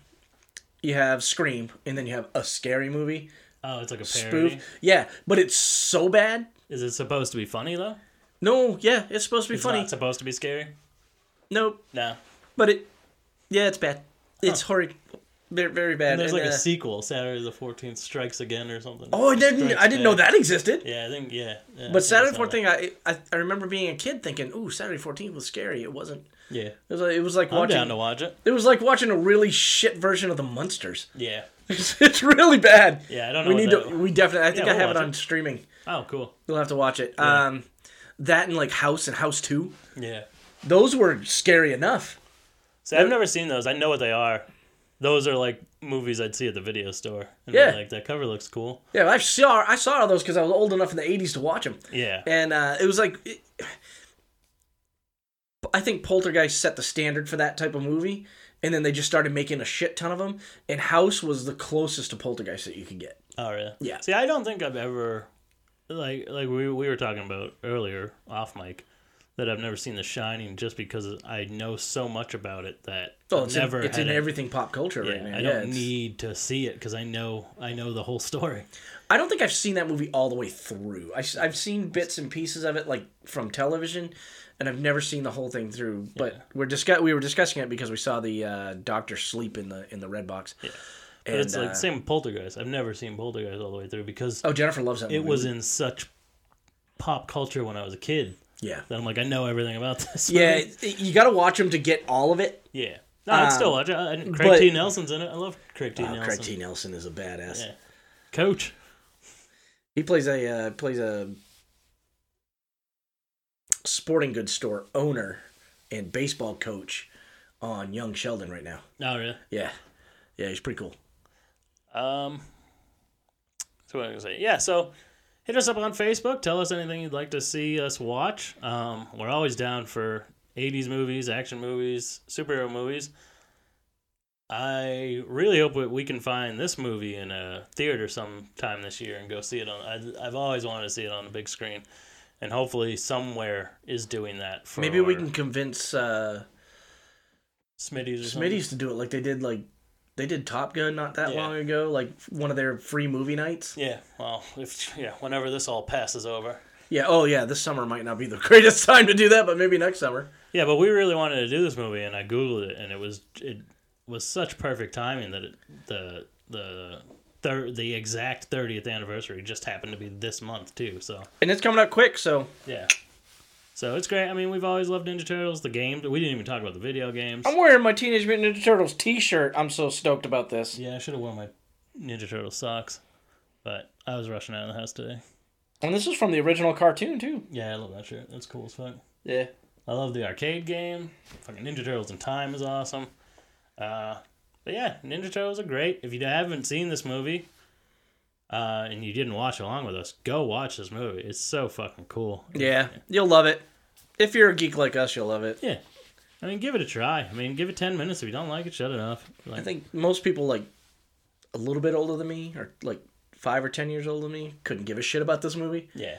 [SPEAKER 3] you have Scream and then you have a scary movie
[SPEAKER 2] oh it's like a parody
[SPEAKER 3] spoof. Yeah, but it's so bad.
[SPEAKER 2] is it supposed to be funny though
[SPEAKER 3] No, yeah, it's supposed to be
[SPEAKER 2] it's
[SPEAKER 3] funny.
[SPEAKER 2] not supposed to be scary
[SPEAKER 3] nope,
[SPEAKER 2] no
[SPEAKER 3] but it. Yeah, it's bad. It's horrid. They're very bad.
[SPEAKER 2] and there's like
[SPEAKER 3] uh,
[SPEAKER 2] a sequel saturday the 14th strikes again or something
[SPEAKER 3] Oh, I didn't.
[SPEAKER 2] Strikes
[SPEAKER 3] I didn't know
[SPEAKER 2] Back.
[SPEAKER 3] that existed.
[SPEAKER 2] yeah i think yeah, yeah, I think I
[SPEAKER 3] But Saturday
[SPEAKER 2] saw
[SPEAKER 3] Fourth
[SPEAKER 2] that.
[SPEAKER 3] thing, I, I I remember being a kid thinking, "Ooh, Saturday Fourteenth was scary." It wasn't.
[SPEAKER 2] yeah
[SPEAKER 3] It was like, it was like
[SPEAKER 2] i'm down to
[SPEAKER 3] watching.
[SPEAKER 2] watch it
[SPEAKER 3] It was like watching a really shit version of the Munsters.
[SPEAKER 2] yeah
[SPEAKER 3] It's, it's really bad.
[SPEAKER 2] Yeah, I don't know
[SPEAKER 3] We
[SPEAKER 2] what
[SPEAKER 3] need
[SPEAKER 2] that-
[SPEAKER 3] to. We definitely. I think
[SPEAKER 2] Yeah,
[SPEAKER 3] I
[SPEAKER 2] we'll
[SPEAKER 3] have it
[SPEAKER 2] watch
[SPEAKER 3] on
[SPEAKER 2] it.
[SPEAKER 3] streaming.
[SPEAKER 2] oh cool
[SPEAKER 3] You'll have to watch it. Um, that and like House and House Two.
[SPEAKER 2] yeah
[SPEAKER 3] Those were scary enough.
[SPEAKER 2] so i've never seen those i know what they are those are like movies i'd see at the video store and
[SPEAKER 3] Yeah.
[SPEAKER 2] yeah like that cover looks cool
[SPEAKER 3] Yeah, I saw I saw all those because I was old enough in the '80s to watch them.
[SPEAKER 2] yeah
[SPEAKER 3] and uh, it was like it- i think poltergeist set the standard for that type of movie and then they just started making a shit ton of them and house was the closest to poltergeist that you could get
[SPEAKER 2] Oh really?
[SPEAKER 3] Yeah.
[SPEAKER 2] See, I don't think I've ever like like we we were talking about earlier off mic that I've never seen The Shining just because I know so much about it that
[SPEAKER 3] oh
[SPEAKER 2] I've
[SPEAKER 3] it's
[SPEAKER 2] never
[SPEAKER 3] in, it's
[SPEAKER 2] had
[SPEAKER 3] in
[SPEAKER 2] a-
[SPEAKER 3] everything pop culture
[SPEAKER 2] Yeah,
[SPEAKER 3] right now
[SPEAKER 2] I
[SPEAKER 3] yeah,
[SPEAKER 2] don't
[SPEAKER 3] it's-
[SPEAKER 2] need to see it because I know I know the whole story.
[SPEAKER 3] i don't think i've seen that movie all the way through I, have seen bits and pieces of it like from television and i've never seen the whole thing through but we're discuss- we were discussing it because we saw the uh, doctor sleep in the in the red box uh, yeah.
[SPEAKER 2] But it's like same with Poltergeist. I've never seen Poltergeist all the way through because
[SPEAKER 3] oh jennifer loves that
[SPEAKER 2] it
[SPEAKER 3] movie.
[SPEAKER 2] was in such pop culture when I was a kid
[SPEAKER 3] yeah
[SPEAKER 2] that I'm like I know everything about this.
[SPEAKER 3] yeah
[SPEAKER 2] movie.
[SPEAKER 3] it- you gotta watch them to get all of it
[SPEAKER 2] yeah. No, I'd still watch it. I- Craig T. Nelson's in it. I love Craig T.
[SPEAKER 3] Oh,
[SPEAKER 2] Nelson.
[SPEAKER 3] Craig T. Nelson is a badass.
[SPEAKER 2] Yeah. Coach.
[SPEAKER 3] He plays a uh, plays a sporting goods store owner and baseball coach on Young Sheldon right now.
[SPEAKER 2] No, really.
[SPEAKER 3] Yeah, yeah, he's pretty cool.
[SPEAKER 2] Um, so what I was gonna say, yeah. So hit us up on Facebook. Tell us anything you'd like to see us watch. Um, we're always down for '80s movies, action movies, superhero movies. I really hope that we can find this movie in a theater sometime this year and go see it on. I, I've always wanted to see it on the big screen, and hopefully somewhere is doing that. For
[SPEAKER 3] Maybe we can convince uh,
[SPEAKER 2] Smitty's or something.
[SPEAKER 3] Smitty's to do it like they did like they did Top Gun not that
[SPEAKER 2] Yeah.
[SPEAKER 3] long ago, like one of their free movie nights.
[SPEAKER 2] Yeah. Well, if yeah, whenever this all passes over.
[SPEAKER 3] Yeah. Oh, yeah. This summer might not be the greatest time to do that, but maybe next summer.
[SPEAKER 2] Yeah, but we really wanted to do this movie, and I googled it, and it was it was such perfect timing that it, the the thir- the exact thirtieth anniversary just happened to be this month too. So
[SPEAKER 3] And it's coming up quick, so
[SPEAKER 2] yeah, so it's great. I mean, we've always loved Ninja Turtles. The game we didn't even talk about the video games.
[SPEAKER 3] I'm wearing my Teenage Mutant Ninja Turtles T-shirt. I'm so stoked about this.
[SPEAKER 2] yeah, I should have worn my Ninja Turtle socks, but I was rushing out of the house today.
[SPEAKER 3] And this is from the original cartoon too.
[SPEAKER 2] Yeah, I love that shirt. That's cool as fuck.
[SPEAKER 3] Yeah.
[SPEAKER 2] I love the arcade game. Fucking Ninja Turtles in Time is awesome. Uh, but yeah, Ninja Turtles are great. If you haven't seen this movie uh, and you didn't watch along with us, go watch this movie. It's so fucking cool.
[SPEAKER 3] Yeah. You'll love it. If you're a geek like us, you'll love it.
[SPEAKER 2] Yeah. I mean, give it a try. I mean, give it 10 minutes. If you don't like it, shut it off. Like,
[SPEAKER 3] I think most people like a little bit older than me, or like five or ten years older than me, couldn't give a shit about this movie.
[SPEAKER 2] Yeah.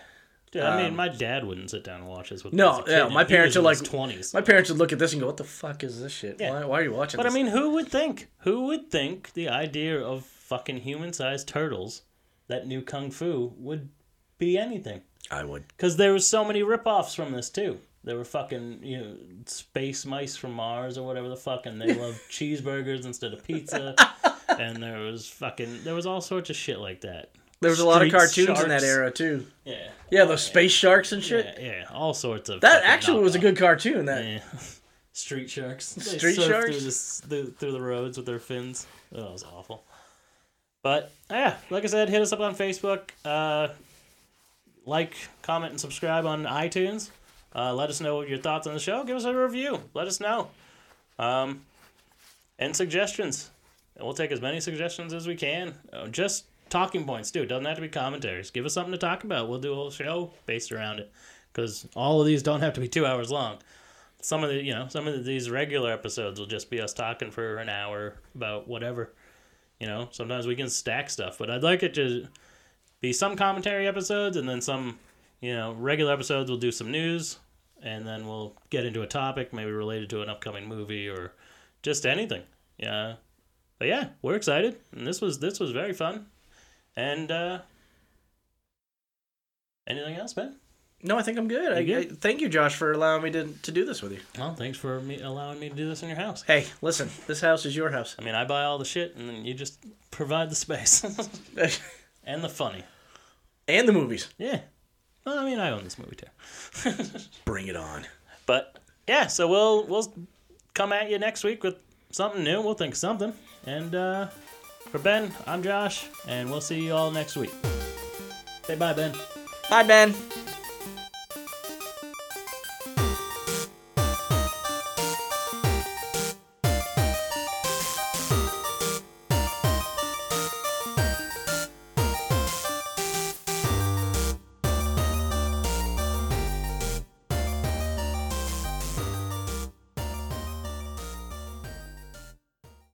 [SPEAKER 2] Dude, I mean, my dad wouldn't sit down and watch this with me.
[SPEAKER 3] Um, No,
[SPEAKER 2] as a kid,
[SPEAKER 3] no,
[SPEAKER 2] and
[SPEAKER 3] my
[SPEAKER 2] he
[SPEAKER 3] parents
[SPEAKER 2] was
[SPEAKER 3] are
[SPEAKER 2] in his 20s.
[SPEAKER 3] like- My parents would look at this and go, "What the fuck is this shit?
[SPEAKER 2] Yeah.
[SPEAKER 3] Why, why are you watching?"
[SPEAKER 2] But I
[SPEAKER 3] this?"
[SPEAKER 2] mean, who would think? Who would think the idea of fucking human sized turtles that knew Kung Fu would be anything?
[SPEAKER 3] I would.
[SPEAKER 2] Because there was so many rip-offs from this too. There were fucking you know space mice from Mars or whatever the fuck, and they loved cheeseburgers instead of pizza. and there was fucking there was all sorts of shit like that.
[SPEAKER 3] There was a lot of
[SPEAKER 2] Street
[SPEAKER 3] cartoons in that
[SPEAKER 2] Sharks.
[SPEAKER 3] era too.
[SPEAKER 2] Yeah,
[SPEAKER 3] Yeah, those space sharks and shit.
[SPEAKER 2] yeah, yeah, all sorts of.
[SPEAKER 3] That
[SPEAKER 2] fucking
[SPEAKER 3] actually was a
[SPEAKER 2] knockoff.
[SPEAKER 3] good cartoon. That
[SPEAKER 2] Yeah. Street sharks. They
[SPEAKER 3] Street
[SPEAKER 2] surf
[SPEAKER 3] sharks?
[SPEAKER 2] through the, s- through, through the roads with their fins. Oh, that was awful. But yeah, like I said, hit us up on Facebook. Uh, like, comment, and subscribe on iTunes. Uh, let us know your thoughts on the show. Give us a review. Let us know. Um, and suggestions. And we'll take as many suggestions as we can. Uh, just talking points, too. It doesn't have to be commentaries. Give us something to talk about. We'll do a whole show based around it. Because all of these don't have to be two hours long some of the you know some of these regular episodes will just be us talking for an hour about whatever you know sometimes we can stack stuff but i'd like it to be some commentary episodes and then some you know regular episodes we'll do some news and then we'll get into a topic maybe related to an upcoming movie or just anything yeah but yeah we're excited and this was this was very fun and uh anything else man
[SPEAKER 3] no, I think I'm good. I,
[SPEAKER 2] You
[SPEAKER 3] I,
[SPEAKER 2] good?
[SPEAKER 3] thank you, Josh, for allowing me to, to do this with you.
[SPEAKER 2] well thanks for me allowing me to do this in your house
[SPEAKER 3] Hey, listen, this house is your house.
[SPEAKER 2] I mean, I buy all the shit, and then you just provide the space and the funny.
[SPEAKER 3] and the movies.
[SPEAKER 2] Yeah. Well, I mean, I own this movie too.
[SPEAKER 3] Bring it on.
[SPEAKER 2] but yeah, so we'll we'll come at you next week with something new. We'll think of something. And uh, for Ben, I'm Josh, and we'll see you all next week. Say bye, Ben.
[SPEAKER 3] Bye, Ben.